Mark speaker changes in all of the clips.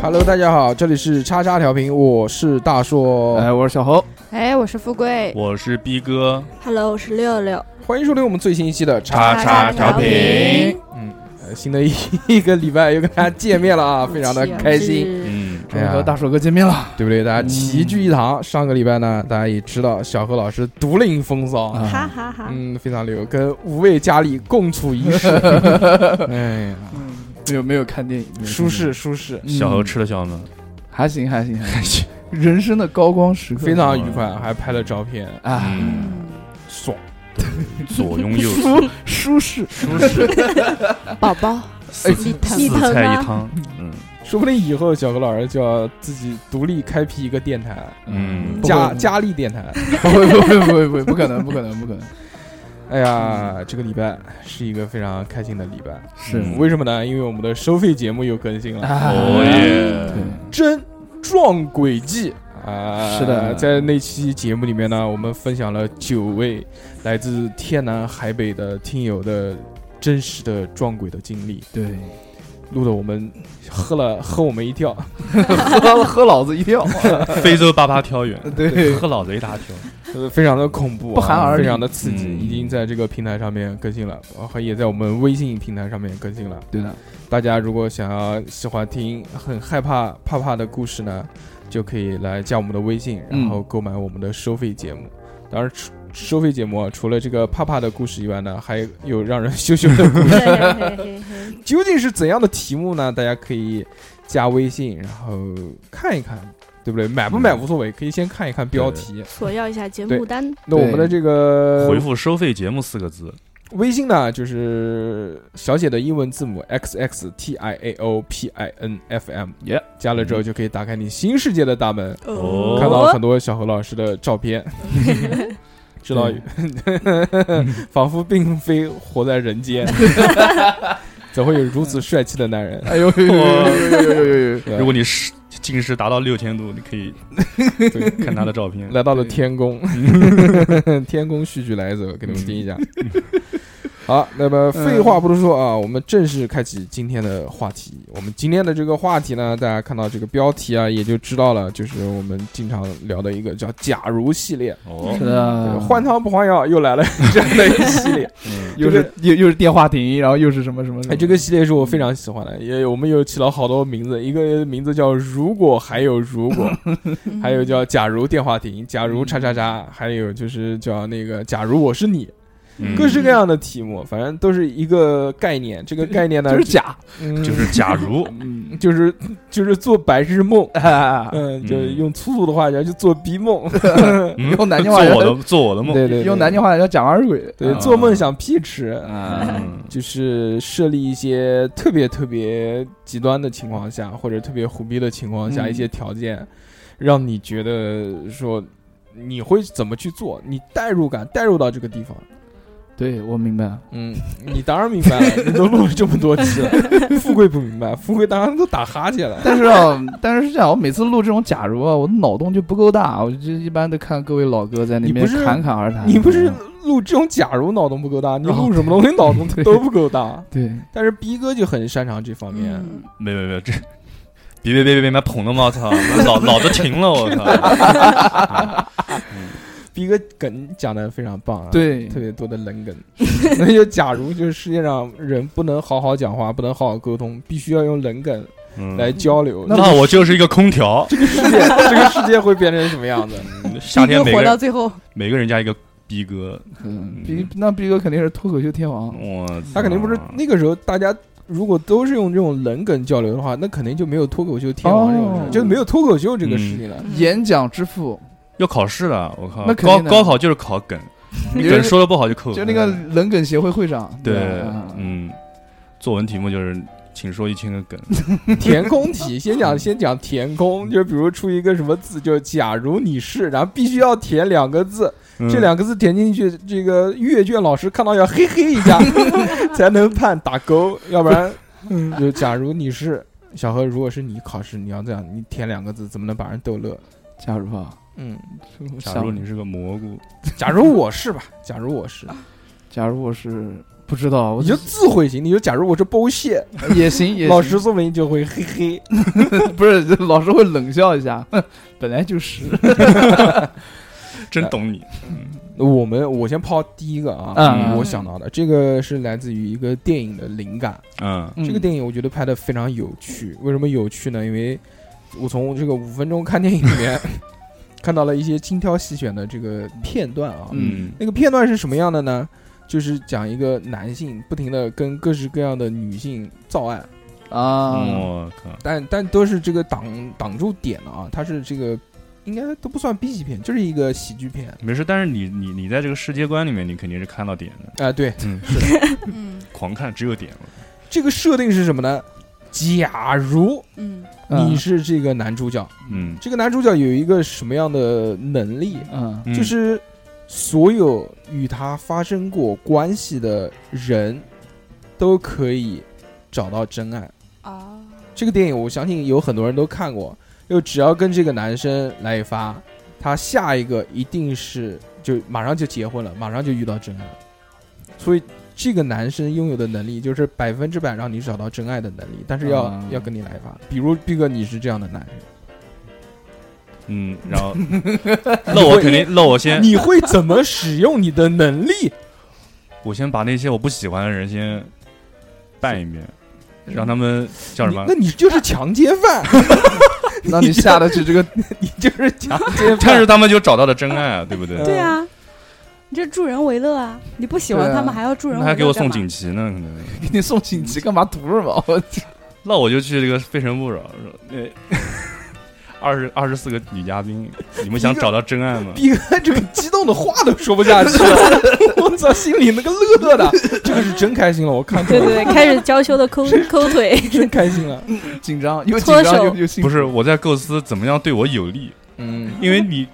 Speaker 1: Hello，大家好，这里是叉叉调频，我是大硕，
Speaker 2: 哎，我是小侯，
Speaker 3: 哎，我是富贵，
Speaker 4: 我是逼哥，
Speaker 5: Hello，我是六六，
Speaker 1: 欢迎收听我们最新一期的叉
Speaker 4: 叉叉调频。
Speaker 1: 嗯，呃新的一一个礼拜又跟大家见面了啊，非常的开心，
Speaker 5: 是
Speaker 4: 嗯，
Speaker 2: 终于和大硕哥见面了。
Speaker 1: 对不对？大家齐聚一堂。上个礼拜呢，大家也知道小何老师独领风骚，
Speaker 2: 啊
Speaker 5: 哈哈哈。
Speaker 1: 嗯，非常牛，跟五位佳丽共处一室，哎呀，
Speaker 2: 没有没有看电影，没有看电影
Speaker 1: 舒适舒适，
Speaker 2: 嗯
Speaker 4: 小猴吃了消吗？
Speaker 2: 还行还行还行，人生的高光时刻，
Speaker 1: 非常愉快，还拍了照片，
Speaker 2: 啊，
Speaker 4: 嗯，
Speaker 1: 爽。
Speaker 4: 左拥右绌，
Speaker 2: 舒舒适，
Speaker 4: 舒适，
Speaker 3: 宝宝，你疼
Speaker 5: 你
Speaker 3: 吗？
Speaker 4: 四
Speaker 5: 疼
Speaker 4: 菜一
Speaker 5: 吗？
Speaker 4: 汤，嗯
Speaker 1: 说不定以后小何老师就要自己独立开辟一个电台，
Speaker 4: 嗯
Speaker 2: 不会
Speaker 1: 佳佳丽电台。
Speaker 2: 不会不会不会不会不可能不可能不可能，
Speaker 1: 哎呀，这个礼拜是一个非常开心的礼拜，
Speaker 2: 是
Speaker 4: 嗯
Speaker 1: 为什么呢？因为我们的收费节目又更新了，
Speaker 2: 啊
Speaker 4: 哦耶，
Speaker 2: 对
Speaker 1: 真撞轨迹。啊，
Speaker 2: 是的
Speaker 1: 在那期节目里面呢，我们分享了九位来自天南海北的听友的真实的撞鬼的经历，
Speaker 2: 对，
Speaker 1: 录的我们喝了喝我们一跳，
Speaker 2: 喝喝老子一跳，
Speaker 4: 非洲粑粑挑远，
Speaker 2: 对，
Speaker 4: 喝老子一大条，
Speaker 1: 呃非常的恐怖啊、
Speaker 2: 不寒而栗
Speaker 1: 非常的刺激，
Speaker 4: 嗯
Speaker 1: 已经在这个平台上面更新了，还也在我们微信平台上面更新了。
Speaker 2: 对的，
Speaker 1: 大家如果想要喜欢听很害怕怕怕的故事呢，就可以来加我们的微信，
Speaker 2: 嗯
Speaker 1: 然后购买我们的收费节目。当然，除收费节目啊，除了这个怕怕的故事以外呢，还有让人羞羞的故 事。
Speaker 5: 对嘿嘿嘿
Speaker 1: 究竟是怎样的题目呢？大家可以加微信，然后看一看，对不对？买不买无所谓，可以先看一看标题。
Speaker 5: 索要一下节
Speaker 1: 对
Speaker 5: 目单，
Speaker 1: 那我们的这个
Speaker 4: 回复“收费节目”四个字，
Speaker 1: 微信呢，就是小写的英文字母 x x t i a o p i n f m，、
Speaker 2: Yeah
Speaker 1: 加了之后就可以打开你新世界的大门，
Speaker 4: 哦
Speaker 1: 看到很多小何老师的照片，知 道 仿佛并非活在人间，怎会有如此帅气的男人？
Speaker 2: 哎呦呦呦呦呦呦呦，
Speaker 1: 对吧
Speaker 4: 如果你是近视达到六千度，你可以
Speaker 1: 对
Speaker 4: 看他的照片。
Speaker 1: 嗯来到了天宫， 天宫续续来走，给你们听一下。 好，那么废话不多说啊，我们正式开启今天的话题。我们今天的这个话题呢，大家看到这个标题啊，也就知道了，就是我们经常聊的一个叫“假如”系列，
Speaker 4: 哦
Speaker 2: 是，的，
Speaker 1: 换汤不换药又来了这样的一个系列。
Speaker 4: 嗯
Speaker 2: 又是又又是电话亭，然后又是什么什么什么，
Speaker 1: 哎，这个系列是我非常喜欢的，也我们有起了好多名字，一个名字叫“如果还有如果”，还有叫“假如电话亭”，“假如叉叉叉”，还有就是叫那个“假如我是你”。
Speaker 4: 嗯
Speaker 1: 各式各样的题目，反正都是一个概念。这个概念呢，
Speaker 2: 就是假，
Speaker 1: 嗯
Speaker 4: 就是假如，
Speaker 2: 嗯，
Speaker 1: 就是就是做白日梦，
Speaker 2: 啊
Speaker 1: 嗯，
Speaker 4: 嗯
Speaker 1: 就用粗俗的话讲，就做逼梦，
Speaker 4: 嗯
Speaker 2: 用南京
Speaker 4: 做
Speaker 2: 话
Speaker 4: 我的做我的梦，
Speaker 1: 对对，
Speaker 2: 用南京
Speaker 1: 话，
Speaker 2: 话叫假二鬼，
Speaker 1: 对，
Speaker 4: 啊
Speaker 1: 做梦想屁吃，
Speaker 2: 啊，
Speaker 4: 嗯
Speaker 1: 就是设立一些特别特别极端的情况下，或者特别胡逼的情况下，
Speaker 2: 嗯
Speaker 1: 一些条件，让你觉得说你会怎么去做，你代入感带入到这个地方，
Speaker 2: 对我明白，
Speaker 1: 嗯，你当然明白了，你都录了这么多 期了。富贵不明白，富贵当然都打哈欠了。
Speaker 2: 但是啊， 但是是这样，我每次录这种假如啊，我的脑洞就不够大，我就一般都看各位老哥在那
Speaker 1: 你
Speaker 2: 边
Speaker 1: 不是
Speaker 2: 侃侃而谈。
Speaker 1: 你不是录这种假如脑洞不够大，你录什么东西脑洞
Speaker 2: 对
Speaker 1: 都不够大。
Speaker 2: 对，
Speaker 1: 哦但是逼哥就很擅长这方面，
Speaker 3: 嗯
Speaker 4: 没没没这。别别别别别妈捧了吗？我操，脑脑子停了，我操！
Speaker 1: 逼哥梗讲的非常棒、啊，，
Speaker 2: 对
Speaker 1: 特别多的冷梗。 那就假如就是世界上人不能好好讲话，不能好好沟通，必须要用冷梗
Speaker 4: 嗯
Speaker 1: 来交 流，
Speaker 2: 那
Speaker 1: 这
Speaker 4: 那我就是一个空调，
Speaker 1: 个世界这个世界会变成什么样子？
Speaker 4: 夏天
Speaker 3: 一
Speaker 4: 每
Speaker 3: 个
Speaker 4: 个
Speaker 3: 活到
Speaker 4: 人
Speaker 3: 最后，
Speaker 4: 每个人加一个逼哥，
Speaker 2: 嗯，逼那逼哥肯定是脱口秀天王，
Speaker 4: 我操
Speaker 1: 他肯定不是那个时候大家。如果都是用这种冷梗交流的话，那肯定就没有脱口秀天王这种事，
Speaker 2: 哦
Speaker 1: 就没有脱口秀这个事情 了。
Speaker 2: 演讲之父，
Speaker 4: 要考试了，我靠
Speaker 2: 那，肯
Speaker 4: 高
Speaker 2: 定的
Speaker 4: 高考就是考梗，
Speaker 1: 嗯
Speaker 4: 你梗说的不好就扣分，
Speaker 2: 就那个冷梗协会会长，
Speaker 4: 对
Speaker 1: 啊
Speaker 2: 吧，
Speaker 4: 嗯，作文题目就是请说一千个梗，
Speaker 1: 填空题，先讲 先讲填空，就比如出一个什么字，就假如你是，然后必须要填两个字，
Speaker 2: 嗯
Speaker 4: 嗯
Speaker 1: 这两个字填进去，这个阅卷老师看到要嘿嘿一 下，才能判打勾，要不然，
Speaker 2: 嗯
Speaker 1: 就假如你是小何，如果是你考试，你要这样，你填两个字，怎么能把人逗乐？
Speaker 2: 假如啊，
Speaker 1: 嗯，
Speaker 2: 我
Speaker 4: 假如
Speaker 2: 想
Speaker 4: 你是个蘑菇，
Speaker 1: 假如我是吧，假如我是，
Speaker 2: 假如我是不知道，我
Speaker 1: 你就自毁型，你就假如我是包蟹，
Speaker 2: 也行 也行
Speaker 1: 老师说不定就会嘿嘿。
Speaker 2: 不是老师会冷笑一下，哼本来就是
Speaker 4: 真懂你。
Speaker 1: 我们我先抛第一个啊，
Speaker 2: 嗯
Speaker 1: 我想到的这个是来自于一个电影的灵感，
Speaker 4: 嗯
Speaker 1: 这个电影我觉得拍的非常有趣。为什么有趣呢？因为我从这个五分钟看电影里面 看到了一些精挑细选的这个片段啊。
Speaker 2: 嗯
Speaker 1: 那个片段是什么样的呢？就是讲一个男性不停的跟各式各样的女性造爱，嗯
Speaker 2: 啊，
Speaker 4: 嗯
Speaker 1: 哦
Speaker 4: 我靠，
Speaker 1: 但但都是这个挡挡住点的啊。它是这个应该都不算 B 级片，就是一个喜剧片。
Speaker 4: 没事，但是你你你在这个世界观里面，你肯定是看到点的，
Speaker 1: 啊、对，
Speaker 4: 嗯，
Speaker 3: 嗯
Speaker 4: 狂看只有点了。
Speaker 1: 这个设定是什么呢？假如
Speaker 3: 嗯
Speaker 1: 你是这个男主角，
Speaker 4: 嗯
Speaker 1: 这个男主角有一个什么样的能力？
Speaker 2: 嗯
Speaker 4: 嗯
Speaker 1: 就是所有与他发生过关系的人都可以找到真爱。
Speaker 3: 啊，
Speaker 1: 这个电影我相信有很多人都看过，就只要跟这个男生来一发，他下一个一定是就马上就结婚了，马上就遇到真爱了。所以这个男生拥有的能力就是百分之百让你找到真爱的能力，但是要、
Speaker 2: 啊
Speaker 1: 要跟你来一发。比如毕哥，你是这样的男人，
Speaker 4: 嗯，然后那我肯定，那我先
Speaker 1: 你会怎么使用你的能力？
Speaker 4: 我先把那些我不喜欢的人先办一遍，让他们叫什么
Speaker 1: 你那？你就是强奸犯，
Speaker 2: 那你下得去这个
Speaker 1: 你就是强奸
Speaker 4: 但
Speaker 1: 犯。
Speaker 4: 是他们就找到了真爱啊，对不对？
Speaker 1: 嗯
Speaker 6: 对啊，你这助人为乐啊！你不喜欢
Speaker 2: 对啊
Speaker 6: 他们，还要助人
Speaker 4: 那
Speaker 6: 为乐，
Speaker 4: 还给我送锦。旗呢，可能。
Speaker 2: 给你送锦旗干嘛？图什么？ 我
Speaker 4: 那我就去这个非诚勿扰，说呃， 二十二十四个女嘉宾，你们想找到真爱吗？
Speaker 1: 毕哥这个激动的话都说不下去了， 我操，心里那个乐的，这个是真开心了，我看出
Speaker 6: 对
Speaker 1: 来
Speaker 6: 对
Speaker 1: 了，
Speaker 6: 对，开始娇羞的抠抠腿，
Speaker 1: 真开心了。
Speaker 2: 紧张，又紧
Speaker 6: 搓
Speaker 2: 张
Speaker 6: 手
Speaker 2: 又又兴
Speaker 4: 不是，我在构思怎么样对我有利，
Speaker 1: 嗯，
Speaker 4: 因为 你，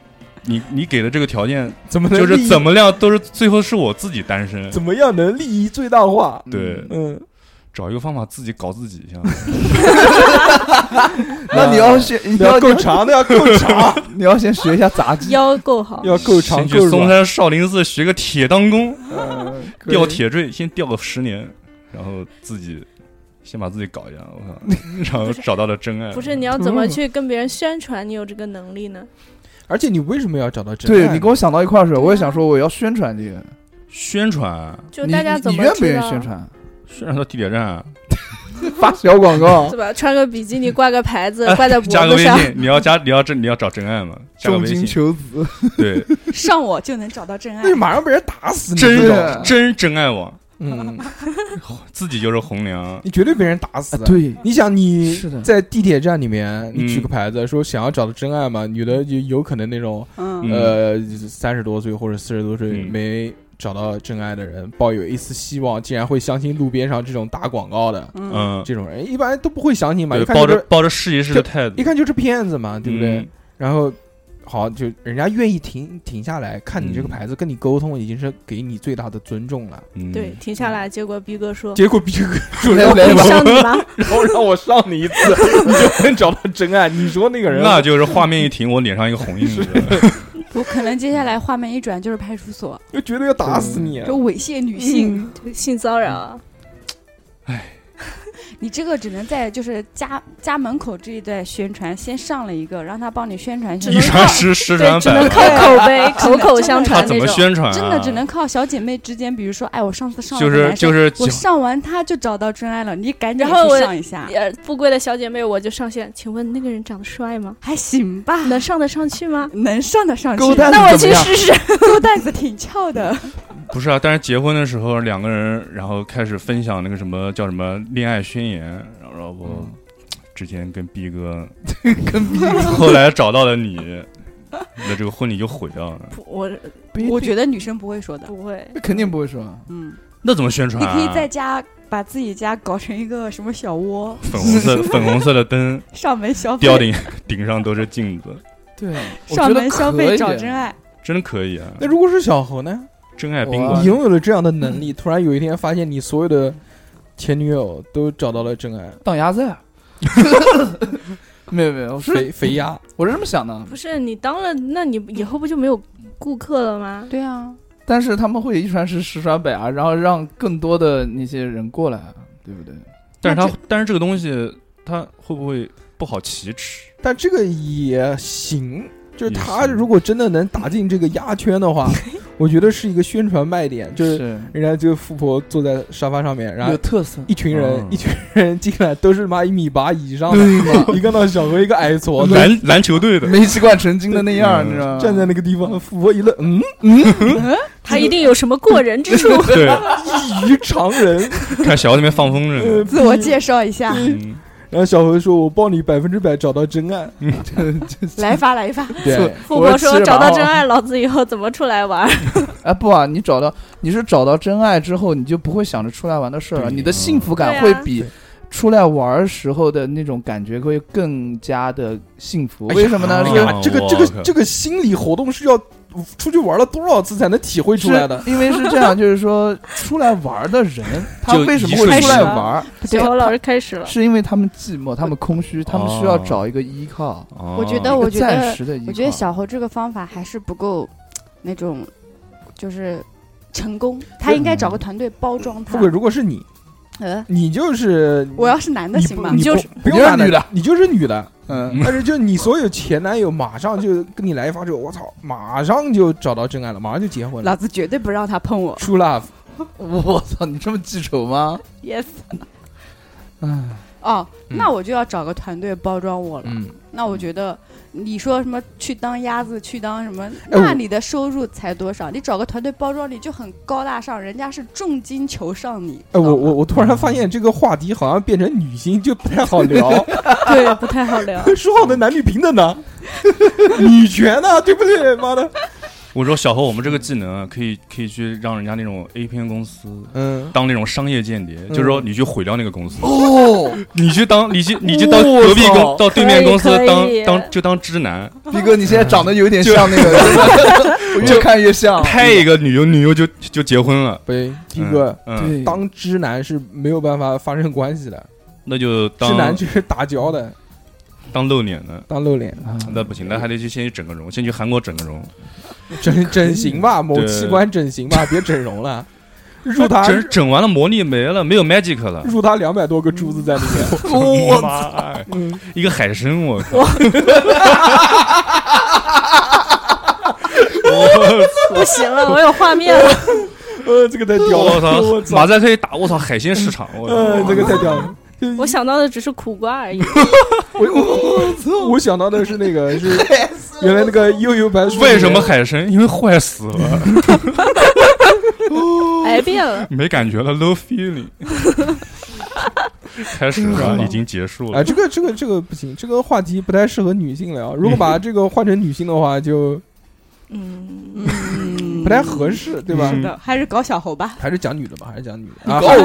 Speaker 4: 你你给的这个条件
Speaker 1: 怎么能
Speaker 4: 就是
Speaker 1: 利益
Speaker 4: 怎么样都是最后是我自己单身，
Speaker 1: 怎么样能利益最大化？
Speaker 4: 对，
Speaker 1: 嗯，
Speaker 4: 找一个方法自己搞自己一下。
Speaker 2: 那你要学，你要
Speaker 1: 够长的，要够 长，
Speaker 2: 你要先学一下杂技，
Speaker 6: 腰够好。
Speaker 1: 要够长
Speaker 4: 先
Speaker 1: 够
Speaker 4: 去嵩
Speaker 1: 软。
Speaker 4: 山少林寺学个铁裆功，
Speaker 2: 嗯
Speaker 4: 吊，铁坠，先吊个十年，然后自己先把自己搞一下，我靠，然后找到了真爱。
Speaker 5: 不是你要怎么去跟别人宣传你有这个能力呢？
Speaker 1: 而且你为什么要找到真爱？
Speaker 6: 嗯
Speaker 2: 对你跟我想到一块儿去，我也想说我要宣传这个，
Speaker 4: 宣传，
Speaker 5: 就
Speaker 2: 你
Speaker 5: 大家怎
Speaker 2: 你
Speaker 5: 么
Speaker 2: 愿不
Speaker 5: 知
Speaker 2: 愿
Speaker 5: 道
Speaker 2: 意宣传？
Speaker 4: 宣传到地铁站，
Speaker 2: 发小广 告
Speaker 5: 是，吧？穿个比基尼，挂个牌子，挂在
Speaker 4: 加
Speaker 5: 脖
Speaker 4: 个
Speaker 5: 子
Speaker 4: 微
Speaker 5: 上，
Speaker 4: 信，你要加你要这你要找真爱吗？加个
Speaker 2: 重
Speaker 4: 微
Speaker 2: 金
Speaker 4: 信，
Speaker 2: 求子，
Speaker 4: 对，
Speaker 6: 上我就能找到真爱
Speaker 1: 那。就马上被人打死，你
Speaker 4: 真
Speaker 1: 知道
Speaker 2: 的啊
Speaker 1: 吗
Speaker 4: 真真爱网，
Speaker 1: 嗯，
Speaker 4: 自己就是红娘，
Speaker 1: 你绝对被人打死。，
Speaker 2: 啊对，
Speaker 1: 你想你
Speaker 2: 是的
Speaker 1: 在地铁站里面，你
Speaker 4: 嗯
Speaker 1: 举个牌子说想要找到真爱嘛，女的有有可能那种
Speaker 6: 嗯
Speaker 4: 嗯
Speaker 1: 呃三十多岁或者四十多岁
Speaker 4: 嗯
Speaker 1: 没找到真爱的人，抱有一丝希望，竟然会相信路边上这种打广告的
Speaker 6: 嗯，
Speaker 4: 嗯，
Speaker 1: 这种人，一般都不会相信嘛，
Speaker 4: 对，
Speaker 1: 一看
Speaker 4: 抱
Speaker 1: 就
Speaker 4: 着
Speaker 1: 是
Speaker 4: 抱着试一试的态度
Speaker 1: 一，看就是骗子嘛，对不对
Speaker 4: 嗯？？
Speaker 1: 然后好，就人家愿意停停下来看你这个牌子，跟你沟通，已经是给你最大的尊重了。
Speaker 4: 嗯
Speaker 5: 对，，停下来。结果逼哥说
Speaker 1: 结果逼哥说
Speaker 2: 来
Speaker 1: 让
Speaker 2: 来
Speaker 1: 我
Speaker 5: 上你吗？
Speaker 1: 然 后让我上你一次，你就能找到真爱。你说那个人，
Speaker 4: 那就是画面一停，我脸上一个红印子。
Speaker 6: 我可能接下来画面一转就是派出所，
Speaker 1: 就绝对要打死你。啊
Speaker 6: 就猥亵女性，
Speaker 5: 嗯性骚扰啊，
Speaker 6: 嗯 你这个只能在就是家家门口这一段宣传，先上了一个，让他帮你宣传哎宣
Speaker 4: 一
Speaker 6: 传。
Speaker 4: 传十，十传
Speaker 5: 对，只
Speaker 4: 百，
Speaker 5: 能靠口 碑、口口相
Speaker 4: 他
Speaker 5: 传
Speaker 4: 怎
Speaker 5: 那
Speaker 4: 么
Speaker 5: 种。
Speaker 4: 宣传啊？
Speaker 6: 真的只能靠小姐妹之间，比如说，哎，我上次上了
Speaker 4: 就
Speaker 6: 个
Speaker 4: 是
Speaker 6: 男生
Speaker 4: 就是
Speaker 6: 我上完他就找到真爱了，你赶紧
Speaker 5: 然后
Speaker 6: 去
Speaker 5: 我
Speaker 6: 上一下，
Speaker 5: 呃，富贵的小姐妹，我就上线。请问那个人长得帅吗？
Speaker 6: 还行吧，
Speaker 5: 能上得上去吗？
Speaker 6: 能上得上去。
Speaker 2: 勾搭
Speaker 6: 那
Speaker 5: 那我
Speaker 2: 怎么
Speaker 5: 去
Speaker 2: 样
Speaker 5: 试试。
Speaker 6: 勾蛋子挺翘 的，
Speaker 4: 不是啊，但是结婚的时候两个人，然后开始分享那个什么叫什么恋爱宣言，然后说我
Speaker 1: 嗯
Speaker 4: 之前跟 B 哥，
Speaker 2: 跟逼
Speaker 4: 后来找到了你，那这个婚礼就毁掉了。
Speaker 5: 我
Speaker 6: 我觉得女生不会说的。
Speaker 5: 不会，
Speaker 2: 肯定不会说，
Speaker 6: 嗯，
Speaker 4: 那怎么宣传、
Speaker 6: 你
Speaker 4: 啊？
Speaker 6: 可以在家把自己家搞成一个什么小窝，
Speaker 4: 粉红 色粉红色的灯，
Speaker 6: 上门消费
Speaker 4: 吊，顶 顶上都是镜子，
Speaker 2: 对，我
Speaker 6: 上
Speaker 2: 觉得
Speaker 6: 门消
Speaker 2: 可
Speaker 6: 费
Speaker 2: 以
Speaker 6: 找真爱。
Speaker 4: 真可以啊！
Speaker 1: 那如果是小猴呢？
Speaker 4: 真爱宾
Speaker 2: 哇
Speaker 1: 你
Speaker 4: 馆，
Speaker 1: 拥有了这样的能力，突然有一天发现你所有的前女友都找到了真爱，
Speaker 2: 当鸭子啊。 没有没有，我
Speaker 1: 肥
Speaker 2: 是
Speaker 1: 肥鸭，
Speaker 2: 我是这么想的，
Speaker 5: 不是你当了，那你以后不就没有顾客了吗？
Speaker 6: 对啊，
Speaker 2: 但是他们会一传十，十传百啊，然后让更多的那些人过来啊，对不对？
Speaker 4: 但是它但是这个东西它会不会不好启齿？
Speaker 1: 但这个也行，就是
Speaker 4: 也
Speaker 1: 他
Speaker 4: 行
Speaker 1: 如果真的能打进这个鸭圈的话， 我觉得是一个宣传卖点，就是
Speaker 2: 是
Speaker 1: 人家这个富婆坐在沙发上面，然后
Speaker 2: 有特色，
Speaker 1: 一群人、
Speaker 4: 嗯
Speaker 1: 一群人进来都是妈一米八以上的，
Speaker 2: 对嘛？
Speaker 1: 一个那小何，一个矮矬，
Speaker 4: 篮篮球队的
Speaker 2: 煤气罐成精的那样，
Speaker 4: 嗯
Speaker 2: 你知道吗？
Speaker 1: 站在那个地方，富婆一愣，嗯，
Speaker 5: 他一定有什么过人之 处。
Speaker 4: 对，
Speaker 1: 异于常人。
Speaker 4: 看小孩那边放风筝呢。
Speaker 1: 呃
Speaker 6: 自我介绍一下，
Speaker 4: 嗯，
Speaker 1: 然后小何说：“我帮你百分之百找到真爱。
Speaker 6: 来一发来一发，”
Speaker 1: 对，
Speaker 5: 富婆
Speaker 2: 我
Speaker 5: 说
Speaker 2: 是：“
Speaker 5: 找到真爱，老子以后怎么出来玩
Speaker 2: 哎，不啊，你找到你是找到真爱之后，你就不会想着出来玩的事儿了，
Speaker 4: 对
Speaker 2: 你的幸福感
Speaker 5: 对
Speaker 2: 会
Speaker 5: 啊
Speaker 2: 比
Speaker 1: 对
Speaker 2: 出来玩儿时候的那种感觉会更加的幸福。
Speaker 1: 哎呀
Speaker 2: 为什么呢？
Speaker 4: 哎
Speaker 2: 是
Speaker 4: 呀
Speaker 1: 啊这个
Speaker 4: 我
Speaker 1: 这个
Speaker 4: 靠
Speaker 1: 这个心理活动是要出去玩了多少次才能体会出来的？
Speaker 2: 是因为是这样，就是说出来玩儿的 人，他
Speaker 4: 就
Speaker 2: 为什么
Speaker 4: 一
Speaker 2: 会
Speaker 5: 瞬
Speaker 2: 出来
Speaker 5: 间
Speaker 2: 玩儿？？”
Speaker 5: 小侯老 师开始了，
Speaker 2: 是因为他们寂
Speaker 6: 呃
Speaker 2: 寞，他们空虚，他们需要
Speaker 4: 哦
Speaker 2: 找一个依靠，
Speaker 4: 我
Speaker 6: 我觉得
Speaker 2: 一个
Speaker 6: 我觉
Speaker 2: 暂
Speaker 6: 得
Speaker 2: 时的依靠。
Speaker 6: 我觉得小侯这个方法还是不够，那种就是成功，他应该找个团队包装
Speaker 1: 富
Speaker 6: 他
Speaker 1: 贵，。如果是你，
Speaker 6: 呃，
Speaker 1: 你就是
Speaker 6: 我要是男的
Speaker 1: 你
Speaker 6: 行
Speaker 1: 不
Speaker 6: 吗？
Speaker 1: 你
Speaker 5: 就是
Speaker 1: 不不用
Speaker 2: 你就是
Speaker 1: 男
Speaker 2: 女的，
Speaker 1: 你就是女的。
Speaker 2: 嗯，
Speaker 1: 但是就你所有前男友马上就跟你来一发这个，我操，马上就找到真爱了，马上就结婚
Speaker 6: 老
Speaker 1: 了。
Speaker 6: 子绝对不让他碰我。
Speaker 1: True love，
Speaker 2: 我操，你这么记 仇吗？
Speaker 6: Yes。
Speaker 2: 嗯，
Speaker 6: 哦，
Speaker 1: 嗯
Speaker 6: 那我就要找个团队包装我了。
Speaker 1: 嗯，
Speaker 6: 那我觉得你说什么去当鸭子，去当什么，
Speaker 1: 哎我
Speaker 6: 那你的收入才多少？你找个团队包装你就很高大上，人家是重金求上你。
Speaker 1: 哎，我我我突然发现这个话题好像变成女性就不太好聊，
Speaker 5: 对，不太好 聊。
Speaker 1: 说好的男女平等呢？女权呢？对不对？妈的，
Speaker 4: 我说小侯，我们这个技能啊可以可以去让人家那种 A 片公司
Speaker 1: 嗯，
Speaker 4: 当那种商业间谍，就是说你去毁掉那个公司，
Speaker 2: 哦，
Speaker 4: 你去当你去你去到隔壁
Speaker 2: 我操
Speaker 4: 公到对面公司
Speaker 5: 可以
Speaker 4: 当
Speaker 5: 可以
Speaker 4: 当就当直男，
Speaker 2: 逼哥，你现在长得有点像那个人， 我越看越像。
Speaker 4: 拍一个女优女优就就结婚了。
Speaker 1: 对，第一个。
Speaker 4: 嗯，嗯，
Speaker 2: 对，
Speaker 1: 当直男是没有办法发生关系的，
Speaker 4: 那就
Speaker 1: 直男
Speaker 4: 当
Speaker 1: 就是打交 的，
Speaker 4: 当露脸的。
Speaker 1: 当露脸，
Speaker 2: 啊
Speaker 4: 那不行，那还得去先去整个容，先去韩国整个容，
Speaker 1: 整整形吧，某
Speaker 4: 对
Speaker 1: 器官整形 吧，别整容了，入他
Speaker 4: 整整完了魔力没了，没有 magic 了。
Speaker 1: 入他两百多个珠子在里面，
Speaker 4: 我 操！一个海参，我靠！我
Speaker 5: 不行 了，我有画面了。
Speaker 1: 呃，这个太 屌了，我
Speaker 4: 操！
Speaker 1: 操，
Speaker 4: 马赛克一打，我操！海鲜市场，我
Speaker 1: 呃，
Speaker 4: 操！
Speaker 1: 这个太屌了。
Speaker 5: 我想到的只是苦瓜而已。
Speaker 1: 我我我想到的是那个 是原来那个悠悠白书里面
Speaker 4: 为什么海参？因为坏死了，
Speaker 5: 癌变了，
Speaker 4: 没感觉了，low feeling。开始了，已经结束
Speaker 1: 啊？
Speaker 4: 了。
Speaker 1: 这个这个这个不行，这个话题不太适合女性聊。如果把这个换成女性的话，就
Speaker 5: 嗯，
Speaker 6: 嗯
Speaker 1: 不太合适，对吧？
Speaker 4: 嗯
Speaker 6: 是的，还是搞小侯吧。
Speaker 1: 还是讲女的吧，还是讲女的啊？还是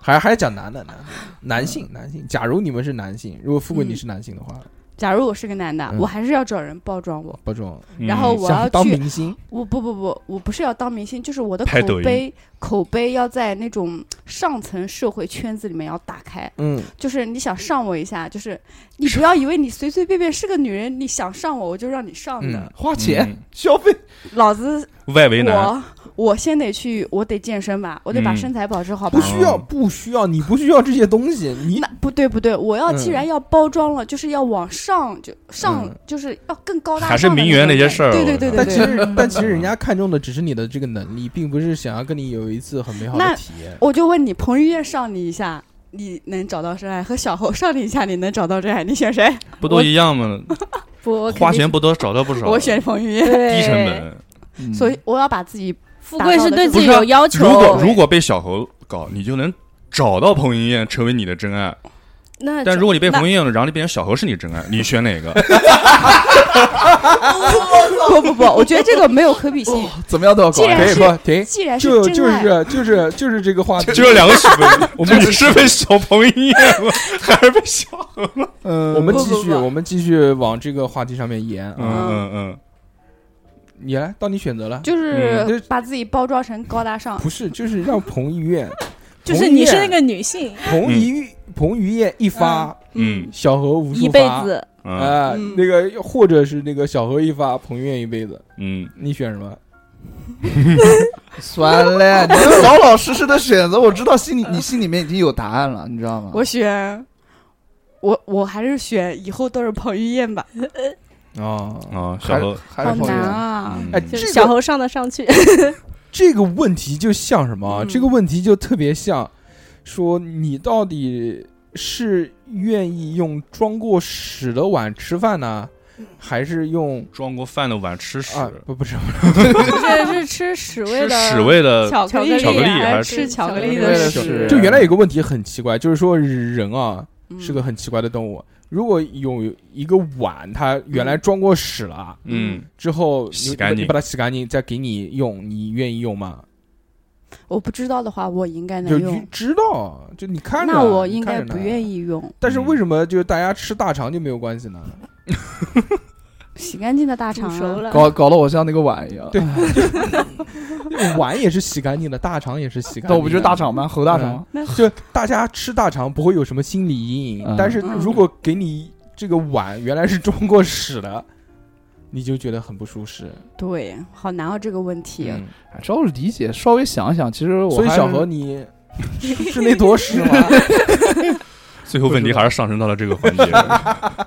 Speaker 1: 还是还是讲男的，男的男性男性。假如你们是男性，如果富贵
Speaker 6: 嗯
Speaker 1: 你是男性的话，
Speaker 6: 假如我是个男的，
Speaker 1: 嗯
Speaker 6: 我还是要找人包装我。
Speaker 1: 包装
Speaker 4: 嗯
Speaker 6: 然哦后我要
Speaker 1: 想当
Speaker 6: 去
Speaker 1: 明星，
Speaker 6: 我不不不，我不是要当明星，就是我的
Speaker 4: 拍
Speaker 6: 口
Speaker 4: 抖音
Speaker 6: 碑口碑要在那种上层社会圈子里面要打开。
Speaker 1: 嗯，
Speaker 6: 就是你想上我一下，就是你不要以为你随随便便是个女人，你想上我我就让你上的。
Speaker 1: 嗯
Speaker 2: 花钱消费，
Speaker 6: 老子
Speaker 4: 外围男，
Speaker 6: 我我先得去，我得健身吧，我得把
Speaker 4: 嗯
Speaker 6: 身材保持好吧。
Speaker 1: 不需要不需要，你不需要这些东西，你
Speaker 6: 那不对不对，我要既
Speaker 1: 嗯
Speaker 6: 然要包装了，就是要往上，就上、
Speaker 1: 嗯
Speaker 6: 就是要更高大上。
Speaker 4: 还是名媛那些事儿
Speaker 6: 对对
Speaker 4: 我
Speaker 6: 对对嗯
Speaker 4: 靠
Speaker 1: 但其
Speaker 6: 对。
Speaker 1: 实，但其实人家看中的只是你的这个能力，并不是想要跟你有一次很美好的
Speaker 6: 那
Speaker 1: 体验。
Speaker 6: 我就问你，彭于晏上你一下，你能找到真爱？和小侯上你一下，你能找到真爱？你选谁？
Speaker 4: 不都一样吗？
Speaker 5: 不，我肯定
Speaker 4: 花钱不多，找到不少。
Speaker 6: 我选彭于晏。
Speaker 5: 对
Speaker 4: 低成本。
Speaker 2: 嗯
Speaker 6: 所以我要把自己
Speaker 5: 富贵是对自己
Speaker 4: 不是啊
Speaker 5: 有要求。
Speaker 4: 如果如果被小猴搞，你就能找到彭于晏成为你的真爱。
Speaker 5: 那
Speaker 4: 但如果你被
Speaker 5: 那
Speaker 4: 彭于晏了，然后你变成小猴是你真爱，你选哪个？
Speaker 6: 哦不不不，我觉得这个没有可比性。
Speaker 2: 怎么样都要搞
Speaker 6: 既。然
Speaker 1: 可以
Speaker 6: 是
Speaker 1: 不停，
Speaker 6: 既然是
Speaker 1: 就
Speaker 6: 真
Speaker 1: 就
Speaker 6: 爱，
Speaker 1: 是就是就是这个话题，
Speaker 4: 就是两个选择，我们是被小彭于晏了，还是被小猴？
Speaker 2: 嗯
Speaker 1: 我们
Speaker 6: 不
Speaker 1: 继
Speaker 6: 不
Speaker 1: 续，
Speaker 6: 不
Speaker 1: 我们继续往这个话题上面延
Speaker 4: 嗯
Speaker 1: 啊。
Speaker 4: 嗯嗯，
Speaker 1: 你来，到你选择了，
Speaker 6: 就是
Speaker 1: 嗯就是
Speaker 6: 把自己包装成高大上。
Speaker 1: 不是就是让彭于晏，
Speaker 5: 啊 就是你是那个女性，
Speaker 1: 彭于彭于晏一发，
Speaker 4: 嗯
Speaker 1: 小何无数
Speaker 5: 一辈
Speaker 1: 发。
Speaker 5: 子
Speaker 4: 嗯
Speaker 1: 啊，
Speaker 6: 嗯
Speaker 1: 那个或者是那个小何一发，彭于晏一辈子，
Speaker 4: 嗯，
Speaker 1: 你选什么？
Speaker 2: 算 了，你就老老实实的选择。我知道心里你心里面已经有答案了，你知道吗？
Speaker 6: 我选，我我还是选以后都是彭于晏吧，
Speaker 2: 啊
Speaker 4: 啊，小何，
Speaker 2: 还
Speaker 6: 好
Speaker 2: 是
Speaker 6: 难啊！
Speaker 4: 嗯
Speaker 1: 哎，
Speaker 5: 就
Speaker 1: 这
Speaker 5: 是
Speaker 1: 个
Speaker 5: 小猴上得 上去，
Speaker 1: 这个问题就像什么啊？
Speaker 6: 嗯
Speaker 1: 这个问题就特别像，说你到底是愿意用装过屎的碗吃饭呢，
Speaker 5: 嗯
Speaker 1: 还是用
Speaker 4: 装过饭的碗吃屎，
Speaker 1: 啊？不不是，
Speaker 5: 这是吃屎味
Speaker 4: 吃
Speaker 5: 的
Speaker 4: 屎味的
Speaker 6: 巧克力，
Speaker 4: 巧克力还
Speaker 5: 还
Speaker 4: 是
Speaker 5: 吃巧克力
Speaker 2: 巧克力
Speaker 5: 的
Speaker 2: 的
Speaker 5: 屎？
Speaker 4: 啊
Speaker 2: 屎
Speaker 1: 就原来有个问题很奇怪，就是说人啊
Speaker 6: 嗯
Speaker 1: 是个很奇怪的动物。如果有一个碗，它原来装过屎了，
Speaker 4: 嗯，
Speaker 1: 之后你
Speaker 4: 洗
Speaker 1: 你
Speaker 4: 干
Speaker 1: 把你
Speaker 4: 净
Speaker 1: 把它洗干净，再给你用，你愿意用吗？
Speaker 6: 我不知道的话，我应该
Speaker 1: 就
Speaker 6: 能
Speaker 1: 你
Speaker 6: 用。
Speaker 1: 知道，就你看着，啊
Speaker 6: 那我应该
Speaker 1: 你看着
Speaker 6: 不
Speaker 1: 呢
Speaker 6: 愿。意用，
Speaker 1: 但是为什么就是大家吃大肠就没有关系呢？
Speaker 6: 洗干净的大
Speaker 5: 煮
Speaker 6: 肠
Speaker 5: 熟
Speaker 6: 啊，
Speaker 5: 了，
Speaker 2: 搞搞得我像那个碗一样。
Speaker 1: 对碗也是洗干净的，大肠也是洗干净的。
Speaker 2: 但我不就是大肠吗？猴大
Speaker 6: 嗯
Speaker 2: 肠，
Speaker 1: 就大家吃大肠不会有什么心理阴影，
Speaker 2: 嗯
Speaker 1: 但是如果给你这个碗原来是装过屎的，你就觉得很不舒适。
Speaker 6: 对，好难哦这个问题。
Speaker 1: 嗯
Speaker 2: 哎这我理解，稍微想一想，其实我
Speaker 1: 所以
Speaker 2: 还
Speaker 1: 小
Speaker 2: 是
Speaker 1: 何， 你是是那坨屎吗？
Speaker 4: 最后问题还是上升到了这个环节，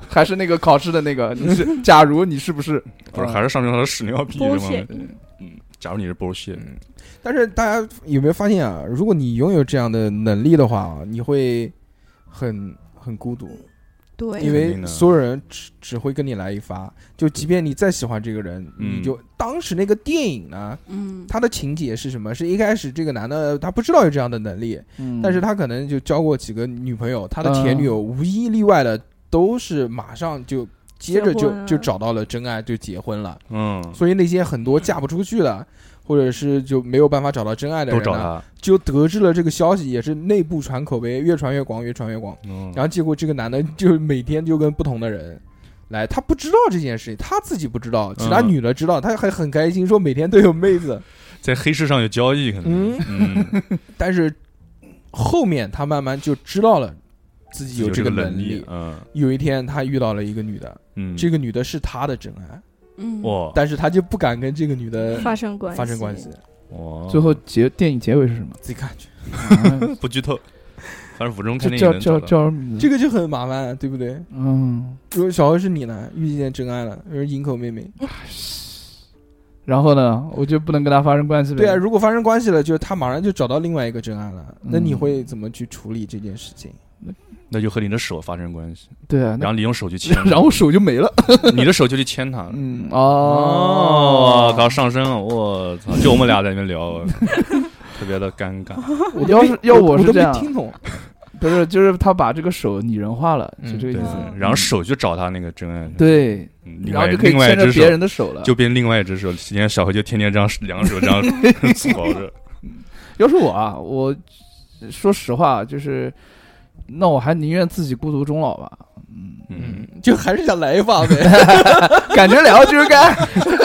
Speaker 2: 还是那个考试的那 个，你是假如你是不是
Speaker 4: 不是还嗯是上升到了屎尿屁这方面
Speaker 5: Bullshit。
Speaker 4: 嗯，假如你是 bullshit，
Speaker 1: 但是大家有没有发现啊？如果你拥有这样的能力的话啊，你会很很孤独，
Speaker 6: 对，
Speaker 1: 因
Speaker 4: 肯
Speaker 1: 为
Speaker 4: 定的
Speaker 1: 所有人只只会跟你来一发。就即便你再喜欢这个人，
Speaker 4: 嗯
Speaker 1: 你就当时那个电影呢，
Speaker 6: 嗯，
Speaker 1: 它的情节是什么？是一开始这个男的他不知道有这样的能力，
Speaker 2: 嗯
Speaker 1: 但是他可能就交过几个女朋友，他的前女友无一例外的都是马上就接着
Speaker 5: 结
Speaker 1: 就
Speaker 5: 婚
Speaker 2: 啊
Speaker 5: 了
Speaker 1: 就找到了真爱，就结婚了。
Speaker 4: 嗯，
Speaker 1: 所以那些很多嫁不出去的，或者是就没有办法找到真爱的
Speaker 4: 都
Speaker 1: 人
Speaker 4: 找
Speaker 1: 呢，
Speaker 4: 他，
Speaker 1: 就得知了这个消息，也是内部传口碑，越传越广，越传越广。
Speaker 4: 嗯
Speaker 1: 然后结果这个男的就每天就跟不同的人。来，他不知道这件事情，他自己不知道，其他
Speaker 4: 嗯
Speaker 1: 女的知道，他还很开心，说每天都有妹子。
Speaker 4: 在黑市上有交易，可能，
Speaker 1: 嗯，
Speaker 4: 嗯，
Speaker 1: 但是后面他慢慢就知道了自己有这个
Speaker 4: 能
Speaker 1: 能力。
Speaker 4: 嗯
Speaker 1: 有一天他遇到了一个女的，
Speaker 4: 嗯，
Speaker 1: 这个女的是他的真爱，
Speaker 6: 嗯，
Speaker 4: 哇
Speaker 1: 但是他就不敢跟这个女的
Speaker 5: 发生关系，
Speaker 1: 发生关系，
Speaker 4: 哇，
Speaker 2: 最后结电影结尾是 什么？
Speaker 1: 自己看去，
Speaker 2: 啊
Speaker 4: 不剧透，反正五中
Speaker 2: 这
Speaker 4: 看电影
Speaker 2: 叫叫
Speaker 4: 能找到
Speaker 2: 叫什么名字？
Speaker 1: 这个就很麻烦，对不对？
Speaker 2: 嗯，
Speaker 1: 如果小何是你呢，遇见真爱了，就是营口妹妹，
Speaker 2: 然后呢，我就不能跟他发生关系呗？
Speaker 1: 对啊，如果发生关系了，就是他马上就找到另外一个真爱了，那
Speaker 2: 嗯
Speaker 1: 你会怎么去处理这件事 情？
Speaker 4: 那就和你的手发生关系，
Speaker 2: 对啊，
Speaker 4: 然
Speaker 2: 那
Speaker 4: 后你用手去牵
Speaker 2: ，然后手就没了。
Speaker 4: 你的手就去牵他，
Speaker 2: 嗯
Speaker 4: 哦，
Speaker 2: 哦，
Speaker 4: 靠，上升了，我操！就我们俩在那边聊， 特别的尴 尬。
Speaker 2: 我要是要
Speaker 1: 我
Speaker 2: 我是
Speaker 1: 都
Speaker 2: 这
Speaker 1: 没
Speaker 2: 样，
Speaker 1: 听懂，
Speaker 2: 不是就是他把这个手拟人化了，就
Speaker 1: 嗯
Speaker 2: 这个意
Speaker 4: 对
Speaker 2: 思。
Speaker 5: 嗯
Speaker 4: 然后手去找他那个真爱，，
Speaker 2: 对，
Speaker 4: 另
Speaker 2: 然
Speaker 4: 外
Speaker 2: 后就可以
Speaker 4: 另外一
Speaker 2: 牵着
Speaker 4: 只手
Speaker 2: 别人的手了。
Speaker 4: 就变另外一只手。今天小何就天天这样两 手这样 搓着，
Speaker 2: 要是我啊，我说实话，就是那我还宁愿自己孤独终老吧。
Speaker 4: 嗯
Speaker 1: 嗯，，就还是想来一发 呗，
Speaker 2: 感觉聊就是干，嗯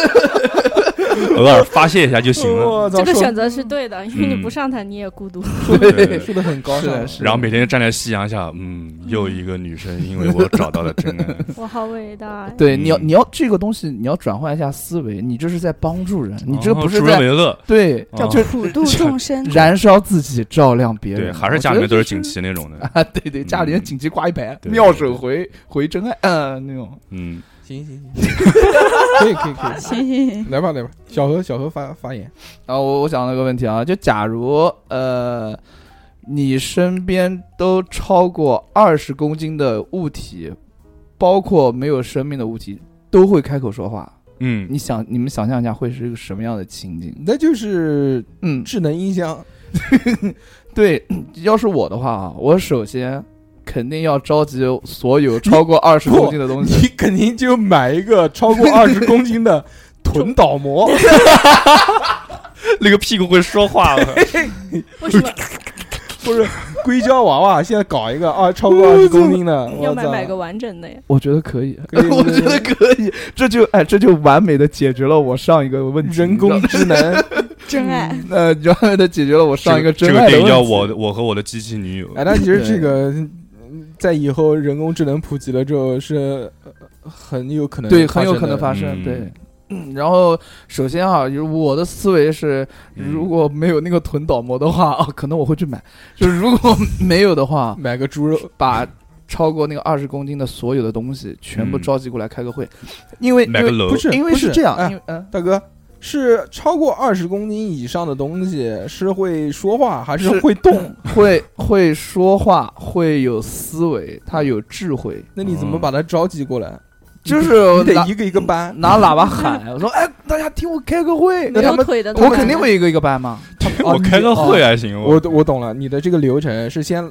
Speaker 4: 偶尔发泄一下就行
Speaker 2: 啊
Speaker 4: 了。
Speaker 1: 我操，
Speaker 5: 这个
Speaker 1: 说
Speaker 5: 选择是对的，因为你
Speaker 4: 嗯
Speaker 5: 不上台你也孤独。
Speaker 4: 对
Speaker 1: 说的很高
Speaker 2: 是
Speaker 1: 尚
Speaker 2: 的
Speaker 1: 啊，
Speaker 2: 是的
Speaker 4: 然后每天就站在夕阳下，嗯，又一个女生因为我找到了真爱，
Speaker 5: 我好伟大，
Speaker 2: 对，你要
Speaker 4: 嗯
Speaker 2: 你要这个东西，你要转换一下思维，你这是在帮助人， 你这
Speaker 4: 哦
Speaker 2: 不是
Speaker 4: 助人
Speaker 2: 在
Speaker 4: 为乐，
Speaker 2: 对，
Speaker 4: 哦
Speaker 6: 叫
Speaker 4: 就
Speaker 6: 普度众生，
Speaker 2: 燃烧自己，照亮别人。
Speaker 4: 对，还是家里面都是锦旗那种的，
Speaker 2: 啊，对对，家里面锦旗挂一排，
Speaker 4: 对
Speaker 2: 妙手回回真爱，嗯，那种
Speaker 4: 嗯，
Speaker 1: 行行行，可以可 以可以，
Speaker 6: 行行行，
Speaker 1: 来吧来吧，小何小何发发言，
Speaker 2: 啊，我我想了个问题啊，就假如呃，你身边都超过二十公斤的物体，包括没有生命的物体，都会开口说话，
Speaker 4: 嗯，
Speaker 2: 你想你们想象一下会是一个什么样的情景？
Speaker 1: 那就是
Speaker 2: 嗯，
Speaker 1: 智能音箱，
Speaker 2: 对，要是我的话啊，我首先肯定要召集所有超过二十公斤的东西。
Speaker 1: 你肯定就买一个超过二十公斤的臀导模，
Speaker 4: 那个屁股会说话啊了，
Speaker 5: 为什么
Speaker 1: 或 者硅胶娃娃，现在搞一个啊超过二十公斤的，
Speaker 5: 要
Speaker 1: 我
Speaker 5: 买
Speaker 1: 操，
Speaker 5: 买个完整的呀？
Speaker 2: 我觉得可以，
Speaker 1: 可以
Speaker 2: 我觉得可以，这就哎，这就完美的解决了我上一个问题，
Speaker 1: 人工智能。
Speaker 6: 真爱，
Speaker 5: 嗯
Speaker 2: 呃，完美的解决了我 上一个
Speaker 4: 这
Speaker 2: 真
Speaker 4: 个
Speaker 2: 爱的
Speaker 4: 电影
Speaker 2: 问
Speaker 4: 叫
Speaker 2: 题。
Speaker 4: 我我和我的机器女友，
Speaker 1: 哎，但其实这个嗯在以后人工智能普及了之后是呃很有可能
Speaker 2: 对，
Speaker 1: 发
Speaker 2: 很有
Speaker 1: 生
Speaker 2: 可能
Speaker 1: 的
Speaker 2: 发生。
Speaker 4: 嗯
Speaker 2: 对，嗯然后首先哈，就是我的思维是，
Speaker 4: 嗯
Speaker 2: 如果没有那个臀倒模的话，啊，可能我会去买。就是如果没有的话，
Speaker 1: 买个猪肉，
Speaker 2: 把超过那个二十公斤的所有的东西全部
Speaker 4: 嗯
Speaker 2: 召集过来开个会， 因为
Speaker 4: 买个楼
Speaker 1: 不，是，
Speaker 2: 因为因为
Speaker 1: 不
Speaker 2: 是
Speaker 1: 是
Speaker 2: 这样，
Speaker 1: 哎
Speaker 2: 因为嗯。
Speaker 1: 大哥。是超过二十公斤以上的东西是会说话还是会
Speaker 2: 嗯
Speaker 1: 动？
Speaker 2: 会会说话，会有思维，他有智慧，
Speaker 1: 那你怎么把它召集过来？
Speaker 2: 嗯就是
Speaker 1: 你得
Speaker 2: 拿
Speaker 1: 一个一个搬。
Speaker 2: 拿喇叭喊，我说哎，大家听我开个会，
Speaker 5: 没
Speaker 2: 那他
Speaker 5: 有
Speaker 2: 们
Speaker 5: 腿的，
Speaker 2: 我肯定。会一个一个 搬嘛，
Speaker 4: 我开
Speaker 2: 哦
Speaker 4: 个会还行，
Speaker 1: 我我懂了，你的这个流程是先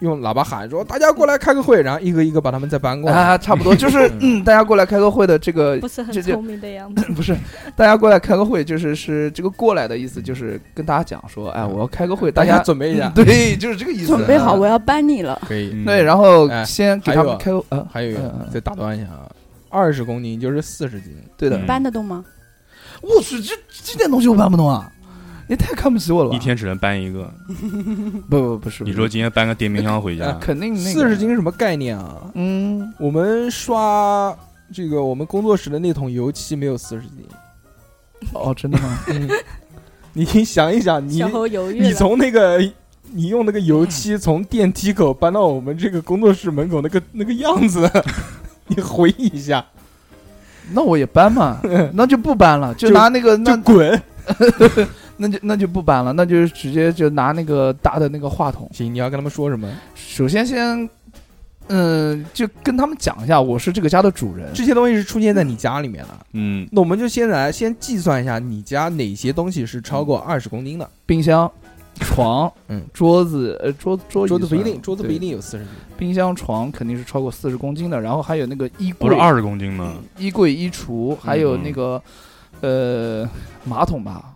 Speaker 1: 用喇叭喊说大家过来开个会，然后一个一个把他们再搬过来。
Speaker 2: 啊，差不 多就是嗯，大家过来开个会的这个
Speaker 5: 不是很
Speaker 2: 这就
Speaker 5: 聪明的样子，
Speaker 2: 不是，大家过来开个会，就是是这个过来的意思，就是跟大家讲说，哎，我要开个会，大
Speaker 1: 大 家
Speaker 2: 家
Speaker 1: 准备一下
Speaker 2: 嗯， 对，就是这个意思。
Speaker 6: 准备好，
Speaker 2: 嗯
Speaker 6: 我要搬你了。
Speaker 1: 可以。
Speaker 2: 对，
Speaker 4: 后
Speaker 2: 然后
Speaker 1: 哎
Speaker 2: 先给
Speaker 1: 还有
Speaker 2: 他们
Speaker 1: 啊
Speaker 2: 开个，呃，
Speaker 1: 还有一
Speaker 2: 嗯
Speaker 1: 个
Speaker 2: 嗯，
Speaker 1: 再打断一下啊，二十公斤就是四十斤，
Speaker 2: 对的
Speaker 4: 嗯。
Speaker 6: 搬得动吗？
Speaker 2: 我去，这这点东西我搬不动啊！你太看不起我了吧。
Speaker 4: 一天只能搬一个。
Speaker 2: 不不不是，
Speaker 4: 你说今天搬个电冰箱回
Speaker 1: 哎
Speaker 4: 家，
Speaker 2: 肯定那个
Speaker 1: 四十斤，是什么概念啊？
Speaker 2: 嗯，
Speaker 1: 我们刷这个我们工作室的那桶油漆没有四十斤。
Speaker 2: 哦，真的吗？
Speaker 1: 你想一想，你
Speaker 5: 小猴犹豫
Speaker 1: 你
Speaker 5: 了。
Speaker 1: 从那个你用那个油漆从电梯口搬到我们这个工作室门口那个那个样子， 你回忆一下，
Speaker 2: 那我也搬嘛，那就不搬 了，就
Speaker 1: 就
Speaker 2: 拿那个
Speaker 1: 就
Speaker 2: 那
Speaker 1: 滚。
Speaker 2: 那就那就不搬了，那就直接就拿那个大的那个话筒。
Speaker 1: 行，你要跟他们说什么？
Speaker 2: 首先先，嗯、就跟他们讲一下，我是这个家的主人。
Speaker 1: 这些东西是出现在你家里面的。
Speaker 4: 嗯，
Speaker 1: 那我们就先来先计算一下你家哪些东西是超
Speaker 2: 嗯
Speaker 1: 过二十公斤的。
Speaker 2: 冰箱、床、
Speaker 1: 嗯
Speaker 2: 桌子，呃，桌桌椅
Speaker 1: 桌子不一
Speaker 2: 算
Speaker 1: 定，桌子不一。定有四十斤。
Speaker 2: 对冰箱、床肯定是超过四十公斤的，然后还有那个衣
Speaker 4: 不
Speaker 2: 柜
Speaker 4: 是，二十公斤吗？
Speaker 2: 衣柜、衣橱，还有
Speaker 4: 嗯
Speaker 2: 那个、呃马桶吧？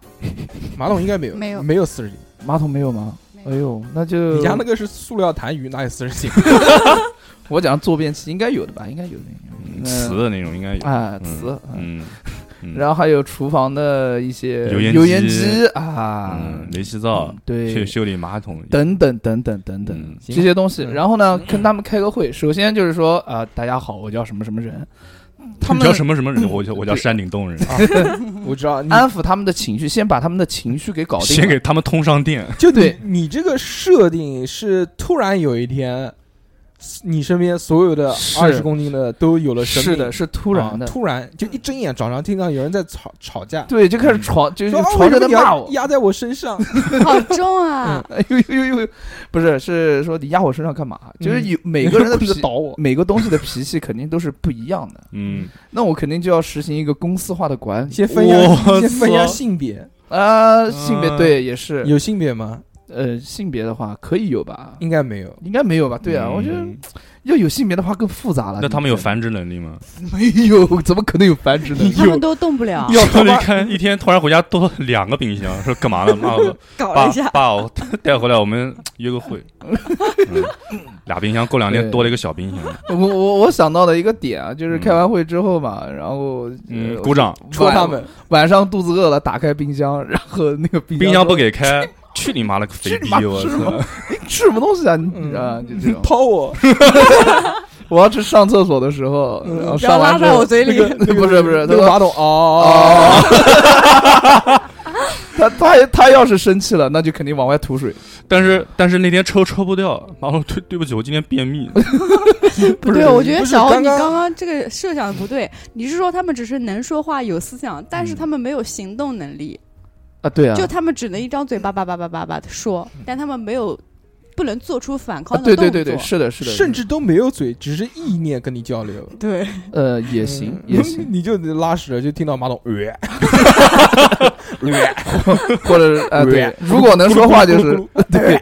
Speaker 1: 马桶应该没有，
Speaker 6: 没有
Speaker 1: 没有四十斤。
Speaker 2: 马桶没有吗？
Speaker 6: 没
Speaker 2: 哎呦，那就
Speaker 1: 你家那个是塑料痰盂，哪有四十 斤？
Speaker 2: 我讲坐便器应该有的吧？应该有的，
Speaker 4: 嗯
Speaker 2: 嗯
Speaker 4: 瓷的那种应该有。
Speaker 2: 啊，
Speaker 4: 嗯
Speaker 2: 瓷。嗯
Speaker 4: 嗯，嗯
Speaker 2: 然后还有厨房的一些
Speaker 4: 油烟
Speaker 2: 油烟
Speaker 4: 机
Speaker 2: 机啊，
Speaker 4: 嗯，煤气灶
Speaker 2: 嗯，
Speaker 4: 修
Speaker 2: 对，
Speaker 4: 修理马桶，
Speaker 2: 等等等等等等、
Speaker 4: 嗯
Speaker 2: 这
Speaker 1: 行
Speaker 2: 些东西。
Speaker 1: 嗯
Speaker 2: 然后呢，跟他们开个会，首先就是说啊、大家好，我叫什么什么人，他
Speaker 4: 你
Speaker 2: 们
Speaker 4: 叫什么什 么人？我叫我叫山顶洞人，
Speaker 1: 啊我知道，你
Speaker 2: 安抚他们的情绪，先把他们的情绪给搞定了。
Speaker 4: 先给他们通 上电。
Speaker 1: 就
Speaker 2: 对
Speaker 1: 你你这个设定是突然有一天，你身边所有的
Speaker 2: 是
Speaker 1: 二十公斤的都有了生
Speaker 2: 是
Speaker 1: 命
Speaker 2: 的，，是突然的，
Speaker 1: 啊突然就一睁眼早上听到有人在吵吵架，
Speaker 2: 对，就开始床就是
Speaker 1: 说啊
Speaker 2: 床
Speaker 1: 为什么
Speaker 2: 上在
Speaker 1: 你
Speaker 2: 骂
Speaker 1: 要
Speaker 2: 我，
Speaker 1: 压在我身上？
Speaker 6: 好重啊！
Speaker 2: 哎呦呦呦呦，不是，是说你压我身上干嘛？就是有每个人 的
Speaker 1: 不
Speaker 2: 脾
Speaker 1: 是倒嗯我，
Speaker 2: 每个东西的脾气肯定都是不一 样的，
Speaker 4: 嗯，
Speaker 2: 那我肯定就要实行一个公司化的管理
Speaker 1: 先分一
Speaker 4: 我
Speaker 1: 下，先分一下
Speaker 4: 操
Speaker 1: 性别，
Speaker 2: 啊、性别对也是，
Speaker 1: 嗯有性别吗？
Speaker 2: 呃，性别的话可以有吧？
Speaker 1: 应该没有。
Speaker 2: 应该没有吧？ 对啊，
Speaker 4: 嗯
Speaker 2: 我觉得要有性别的话更复杂了。
Speaker 4: 那他们有
Speaker 2: 对
Speaker 4: 繁殖能力吗？
Speaker 2: 不对 没有？怎么可能有繁 殖能力？
Speaker 6: 他们都动不了，
Speaker 1: 要
Speaker 4: 车
Speaker 1: 他
Speaker 4: 里
Speaker 1: 妈
Speaker 4: 看一天，突然回家多两个冰箱，说干嘛呢？妈，我
Speaker 3: 搞
Speaker 4: 爸
Speaker 3: 了一下，
Speaker 4: 爸，我 带回来，我们约 个会。嗯俩冰箱，过两天多了一个小冰箱。
Speaker 2: 我我我想到的一个点啊，就是
Speaker 4: 嗯
Speaker 2: 开完会之后嘛，然后
Speaker 4: 嗯，
Speaker 2: 呃
Speaker 4: 鼓掌。
Speaker 1: 戳他们，
Speaker 2: 晚上肚子饿了，打开冰箱， 然后那个冰
Speaker 4: 冰箱
Speaker 2: 说
Speaker 4: 不给开，去你妈了个肥
Speaker 2: 去你
Speaker 4: 逼！
Speaker 2: 妈
Speaker 4: 我
Speaker 2: 是吗
Speaker 4: 操，
Speaker 2: 吃什么东西啊？你
Speaker 1: 嗯
Speaker 2: 啊，就这种。
Speaker 1: 掏我，
Speaker 2: 我要去上厕所的时候，
Speaker 1: 嗯
Speaker 2: 然后
Speaker 3: 不要
Speaker 2: 上完
Speaker 3: 拉
Speaker 2: 之
Speaker 3: 在
Speaker 2: 后
Speaker 3: 我，嘴里。
Speaker 2: 不是不是，他
Speaker 1: 那个
Speaker 2: 说
Speaker 1: 马桶哦，
Speaker 2: 哦， 他他他要是生气了，那就肯定往外吐水。
Speaker 4: 但是但是那天抽抽不掉，妈我对对不起，我今天便秘。
Speaker 1: 不
Speaker 6: 对，
Speaker 1: 是
Speaker 6: 我觉得
Speaker 1: 不是
Speaker 6: 小欧
Speaker 1: 刚
Speaker 6: 你
Speaker 1: 刚
Speaker 6: 刚刚这个设想的不对，你是说他们只是能说话有思想，但是他们没有行动能力，
Speaker 2: 啊，对啊，
Speaker 6: 就他们只能一张嘴叭叭叭叭叭叭的说，但他们没有不能做出反
Speaker 2: 啊
Speaker 6: 抗的
Speaker 2: 对
Speaker 6: 动作。
Speaker 2: 对对对，是的，是的，
Speaker 1: 甚至都没有嘴，只是意念跟你交流。
Speaker 6: 对
Speaker 2: 呃也行
Speaker 1: 嗯
Speaker 2: 也行，
Speaker 1: 你就拉屎了就听到马桶，呃
Speaker 2: 或者是哎对，如果能说话就是 对，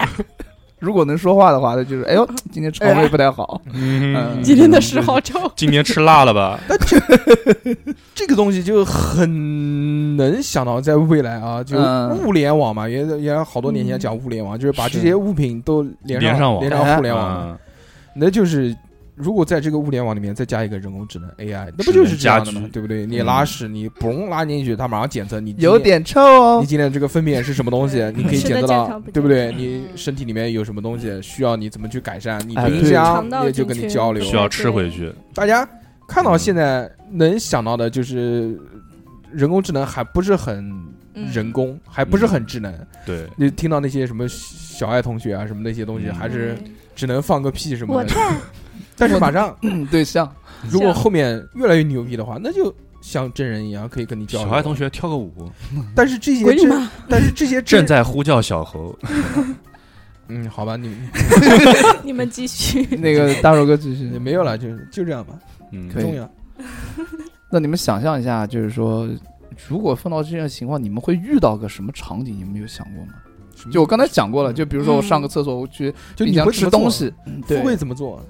Speaker 2: 如果能说话的话，那就是哎呦，今天肠胃不太好，
Speaker 4: 嗯，
Speaker 6: 今天的屎好臭，
Speaker 4: 今天吃辣了吧？
Speaker 1: 这个东西就很能想到在未来啊，就
Speaker 2: 嗯
Speaker 1: 物联网嘛，也也好多年前讲物联网，嗯就是把这些物品都连
Speaker 4: 连上
Speaker 1: 上
Speaker 4: 网
Speaker 1: 连上互联网，
Speaker 4: 嗯
Speaker 1: 那就是。如果在这个物联网里面再加一个人工智能 AI，那不就是这样的
Speaker 4: 家
Speaker 1: 吗
Speaker 4: 居？
Speaker 1: 对不对？你拉屎，你嘣拉进去，它马上检测你今天
Speaker 2: 有点臭哦
Speaker 1: 你。今天这个粪便是什么东 西，你可以
Speaker 5: 吃
Speaker 1: 检
Speaker 5: 得
Speaker 1: 测
Speaker 5: 健
Speaker 1: 到
Speaker 5: 康嗯不，
Speaker 1: 对不
Speaker 5: 健
Speaker 1: 对？你身体里面有什么东西需要你怎么去改善？你
Speaker 2: 哎
Speaker 1: 冰
Speaker 2: 对
Speaker 1: 箱
Speaker 5: 肠道
Speaker 1: 也就
Speaker 5: 菌
Speaker 1: 跟你
Speaker 5: 群
Speaker 1: 交流
Speaker 5: 对
Speaker 4: 需，要吃回去。嗯
Speaker 1: 大家看到现在能想到的就是人工智能还不是很
Speaker 5: 嗯
Speaker 1: 人工，还不是很智
Speaker 4: 嗯
Speaker 1: 能。
Speaker 4: 对，
Speaker 1: 你听到那些什么小爱同学啊，什么那些东西，
Speaker 4: 嗯
Speaker 1: 还是只能放个屁什么
Speaker 3: 我
Speaker 1: 的。
Speaker 3: 看
Speaker 1: 但是马上，
Speaker 2: 嗯，对象
Speaker 1: 如果后面越来越牛逼的话，那就像真人一样可以跟你交流。
Speaker 4: 小爱同，学跳个舞，
Speaker 1: 但是这些
Speaker 3: 滚你
Speaker 1: 真，
Speaker 3: 妈！
Speaker 1: 但是这些
Speaker 4: 正
Speaker 1: 真，
Speaker 4: 在呼叫小猴，
Speaker 1: 嗯，好吧，你
Speaker 5: 你们继 续。
Speaker 2: 那个大手哥继 续
Speaker 1: 你没有了，就是就这样吧，
Speaker 4: 嗯，
Speaker 1: 不
Speaker 2: 可以
Speaker 1: 重要。
Speaker 2: 那你们想象一下，就是说，如果碰到这样的情况，你们会遇到个什么场景？你们有想过吗？就我刚才讲过了，就比如说我上个厕所，我去
Speaker 1: 嗯就
Speaker 2: 冰
Speaker 1: 你
Speaker 2: 箱
Speaker 1: 会
Speaker 2: 吃东，西，嗯
Speaker 1: 啊富贵
Speaker 2: 对，
Speaker 1: 怎么做？啊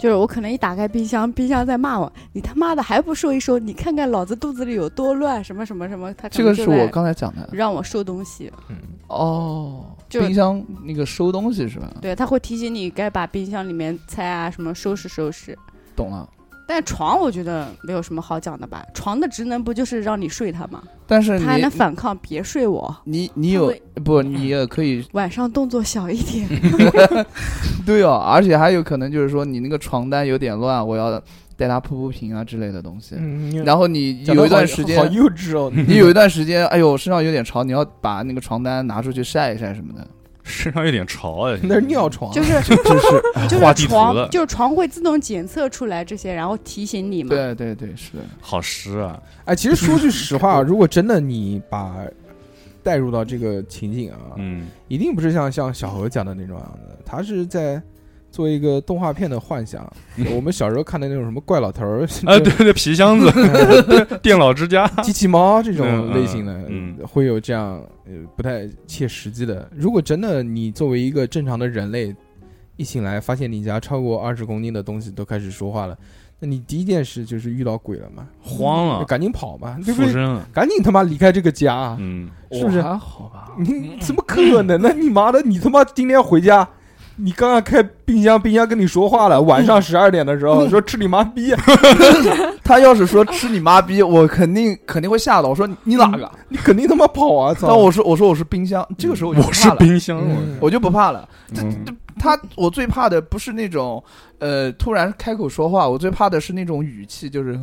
Speaker 6: 就是我可能一打开冰箱，冰箱在骂我，你他妈的还不收一收？你看看老子肚子里有多乱，什么什么什么。他可
Speaker 2: 这
Speaker 6: 能
Speaker 2: 个
Speaker 6: 就是
Speaker 2: 我
Speaker 6: 在
Speaker 2: 刚才讲的
Speaker 6: 让我收东西，
Speaker 1: 嗯，
Speaker 2: 哦。
Speaker 6: 就
Speaker 2: 冰箱那个收东西是吧？
Speaker 6: 对他会提醒你该把冰箱里面菜啊什么收拾收拾。
Speaker 2: 懂了。
Speaker 6: 但床我觉得没有什么好讲的吧，床的职能不就是让你睡它吗？
Speaker 2: 但是
Speaker 6: 它还能
Speaker 2: 你
Speaker 6: 反抗，别睡我，
Speaker 2: 你你有
Speaker 5: 他会
Speaker 2: 不？你也可以
Speaker 6: 晚上动作小一点。
Speaker 2: 嗯对哦，而且还有可能就是说你那个床单有点乱，我要带它铺铺平啊之类的东西。然后你
Speaker 1: 嗯讲得
Speaker 2: 有一段
Speaker 1: 好
Speaker 2: 时
Speaker 1: 好
Speaker 2: 间，
Speaker 1: 幼稚哦，
Speaker 2: 你有一段时间，哎呦，身上有点潮，你要把那个床单拿出去晒一晒什么的。
Speaker 4: 身上有点潮啊，
Speaker 1: 那是尿床，
Speaker 6: 就是
Speaker 2: 就是，
Speaker 6: 就
Speaker 4: 画
Speaker 6: 是
Speaker 4: 地图了
Speaker 6: 床，就是床会自动检测出来这些，然后提醒你嘛。
Speaker 2: 对对对，是的，
Speaker 4: 好湿啊，
Speaker 1: 哎，其实说句实话，啊如果真的你把带入到这个情景啊，
Speaker 4: 嗯，
Speaker 1: 一定不是像像小何讲的那种样子，他是在做一个动画片的幻 想。我们小时候看的那种什么怪老头儿
Speaker 4: 啊，对对，皮箱子， 电脑之家，
Speaker 1: 机器猫这
Speaker 4: 嗯
Speaker 1: 种
Speaker 4: 嗯
Speaker 1: 类型的，
Speaker 4: 嗯
Speaker 1: 会有这样呃不太切实际的。如果真的你作为一个正常的人类，一醒来发现你家超过二十公斤的东西都开始说话了，那你第一件事就是遇到鬼了嘛，
Speaker 4: 慌
Speaker 1: 就
Speaker 4: 了，
Speaker 1: 赶紧跑嘛， 对不
Speaker 4: 附
Speaker 1: 对？
Speaker 4: 身了，
Speaker 1: 赶紧他妈离开这个家啊！
Speaker 4: 嗯，
Speaker 1: 是不是
Speaker 2: 我还好吧？
Speaker 1: 你怎么可能 呢？你妈的，你他妈今天回家，你刚刚开冰箱，冰箱跟你说话了，晚上十二点的时 候说吃你妈逼，啊
Speaker 2: 他要是说吃你妈逼，我肯定肯定会吓到。我说你你哪个？
Speaker 1: 你肯定他妈跑啊！操！
Speaker 2: 但我说我说我是冰箱，这个时候我就
Speaker 4: 我
Speaker 2: 不
Speaker 4: 是
Speaker 2: 怕了，
Speaker 4: 冰箱，我
Speaker 1: 嗯
Speaker 2: 我就不怕了。
Speaker 4: 嗯
Speaker 2: 他我最怕的不是那种呃突然开口说话，我最怕的是那种语气，就是、呃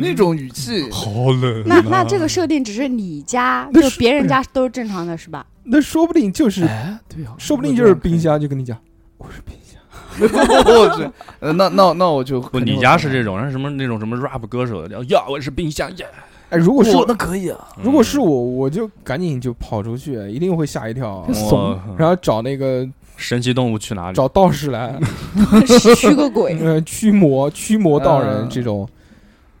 Speaker 2: 那种语气。
Speaker 4: 好冷啊，
Speaker 6: 那那这个设定只是你家，
Speaker 1: 那
Speaker 6: 就是别人家都是正常的，是吧？
Speaker 1: 那说不定就是，
Speaker 2: 哎，对呀、
Speaker 1: 说不定就是冰。箱，就跟你讲，我是冰箱。
Speaker 2: 我去，呃那那那我就
Speaker 4: 不，你家是这种，然后什么那种什么 rap 歌手，然后呀，我是冰箱呀，
Speaker 1: 哎，如果是
Speaker 2: 那可以啊，
Speaker 1: 如果是我，我就赶紧就跑出去，一定会吓一跳，
Speaker 4: 怂，
Speaker 1: 然后找那个
Speaker 4: 嗯神奇动物去哪里？
Speaker 1: 找道士 来，
Speaker 6: 驱个鬼，
Speaker 1: 嗯，驱魔驱魔道人
Speaker 2: 嗯
Speaker 1: 这种。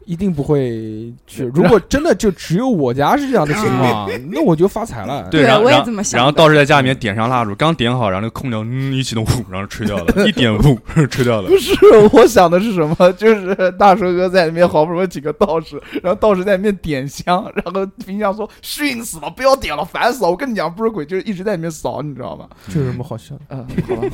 Speaker 1: 一定不会去。如果真的就只有我家是这样的情况， 那我就发财 了。
Speaker 4: 对，
Speaker 6: 对啊
Speaker 4: 然后
Speaker 6: 我也
Speaker 4: 然后
Speaker 6: 这么想
Speaker 4: 然后
Speaker 6: 的
Speaker 4: 道士在家里面点上蜡烛，刚点好，然后那个空调嗯一启动，呼，然后吹掉了，一点呼，吹掉了
Speaker 2: 不。是，我想的是什么？就是大叔哥在里面好不容易请个道士，然后道士在里面点香，然后冰箱说熏死了，不要点了，烦死了。啊我跟你讲，不是鬼，就是一直在里面扫，你知道 吗？
Speaker 1: 这有什么好笑的？
Speaker 2: 嗯，好吧，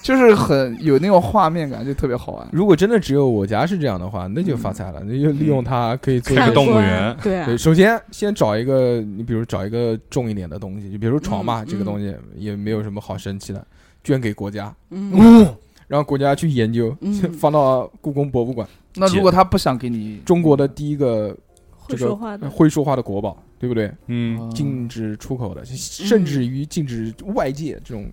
Speaker 2: 就是很有那种画面感，就特别好玩。
Speaker 1: 如果真的只有我家是这样的话，那就发财了，那就利用它可以做一
Speaker 4: 开
Speaker 1: 个
Speaker 4: 个动物园，
Speaker 6: 对啊
Speaker 1: 对，首先先找一个，你比如找一个重一点的东西，就比如床嘛，
Speaker 6: 嗯
Speaker 1: 这个东西也没有什么好生气的，捐给国家，
Speaker 6: 嗯，
Speaker 1: 让国家去研究，
Speaker 6: 嗯
Speaker 1: 放到故宫博物馆，
Speaker 2: 那如果他不想给你
Speaker 1: 中国的第一个
Speaker 5: 会
Speaker 1: 这个嗯
Speaker 5: 说话的，
Speaker 1: 会说话的国宝，对不对？
Speaker 2: 哦
Speaker 4: 嗯，
Speaker 1: 禁止出口的，甚至于禁止外界这种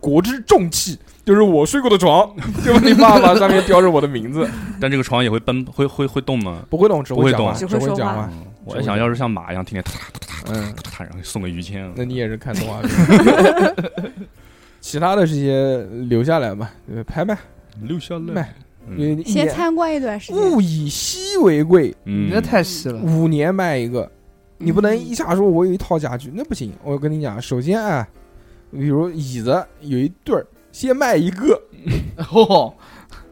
Speaker 1: 国之重器，就是我睡过的床， 就把你爸爸上面标着我的名字，
Speaker 4: 但这个床也会奔，会会会动吗？
Speaker 1: 不会动，只
Speaker 4: 不会
Speaker 1: 讲
Speaker 4: 动
Speaker 1: 话，
Speaker 4: 啊
Speaker 1: 只
Speaker 5: 只会说
Speaker 1: 讲
Speaker 5: 话
Speaker 1: 话，
Speaker 4: 我也想要是像马一样，天天哒哒
Speaker 1: 嗯。
Speaker 4: 哒哒，然后送个于谦。
Speaker 1: 那你也是看动画片。 其他的这些留下来嘛，呃拍卖，
Speaker 4: 留下
Speaker 1: 卖
Speaker 4: 来，嗯
Speaker 1: 因为一
Speaker 6: 先
Speaker 1: 年
Speaker 6: 参观一段时间。
Speaker 1: 物以稀为贵，
Speaker 4: 嗯
Speaker 2: 你这太细了，
Speaker 1: 五年卖一个，
Speaker 6: 嗯
Speaker 1: 你不能一下说我有一套家具，那不行。我跟你讲，首先啊，比如椅子有一对儿，先卖一个，
Speaker 2: 哦，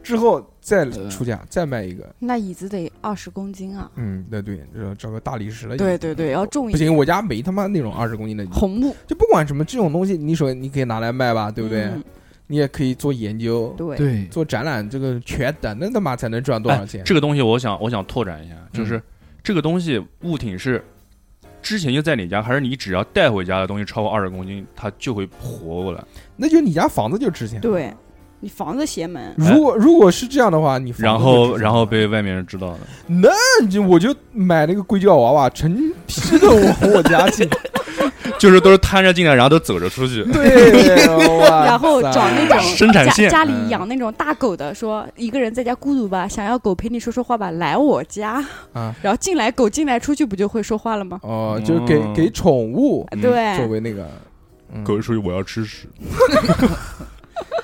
Speaker 1: 之后再
Speaker 4: 嗯
Speaker 1: 出价，再卖一个。
Speaker 6: 那椅子得二十公斤啊！
Speaker 1: 嗯，那对，找找个大理石了。
Speaker 6: 对对对，要重一
Speaker 1: 不
Speaker 6: 点。
Speaker 1: 行，我家没他妈那种二十公斤的椅子，
Speaker 6: 红木，
Speaker 1: 就不管什么这种东西，你首先你可以拿来卖吧，对不对？
Speaker 6: 嗯
Speaker 1: 你也可以做研究，
Speaker 6: 对，
Speaker 2: 对，
Speaker 1: 做展览这个全等，那他妈才能赚多少钱？
Speaker 4: 哎这个东西，我想我想拓展一下，就是
Speaker 5: 嗯
Speaker 4: 这个东西物品是之前就在你家，还是你只要带回家的东西超过二十公斤，它就会活过来？
Speaker 1: 那就你家房子就值钱。
Speaker 6: 对，你防着邪门。
Speaker 1: 如果如果是这样的话，你
Speaker 4: 哎然后然后被外面人知道了，
Speaker 1: 那你就我就买那个硅胶娃娃，成批的往我家 进。
Speaker 4: 就是都是摊着进来，然后都走着出去，
Speaker 5: 嗯
Speaker 1: 对，哇
Speaker 6: 然后
Speaker 1: 塞
Speaker 6: 找那种
Speaker 4: 生产
Speaker 6: 家
Speaker 4: 线
Speaker 6: 家里养那种大狗的，说一个人在家孤独吧，想要狗陪你说说话吧，来我家。
Speaker 1: 啊
Speaker 6: 然后进来狗进来出去不就会说话了吗？
Speaker 1: 哦，就是给给宠物
Speaker 4: 嗯
Speaker 1: 作
Speaker 6: 对，
Speaker 1: 为那个。嗯
Speaker 4: 狗出去，我要吃屎。
Speaker 5: 嗯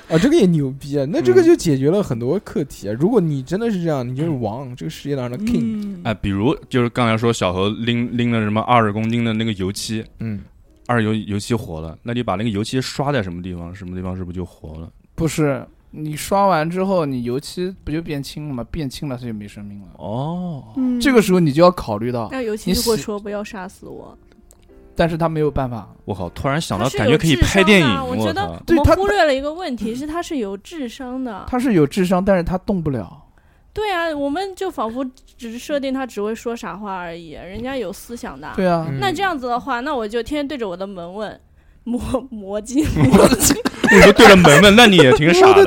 Speaker 1: 啊，这个也牛逼啊！那这个就解决了很多课题
Speaker 4: 嗯
Speaker 1: 啊！如果你真的是这样，你就是王，这个世界上的 king。
Speaker 6: 嗯，
Speaker 4: 哎，比如就是刚才说小何拎拎了什么二十公斤的那个油漆，
Speaker 1: 嗯，
Speaker 4: 二油油漆活了，那你把那个油漆刷在什么地方，什么地方是不是就活了？
Speaker 2: 不是你刷完之后，你油漆不就变轻了吗？变轻了它就没生命了。
Speaker 4: 哦，
Speaker 5: 嗯
Speaker 2: 这个时候你就要考虑到，
Speaker 5: 那尤其
Speaker 2: 你
Speaker 5: 如果
Speaker 2: 死
Speaker 5: 说不要杀死我，
Speaker 2: 但是他没有办法，
Speaker 4: 我靠！突然想到，
Speaker 5: 他是
Speaker 4: 感觉
Speaker 5: 有
Speaker 4: 可以
Speaker 5: 智
Speaker 4: 拍
Speaker 5: 商
Speaker 4: 电
Speaker 5: 的
Speaker 4: 影。
Speaker 5: 我
Speaker 4: 我
Speaker 5: 觉得
Speaker 4: 操！
Speaker 2: 对
Speaker 5: 我
Speaker 2: 他
Speaker 5: 们忽略了一个问题，是它是有智商的。
Speaker 2: 他是有智商，但是他动不了。
Speaker 5: 对啊，我们就仿佛只是设定他只会说傻话而已，人家有思想的。
Speaker 2: 对啊，
Speaker 1: 嗯
Speaker 5: 那这样子的话，那我就天天对着我的门问。魔魔镜， 魔镜，
Speaker 4: 你说对着门 门，那你也挺傻的。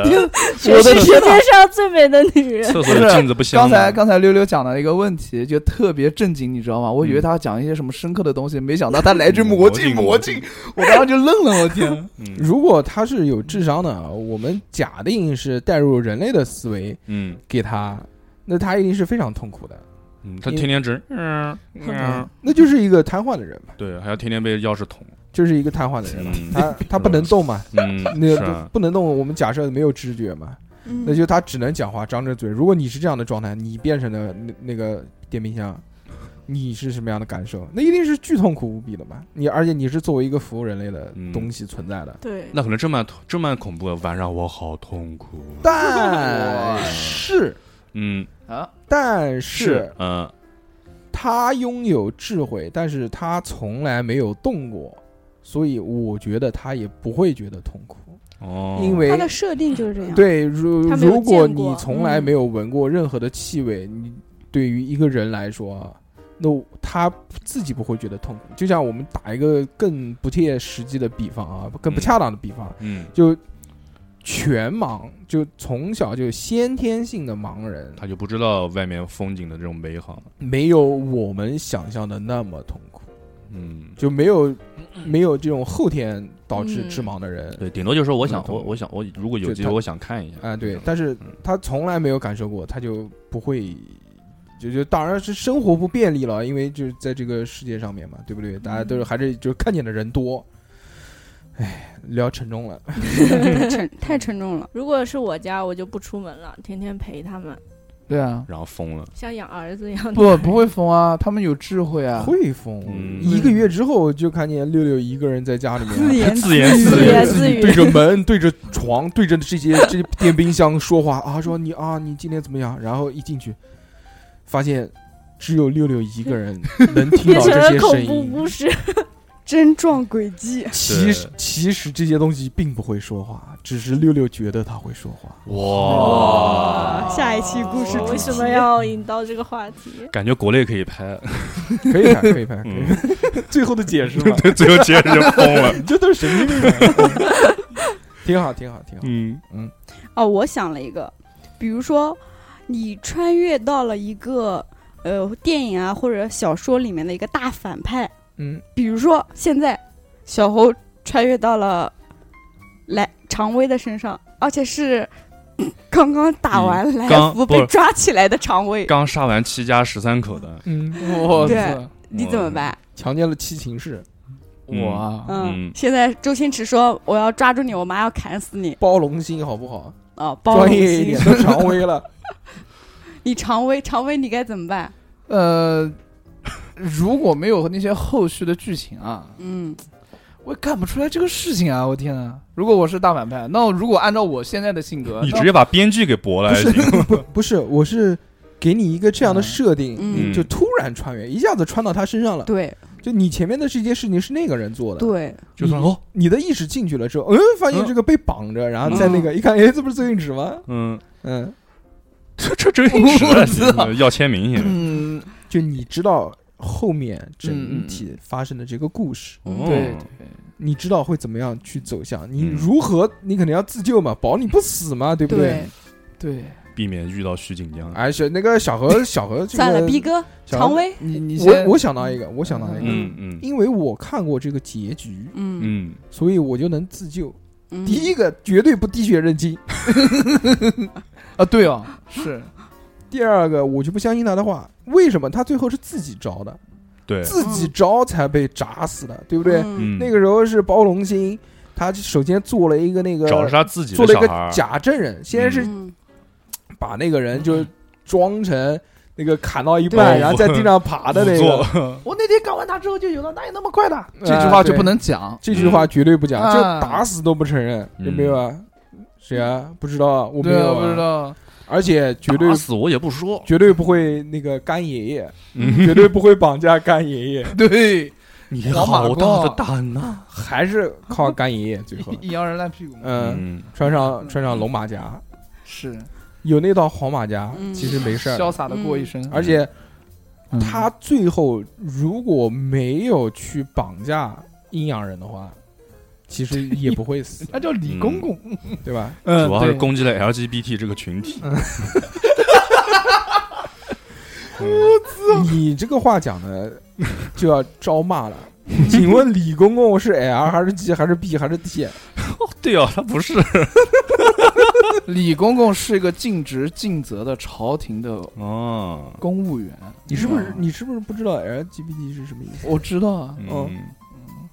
Speaker 5: 谁是世界上最美的女人？
Speaker 4: 厕所的镜子不香
Speaker 2: 刚
Speaker 4: 吗
Speaker 2: 才刚才溜溜讲的一个问题就特别正经，你知道吗？我以为他要讲一些什么深刻的东西，没想到他来一句魔镜魔镜，，我当时就愣了，我天！
Speaker 4: 嗯
Speaker 1: 如果他是有智商的，啊，我们假定是带入人类的思维
Speaker 4: 嗯
Speaker 1: 给他，那他一定是非常痛苦的，
Speaker 4: 嗯，他天天值，嗯嗯，
Speaker 1: 那就是一个瘫痪的人嘛，
Speaker 4: 对，还要天天被钥匙捅，
Speaker 1: 就是一个瘫痪的人嘛，
Speaker 4: 嗯
Speaker 1: 他他不能动嘛，
Speaker 4: 嗯，
Speaker 1: 那
Speaker 4: 是啊，
Speaker 1: 不能动，我们假设没有知觉嘛，那就他只能讲话，张着嘴。如果你是这样的状态，你变成了那那个电冰箱，你是什么样的感受？那一定是巨痛苦无比的嘛！你而且你是作为一个服务人类的
Speaker 4: 嗯
Speaker 1: 东西存在的，
Speaker 5: 对，
Speaker 4: 那可能这么这么恐怖，晚上我好痛苦。
Speaker 1: 但是
Speaker 4: 嗯，
Speaker 2: 啊，
Speaker 1: 但是
Speaker 4: 嗯，
Speaker 1: 他拥有智慧，但是他从来没有动过，所以我觉得他也不会觉得痛苦，
Speaker 4: 哦，
Speaker 1: 因为
Speaker 6: 它的设定就是这样。
Speaker 1: 对，如
Speaker 5: 他没有
Speaker 1: 如果
Speaker 5: 见过
Speaker 1: 你从来没有闻过任何的气味，你对于一个人来说啊，那他自己不会觉得痛苦。就像我们打一个更不切实际的比方啊，更不
Speaker 4: 嗯
Speaker 1: 恰当的比方，
Speaker 4: 嗯，
Speaker 1: 就全盲，就从小就先天性的盲人，
Speaker 4: 他就不知道外面风景的这种美好。
Speaker 1: 没有我们想象的那么痛苦，
Speaker 4: 嗯，
Speaker 1: 就没有没有这种后天导致
Speaker 5: 嗯
Speaker 1: 致盲的人。
Speaker 4: 对，顶多就是说我想
Speaker 1: 那懂
Speaker 4: 我我想我如果有
Speaker 1: 就
Speaker 4: 机会
Speaker 1: 他
Speaker 4: 我想看一下。
Speaker 1: 啊，
Speaker 4: 这
Speaker 1: 对
Speaker 4: 种，
Speaker 1: 但是
Speaker 4: 嗯
Speaker 1: 他从来没有感受过，他就不会，就就当然是生活不便利了，因为就是在这个世界上面嘛，对不对？大家都是还是就是看见的人多，哎，聊沉重了，
Speaker 6: 太沉太沉重了。
Speaker 5: 如果是我家，我就不出门了，天天陪他们，
Speaker 2: 对啊，
Speaker 4: 然后疯了，
Speaker 5: 像养儿子一样的。
Speaker 2: 不不会疯啊，他们有智慧啊。
Speaker 1: 会疯。
Speaker 4: 嗯
Speaker 1: 一个月之后就看见六六一个人在家里
Speaker 6: 自
Speaker 1: 面。
Speaker 6: 言
Speaker 4: 自言自
Speaker 5: 语
Speaker 1: 对
Speaker 5: 自
Speaker 1: 自己
Speaker 5: 语
Speaker 1: 对着门、对着床、对着这些这些电冰箱说话啊，说你啊，你今天怎么样？然后一进去，发现只有六六一个人能听
Speaker 5: 变
Speaker 1: 到
Speaker 5: 成
Speaker 1: 这些声
Speaker 5: 了恐怖
Speaker 1: 音，
Speaker 5: 故事，
Speaker 6: 真撞鬼迹，
Speaker 1: 其
Speaker 4: 对
Speaker 1: 实其实这些东西并不会说话，只是六六觉得他会说话。
Speaker 4: 哇，
Speaker 6: 下一期故事
Speaker 5: 我
Speaker 6: 主
Speaker 5: 哦为什
Speaker 6: 题
Speaker 5: 么要引到这个话题？
Speaker 4: 感觉国内可以拍，
Speaker 1: 可以拍，可以拍，可 以
Speaker 4: 嗯
Speaker 1: 拍。最后的解释 嘛，
Speaker 4: 最后接着就疯 了。
Speaker 1: 这都是神经病啊。挺好，挺好，挺好。
Speaker 4: 嗯，
Speaker 6: 哦，我想了一个，比如说你穿越到了一个呃电影啊或者小说里面的一个大反派，
Speaker 1: 嗯，
Speaker 6: 比如说现在小猴穿越到了来常威的身上，而且是嗯刚刚打完来
Speaker 4: 刚
Speaker 6: 福
Speaker 4: 不是
Speaker 6: 被抓起来的常威，
Speaker 4: 刚杀完七家十三口的，
Speaker 1: 嗯，
Speaker 2: 哇
Speaker 6: 对
Speaker 2: 塞，
Speaker 6: 你怎么办？
Speaker 1: 强奸了七情事，
Speaker 2: 我啊，
Speaker 6: 嗯
Speaker 4: 嗯，
Speaker 6: 现在周星驰说我要抓住你，我妈要砍死你
Speaker 1: 包容心好不好？
Speaker 6: 哦，包
Speaker 1: 专
Speaker 6: 容
Speaker 1: 业
Speaker 6: 心
Speaker 1: 一点，，都常威了。
Speaker 6: 你常威常威你该怎么办？
Speaker 2: 呃，如果没有那些后续的剧情啊，
Speaker 6: 嗯，
Speaker 2: 我也干不出来这个事情啊！我天啊！如果我是大反派，那如果按照我现在的性格，
Speaker 4: 你
Speaker 2: 那
Speaker 4: 直接把编剧给驳了，
Speaker 1: 不
Speaker 4: 还
Speaker 1: 是
Speaker 4: 哎 行。
Speaker 1: 不不是，我是给你一个这样的设定，
Speaker 6: 嗯
Speaker 1: 就突然穿越，一下子穿到他身上了。
Speaker 6: 对
Speaker 1: 就你前面的这件事情是那个人做的，
Speaker 6: 对，
Speaker 4: 就算哦，
Speaker 1: 你的意识进去了之后，嗯，发现这个被绑着，然后在那个一看，哎，这不是周星驰吗？
Speaker 4: 嗯，
Speaker 1: 嗯，
Speaker 4: 这这这一直
Speaker 2: 我知道
Speaker 4: 要签名去。
Speaker 2: 嗯，
Speaker 1: 就你知道后面整
Speaker 2: 嗯嗯
Speaker 1: 体发生的这个故事，
Speaker 4: 哦
Speaker 2: 对，
Speaker 1: 你知道会怎么样去走向，你
Speaker 4: 嗯
Speaker 1: 如何，你肯定要自救嘛，保你不死嘛，对不对？
Speaker 3: 对，
Speaker 2: 对
Speaker 4: 避免遇到徐锦江。
Speaker 1: 而且那个小何，小何这个
Speaker 6: 算了，逼哥，
Speaker 1: 小何
Speaker 6: 常威，
Speaker 2: 你，你先
Speaker 1: 我我想到一个，我想到一个，
Speaker 4: 嗯嗯
Speaker 1: 因为我看过这个结局，
Speaker 6: 嗯
Speaker 4: 嗯，
Speaker 1: 所以我就能自救。
Speaker 6: 嗯，
Speaker 1: 第一个绝对不滴血认亲，
Speaker 2: 啊，对 哦，是
Speaker 1: 第二个我就不相信他的话，为什么他最后是自己招的，
Speaker 4: 对，
Speaker 1: 自己招才被炸死的，对不对？
Speaker 6: 嗯
Speaker 4: 嗯，
Speaker 1: 那个时候是包龙星，他首先做了一个那个
Speaker 4: 找的是他自己
Speaker 1: 做
Speaker 4: 的
Speaker 1: 了一
Speaker 4: 小
Speaker 1: 个
Speaker 4: 孩儿，
Speaker 1: 假证人，先是
Speaker 6: 嗯
Speaker 1: 把那个人就是装成那个砍到一半，
Speaker 4: 对
Speaker 1: 然后在地上爬的 那个。
Speaker 4: 个，
Speaker 2: 我那天干完他之后就有了，哪有那么快的？这
Speaker 1: 啊
Speaker 2: 句话就
Speaker 1: 对
Speaker 2: 不能讲。
Speaker 1: 这句话绝对不讲，
Speaker 2: 嗯
Speaker 1: 就打死都不承认，
Speaker 4: 嗯
Speaker 1: 有没有啊？谁啊？不知道啊，我没
Speaker 2: 对啊，
Speaker 1: 有啊
Speaker 2: 不知，道。
Speaker 1: 而且绝对
Speaker 4: 打死我也不说。
Speaker 1: 绝对不会那个干爷爷，
Speaker 4: 嗯
Speaker 1: 绝对不会绑架干爷爷，
Speaker 2: 对，
Speaker 4: 你
Speaker 2: 好
Speaker 4: 好
Speaker 2: 大的
Speaker 4: 大的胆呐！
Speaker 1: 还是靠干爷爷最后，
Speaker 2: 一摇人烂屁股嘛。
Speaker 1: 嗯，
Speaker 4: 嗯，
Speaker 1: 穿上穿上龙马甲，
Speaker 2: 是
Speaker 1: 有那套黄马甲，
Speaker 6: 嗯
Speaker 1: 其实没事儿的，
Speaker 2: 潇洒的过一生。
Speaker 1: 而且
Speaker 2: 嗯，
Speaker 1: 他最后如果没有去绑架阴阳人的话，其实也不会死
Speaker 2: 那叫李公公，
Speaker 1: 对吧？
Speaker 2: 嗯
Speaker 4: 主要是
Speaker 2: 对
Speaker 4: 攻击了 LGBT 这个群体。 嗯
Speaker 1: 你这个话讲的就要招骂了。请问李公公是 L 还是 G 还是 B 还是 T？
Speaker 4: 对哦，他不是
Speaker 2: 李公公是一个尽职尽责的朝廷的
Speaker 4: 哦，
Speaker 2: 公务员。
Speaker 1: 你是不是
Speaker 2: 嗯
Speaker 1: 你是不是不知道 LGBT 是什么意思？
Speaker 2: 我知道啊，
Speaker 1: 哦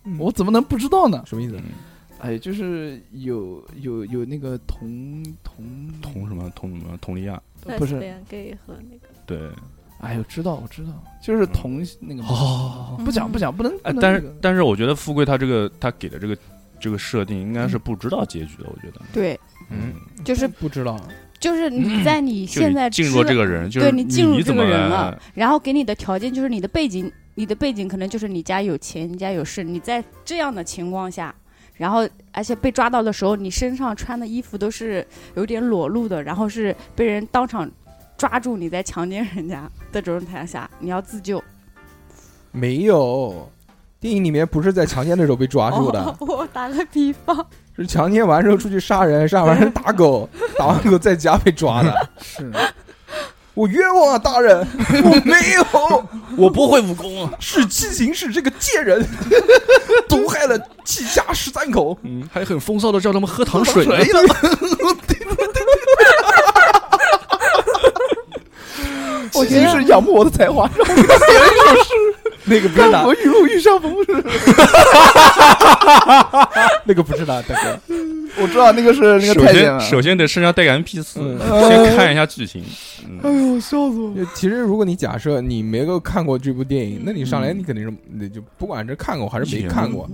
Speaker 4: 嗯
Speaker 2: 我怎么能不知道呢？
Speaker 1: 什么意思？
Speaker 2: 哎，就是有有有那个同同
Speaker 4: 同什么同什么佟丽娅？
Speaker 2: 不是
Speaker 5: lesbian gay 和那个
Speaker 4: 对，
Speaker 2: 哎呦，知道我知道，就是同那个
Speaker 4: 哦
Speaker 2: 不讲不讲，不能。不
Speaker 4: 哎，
Speaker 2: 能
Speaker 4: 但
Speaker 2: 那
Speaker 4: 是
Speaker 2: 个
Speaker 4: 但是我觉得富贵他这个他给的这个这个设定应该是不知道结局的，我觉得。
Speaker 3: 对，
Speaker 1: 嗯，
Speaker 3: 就是
Speaker 1: 不知道，
Speaker 3: 就是你在你
Speaker 4: 嗯就
Speaker 3: 现
Speaker 4: 你
Speaker 3: 在
Speaker 4: 进
Speaker 3: 知
Speaker 4: 入这
Speaker 3: 道
Speaker 4: 个人，就
Speaker 3: 对
Speaker 4: 是
Speaker 3: 你进入这
Speaker 4: 怎
Speaker 3: 个
Speaker 4: 么
Speaker 3: 人
Speaker 4: 来
Speaker 3: 了， 然后给你的条件就是你的背景，你的背景可能就是你家有钱，你家有势。你在这样的情况下，然后而且被抓到的时候，你身上穿的衣服都是有点裸露的，然后是被人当场抓住你在强奸人家的这种态下，你要自救。
Speaker 1: 没有。电影里面不是在强奸的时候被抓住
Speaker 3: 哦
Speaker 1: 的，
Speaker 6: 我打个比方，
Speaker 1: 是强奸完之后出去杀人，杀完人打狗，打完狗在家被抓的。
Speaker 2: 是
Speaker 1: 我冤枉啊，大人！我没有，
Speaker 4: 我不会武功啊，
Speaker 1: 是七行是这个贱人 毒害了七家十三口。
Speaker 4: 嗯，还很风骚的叫他们喝糖水
Speaker 2: 哎
Speaker 4: 呢。
Speaker 2: 我觉得是仰慕我的才华，让
Speaker 1: 那个不是他，
Speaker 2: 我雨露遇上风。
Speaker 1: 那个不是他，大哥。
Speaker 2: 我知道那个是那个
Speaker 4: 首
Speaker 2: 太监了啊
Speaker 4: 先，。首先得身上带个 MP 四，
Speaker 1: 嗯
Speaker 4: 先看一下剧情。
Speaker 2: 哎
Speaker 4: 嗯
Speaker 2: 呦，笑死我！了！
Speaker 1: 就 其实，如果你假设你没有看过这部电影，那你上
Speaker 6: 嗯
Speaker 1: 来你肯定是，你就不管是看过还是没看过，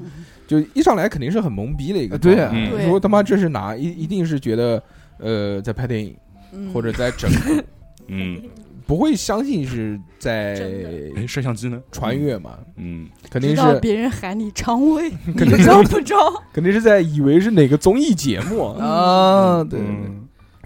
Speaker 1: 就一上来肯定是很懵逼的一个
Speaker 2: 啊对
Speaker 1: 状态。
Speaker 4: 嗯
Speaker 3: 对
Speaker 1: 如果他妈这是拿，一一定是觉得呃在拍电影
Speaker 6: 嗯
Speaker 1: 或者在 整，
Speaker 4: 嗯，
Speaker 1: 不会相信是在
Speaker 5: 真
Speaker 4: 哎，摄像机呢？
Speaker 1: 穿越嘛，
Speaker 4: 嗯，
Speaker 1: 肯定
Speaker 6: 知道
Speaker 1: 是
Speaker 6: 别人喊你常威，
Speaker 1: 肯定
Speaker 6: 你
Speaker 1: 是
Speaker 6: 招不 招？
Speaker 1: 肯定是在以为是哪个综艺节目，
Speaker 2: 啊，对，
Speaker 4: 嗯，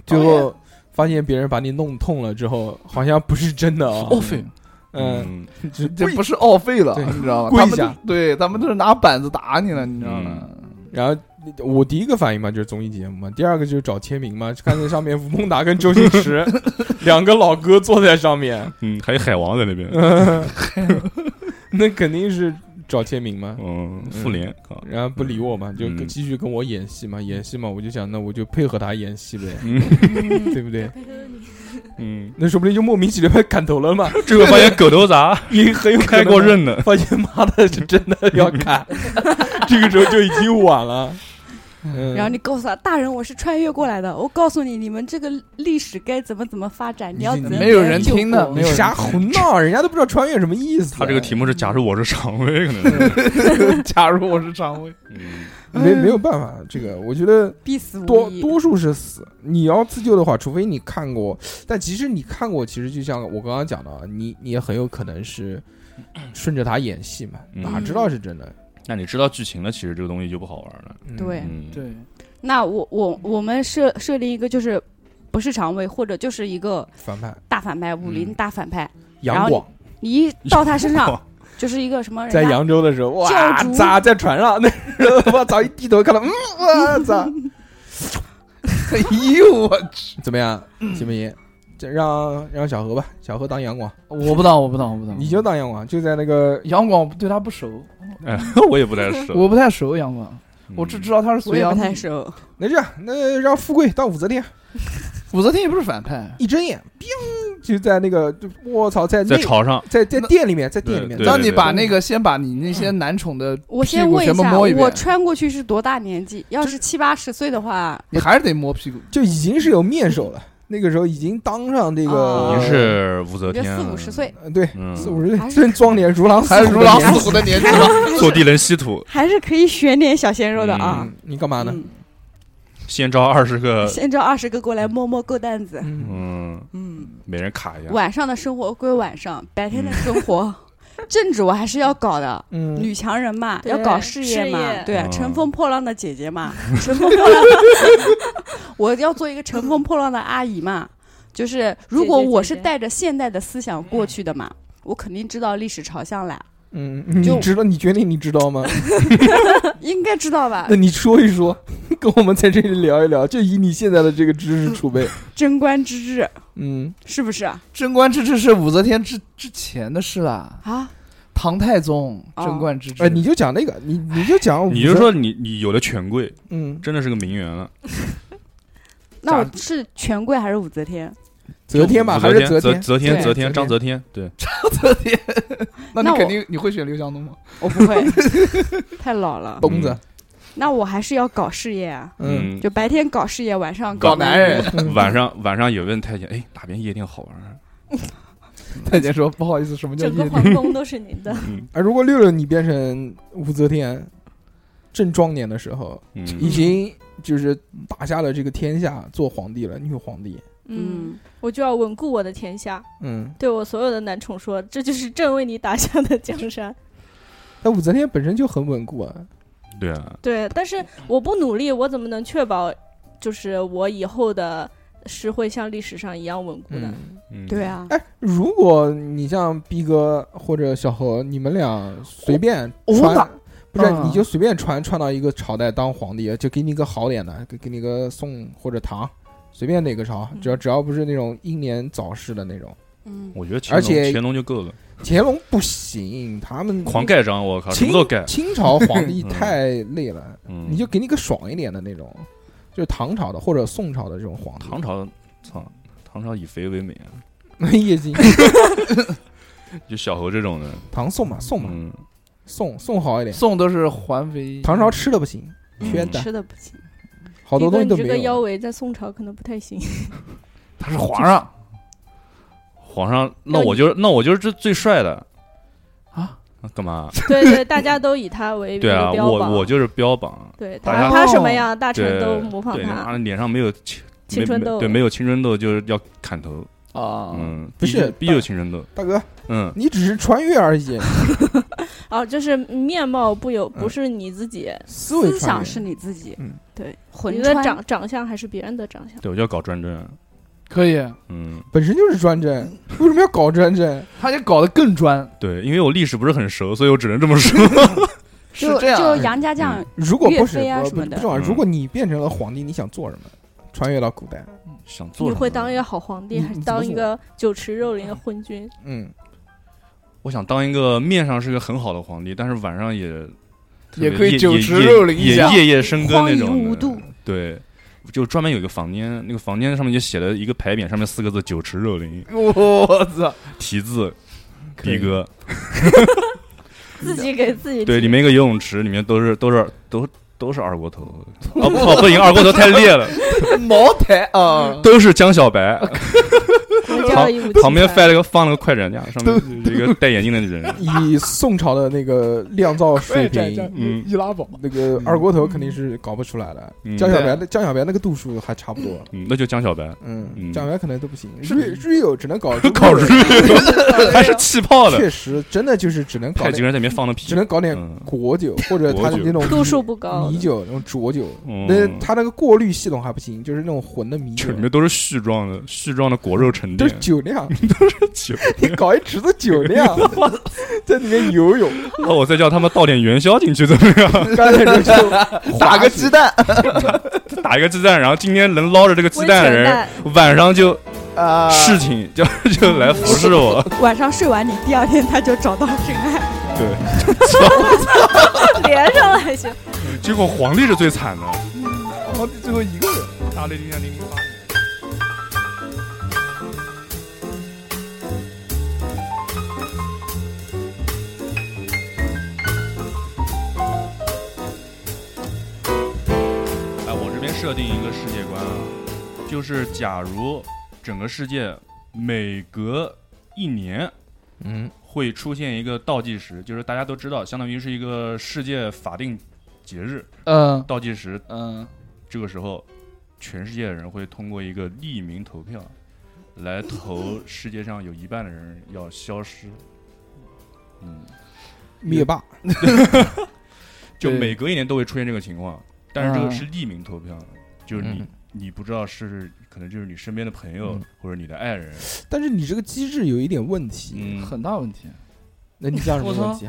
Speaker 1: 最
Speaker 6: 哦
Speaker 1: 后发现别人把你弄痛了之后，好像不是真的啊。
Speaker 6: 哦
Speaker 2: 奥费，
Speaker 1: 嗯，
Speaker 4: 嗯，
Speaker 1: 这
Speaker 2: 这不是奥费了
Speaker 1: 对，
Speaker 2: 你知道吗？
Speaker 1: 跪
Speaker 2: 他们
Speaker 1: 下
Speaker 2: 就是对他们都是拿板子打你了，你知道吗？
Speaker 4: 嗯
Speaker 1: 然后我第一个反应嘛就是综艺节目嘛，第二个就是找签名嘛， 看见上面吴孟达跟周星 驰两个老哥坐在上面，
Speaker 4: 嗯，还有海王在那边，
Speaker 1: 那肯定是找签名嘛。
Speaker 4: 嗯，复联，靠
Speaker 1: 然后不理我嘛，就
Speaker 4: 嗯
Speaker 1: 继续跟我演戏嘛，演戏嘛，我就想那我就配合他演戏呗，对不对？
Speaker 4: 嗯，
Speaker 1: 那说不定就莫名其妙被砍头了 嘛，
Speaker 4: 这个发现狗头铡
Speaker 1: 也很有可
Speaker 4: 开
Speaker 1: 能
Speaker 4: 过刃的，
Speaker 1: 发现妈的是真的要 砍，这个时候就已经晚了。嗯，
Speaker 6: 然后你告诉他，大人，我是穿越过来的。我告诉你，你们这个历史该怎么怎么发展，你要
Speaker 1: 你
Speaker 6: 怎么
Speaker 2: 没有人
Speaker 6: 救
Speaker 2: 听的
Speaker 6: 国
Speaker 2: 没有人
Speaker 1: 瞎胡闹，人家都不知道穿越什么意思。
Speaker 4: 他这个题目是假如我是常威，可能是。
Speaker 2: 假如我是常委，
Speaker 4: 嗯
Speaker 1: 没没有办法，这个我觉得
Speaker 6: 必死无
Speaker 1: 多
Speaker 6: 疑。
Speaker 1: 多数是死。你要自救的话，除非你看过，但其实你看过，其实就像我刚刚讲的啊，你你也很有可 能是顺着他演戏嘛，
Speaker 4: 嗯
Speaker 1: 哪知道是真的？
Speaker 4: 那你知道剧情了，其实这个东西就不好玩了。
Speaker 1: 嗯
Speaker 6: 对
Speaker 4: 嗯，
Speaker 2: 对，
Speaker 6: 那我我我们设设定一个就是不是常委，或者就是一个
Speaker 1: 反派
Speaker 2: 嗯
Speaker 6: 大反派，武林大反派。
Speaker 1: 杨广
Speaker 6: 你一到他身上，
Speaker 3: 就是一个什么人
Speaker 1: 在
Speaker 3: 家
Speaker 1: 扬州的时候，哇
Speaker 3: 教，主
Speaker 1: 咋在船上？那时候 我操，一低头看到，嗯， 我操，
Speaker 2: 哎呦我去！
Speaker 1: 怎么样，行不行？这让让小何吧，小何当杨广，
Speaker 2: 我不当，我不当，我不当。
Speaker 1: 你就当杨广，就在那个
Speaker 2: 杨广，我对他不熟，
Speaker 4: 哎， 我也不太熟，
Speaker 2: 我不太熟杨广，
Speaker 4: 嗯
Speaker 2: 我只知道他是
Speaker 6: 我
Speaker 2: 隋
Speaker 6: 也
Speaker 2: 炀
Speaker 6: 不太
Speaker 2: 帝。
Speaker 6: 熟。
Speaker 1: 那这样，那让富贵当武则天，
Speaker 2: 武则天也不是反派，
Speaker 1: 一睁眼，冰就在那个，就我操，在
Speaker 4: 在
Speaker 1: 那
Speaker 4: 朝上，
Speaker 1: 在在店里面，在店里面
Speaker 4: 对，
Speaker 2: 当
Speaker 4: 对
Speaker 2: 你
Speaker 4: 对
Speaker 2: 把那个先把你那些男宠的
Speaker 3: 我
Speaker 2: 屁
Speaker 3: 先
Speaker 2: 股
Speaker 3: 问
Speaker 2: 全
Speaker 3: 一
Speaker 2: 部
Speaker 3: 下，
Speaker 2: 摸一
Speaker 3: 我
Speaker 2: 遍，
Speaker 3: 穿过去是多大年纪？要是七八十岁的话，
Speaker 2: 你还是得摸屁股。
Speaker 1: 就已经是有面首了。那个时候已经当上这个，
Speaker 3: 哦
Speaker 4: 已经是武则
Speaker 3: 也就
Speaker 4: 天
Speaker 2: 啊
Speaker 3: 四
Speaker 4: 了
Speaker 3: 五十，岁，
Speaker 1: 呃对
Speaker 4: 嗯，
Speaker 1: 四五十岁
Speaker 3: 还是
Speaker 1: 正壮年如狼，
Speaker 2: 还是如狼
Speaker 1: 虎的年纪
Speaker 2: 似虎的年纪了，
Speaker 4: 坐地能吸土，
Speaker 6: 还是可以选点小鲜肉的啊。
Speaker 1: 嗯，你干嘛呢？
Speaker 6: 嗯，
Speaker 4: 先招二 十个，
Speaker 6: 先招二十个过来摸摸够担子。
Speaker 1: 嗯，
Speaker 4: 嗯，
Speaker 6: 嗯，
Speaker 4: 每人卡一下，
Speaker 3: 晚上的生活归晚上，白天的生 活，政治我还是要搞的。
Speaker 1: 嗯哦
Speaker 3: 女强人嘛，
Speaker 5: 对
Speaker 3: 要搞事业嘛，
Speaker 5: 事业
Speaker 3: 对，
Speaker 4: 嗯
Speaker 3: 乘风破浪的姐姐 嘛，乘风破浪的， 我要做一个乘风破浪的阿姨嘛。就是如果
Speaker 5: 姐姐姐
Speaker 3: 我是
Speaker 5: 姐
Speaker 3: 带着现代的思想过去的嘛，我肯定知道历史朝向来，
Speaker 1: 嗯，你
Speaker 3: 就
Speaker 1: 知道？你决定你知道吗？
Speaker 3: 应该知道吧
Speaker 1: 那？你说一说， 跟我们在这里聊一聊，就以你现在的这个知识储 备，
Speaker 3: 贞观之治
Speaker 1: 嗯，
Speaker 3: 是不是啊？
Speaker 2: 贞观之治是武则天之之前的事啦。
Speaker 3: 啊
Speaker 2: 唐太宗
Speaker 3: 哦
Speaker 2: 贞观之治，
Speaker 1: 哎，你就讲那个，你你就讲，
Speaker 4: 你就，说你你有了权贵，
Speaker 1: 嗯，
Speaker 4: 真的是个名媛了，
Speaker 3: 那我是权贵还是武则天？
Speaker 1: 则天吧，
Speaker 4: 武
Speaker 1: 还
Speaker 4: 则嗯
Speaker 1: 是
Speaker 3: 对
Speaker 1: 天？
Speaker 4: 天，则天，则
Speaker 1: 则天
Speaker 4: 天，张则天，对，
Speaker 2: 武则天，
Speaker 3: 那
Speaker 2: 那你
Speaker 3: 我
Speaker 2: 肯定你会选刘强东吗？
Speaker 3: 我不 会，太老了。
Speaker 1: 东子，
Speaker 3: 那我还是要搞事业啊，
Speaker 1: 嗯，
Speaker 4: 嗯，
Speaker 3: 就白天搞事业，晚上
Speaker 4: 搞嗯
Speaker 2: 男人。
Speaker 4: 晚上晚上也问太监，哎，哪边夜店好玩？啊
Speaker 2: 太监说不好意思，什么叫
Speaker 5: 整个
Speaker 2: 夜
Speaker 5: 皇
Speaker 2: 店？
Speaker 5: 宫都是您的。
Speaker 4: 嗯
Speaker 1: 啊，如果六六你变成武则天，正壮年的时候，已
Speaker 4: 嗯，
Speaker 1: 经就是打下了这个天下，做皇帝了，女皇帝，
Speaker 5: 嗯，， 我就要稳固我的天下，
Speaker 1: 嗯，
Speaker 5: 对我所有的男宠说，这就是朕为你打下的江山。
Speaker 1: 但武则天本身就很稳固啊，
Speaker 4: 对啊，
Speaker 5: 对，但是我不努力，我怎么能确保就是我以后的是会像历史上一样稳固的？
Speaker 1: 嗯。
Speaker 4: 嗯
Speaker 3: 对，啊，
Speaker 1: 哎，如果你像逼哥或者小何，你们俩随便
Speaker 2: 我我
Speaker 1: 穿，
Speaker 2: 哪
Speaker 1: 不是
Speaker 2: 嗯
Speaker 1: 你就随便穿穿到一个朝代当皇帝，就给你一个好点的，给给你个宋或者唐，随便哪个朝，
Speaker 2: 嗯
Speaker 1: 只要只要不是那种英年早逝的那种。
Speaker 3: 嗯，
Speaker 4: 我觉得乾
Speaker 1: 而
Speaker 4: 隆
Speaker 1: 且
Speaker 4: 乾隆就够了，
Speaker 1: 乾隆不行，他们
Speaker 4: 狂盖章，我靠，什么都盖，
Speaker 1: 清朝皇帝
Speaker 4: 嗯
Speaker 1: 太累了，
Speaker 4: 嗯，
Speaker 1: 你就给你个爽一点的那种，就是唐朝的或者宋朝的这种皇帝。
Speaker 4: 唐朝，操，唐朝以肥为美啊，
Speaker 1: 也 行，
Speaker 4: 就小猴这种的，
Speaker 1: 唐宋嘛，宋嘛，
Speaker 4: 嗯，
Speaker 1: 宋宋好一点。
Speaker 2: 宋都是环肥，
Speaker 1: 唐朝吃的不行，
Speaker 4: 嗯
Speaker 1: 缺的
Speaker 3: 吃的不行。
Speaker 1: 好多
Speaker 5: 比
Speaker 1: 东
Speaker 5: 哥
Speaker 1: 西都
Speaker 5: 你
Speaker 1: 没
Speaker 5: 这个
Speaker 1: 有
Speaker 5: 腰
Speaker 1: 了。
Speaker 5: 围在宋朝可能不太 行。
Speaker 2: 他是皇上
Speaker 4: 皇上，那我就是那我就是这最帅的，
Speaker 2: 啊，
Speaker 4: 啊干嘛？
Speaker 5: 对对，大家都以他为
Speaker 4: 对啊，
Speaker 5: 为标榜。
Speaker 4: 我我就是标榜，
Speaker 5: 对
Speaker 4: 大
Speaker 5: 他
Speaker 4: 家
Speaker 5: 他什
Speaker 1: 哦
Speaker 5: 么样，大
Speaker 4: 对
Speaker 5: 臣都模仿
Speaker 4: 对，妈
Speaker 5: 他
Speaker 4: 的。脸上没有青
Speaker 5: 青春
Speaker 4: 没
Speaker 5: 痘哦
Speaker 4: 对，没有青春痘就是要砍头，
Speaker 2: 啊，
Speaker 4: 嗯，
Speaker 1: 不
Speaker 4: 必
Speaker 1: 是
Speaker 4: 必有青春痘，
Speaker 1: 大哥，
Speaker 4: 嗯，
Speaker 1: 你只是穿越而已，
Speaker 5: 哦，就是面貌不有，不
Speaker 1: 嗯
Speaker 5: 是你自己，
Speaker 1: 思维
Speaker 3: 思
Speaker 1: 嗯穿
Speaker 3: 想
Speaker 1: 越
Speaker 3: 是你自己，
Speaker 1: 嗯，
Speaker 5: 对，
Speaker 3: 魂
Speaker 5: 你的
Speaker 3: 穿
Speaker 5: 长长相还是别人的长相。
Speaker 4: 对，我就要搞专政，
Speaker 2: 可以，
Speaker 4: 嗯，
Speaker 1: 本身就是专政，为什么要搞专政？
Speaker 2: 他也搞得更专，
Speaker 4: 对，因为我历史不是很熟，所以我只能这么说，
Speaker 2: 是
Speaker 3: 就
Speaker 2: 这样
Speaker 3: 就杨家将，
Speaker 1: 如果不是
Speaker 3: 岳飞啊
Speaker 1: 不
Speaker 3: 什么的
Speaker 1: 不重要，
Speaker 4: 嗯
Speaker 1: 如果你变成了皇帝，你想做什么？穿越到古代，
Speaker 4: 想做
Speaker 5: 你
Speaker 4: 什么
Speaker 5: 会
Speaker 4: 呢
Speaker 5: 当一个好皇帝，
Speaker 1: 你
Speaker 5: 还是
Speaker 1: 你怎么
Speaker 5: 当一
Speaker 1: 做
Speaker 5: 个酒池肉林的昏君？
Speaker 1: 嗯，
Speaker 4: 我想当一个面上是个很好的皇帝，但是晚上也特别
Speaker 2: 也可以
Speaker 4: 夜
Speaker 2: 酒池
Speaker 4: 夜
Speaker 2: 肉林一
Speaker 4: 也
Speaker 2: 下
Speaker 4: 夜夜深更那
Speaker 3: 荒
Speaker 4: 种
Speaker 3: 淫
Speaker 4: 的
Speaker 3: 无度。
Speaker 4: 对，就专门有一个房间，那个房间上面就写了一个牌匾，上面四个字“酒池肉林
Speaker 2: 我操，”，
Speaker 4: 题字
Speaker 1: 可以
Speaker 4: 逼哥。
Speaker 5: 自己给自己
Speaker 4: 对，
Speaker 5: 提
Speaker 4: 里面一个游泳池，里面都是都是都都是二锅 头。哦不哦不行，二锅头太烈了，
Speaker 2: 茅 台啊，
Speaker 4: 都是江小白。
Speaker 3: 哦
Speaker 5: 国家的一股
Speaker 4: 旁边
Speaker 5: 气概
Speaker 4: 放了个放了个快斩架，上面有一个戴眼镜 的人。
Speaker 1: 以宋朝的那个酿 造水
Speaker 2: 对对
Speaker 1: 平，
Speaker 4: 嗯
Speaker 2: 易拉宝，
Speaker 1: 那个二锅头肯定是搞不出来的。
Speaker 4: 嗯
Speaker 1: 江小白
Speaker 2: 对
Speaker 1: 的江小白那个度数还差不多，
Speaker 4: 嗯，那就江小白，
Speaker 1: 嗯，
Speaker 4: 嗯
Speaker 1: 江小白可能都不行。
Speaker 2: 是
Speaker 1: 瑞瑞友只能 搞
Speaker 4: 搞日
Speaker 1: 日，
Speaker 4: 还是气泡的，
Speaker 1: 确实真的就是只能搞
Speaker 4: 派几个
Speaker 1: 点，
Speaker 4: 人在里面放的
Speaker 1: 只
Speaker 4: 屁。
Speaker 1: 能搞点
Speaker 4: 嗯
Speaker 1: 果酒或者他
Speaker 4: 果
Speaker 1: 的
Speaker 4: 酒
Speaker 1: 那种
Speaker 5: 度数不高
Speaker 1: 米
Speaker 5: 的，
Speaker 1: 酒那种浊酒，
Speaker 4: 嗯
Speaker 1: 那他那个过滤系统还不行，就是那种混的米
Speaker 4: 就
Speaker 1: 酒
Speaker 4: 里。面都是絮状的絮状的果肉沉
Speaker 1: 都
Speaker 4: 淀
Speaker 1: 是，酒酿，
Speaker 4: 酒，
Speaker 1: 你搞一池子酒酿，在里面游 泳，
Speaker 4: 那我再叫他们倒点元宵进去怎么样？
Speaker 1: 干脆就去
Speaker 2: 打
Speaker 1: 滑
Speaker 2: 个
Speaker 1: 雪
Speaker 2: 鸡蛋
Speaker 4: 打一个鸡蛋，然后今天能捞着这个鸡蛋的
Speaker 5: 温泉
Speaker 4: 人
Speaker 5: 蛋，
Speaker 4: 晚上就
Speaker 2: 啊，
Speaker 4: 侍寝，就就来服侍 我。
Speaker 6: 晚上睡完你，第二天他就找到真爱。
Speaker 4: 对，
Speaker 5: 连上了 还行。
Speaker 4: 结果皇帝是最惨的，
Speaker 1: 皇帝最后一个人。
Speaker 4: 大内零零零八年。哎，我这边设定一个世界观啊，就是假如整个世界每隔一年
Speaker 1: 嗯
Speaker 4: 会出现一个倒计时，就是大家都知道，相当于是一个世界法定节日
Speaker 2: 嗯
Speaker 4: 倒计时
Speaker 2: 嗯，
Speaker 4: 这个时候，全世界的人会通过一个匿名投票，来投世界上有一半的人要消失。嗯，
Speaker 1: 灭霸，
Speaker 4: 就
Speaker 2: 对
Speaker 4: 每隔一年都会出现这个情况，但是这个
Speaker 2: 嗯
Speaker 4: 是匿名投票，就是你、
Speaker 1: 嗯
Speaker 4: 你不知道是可能就是你身边的朋友、
Speaker 1: 嗯
Speaker 4: 或者你的爱人。
Speaker 1: 但是你这个机制有一点问题，
Speaker 4: 嗯，
Speaker 2: 很大问题。
Speaker 1: 那你讲什么
Speaker 4: 我操
Speaker 1: 问题？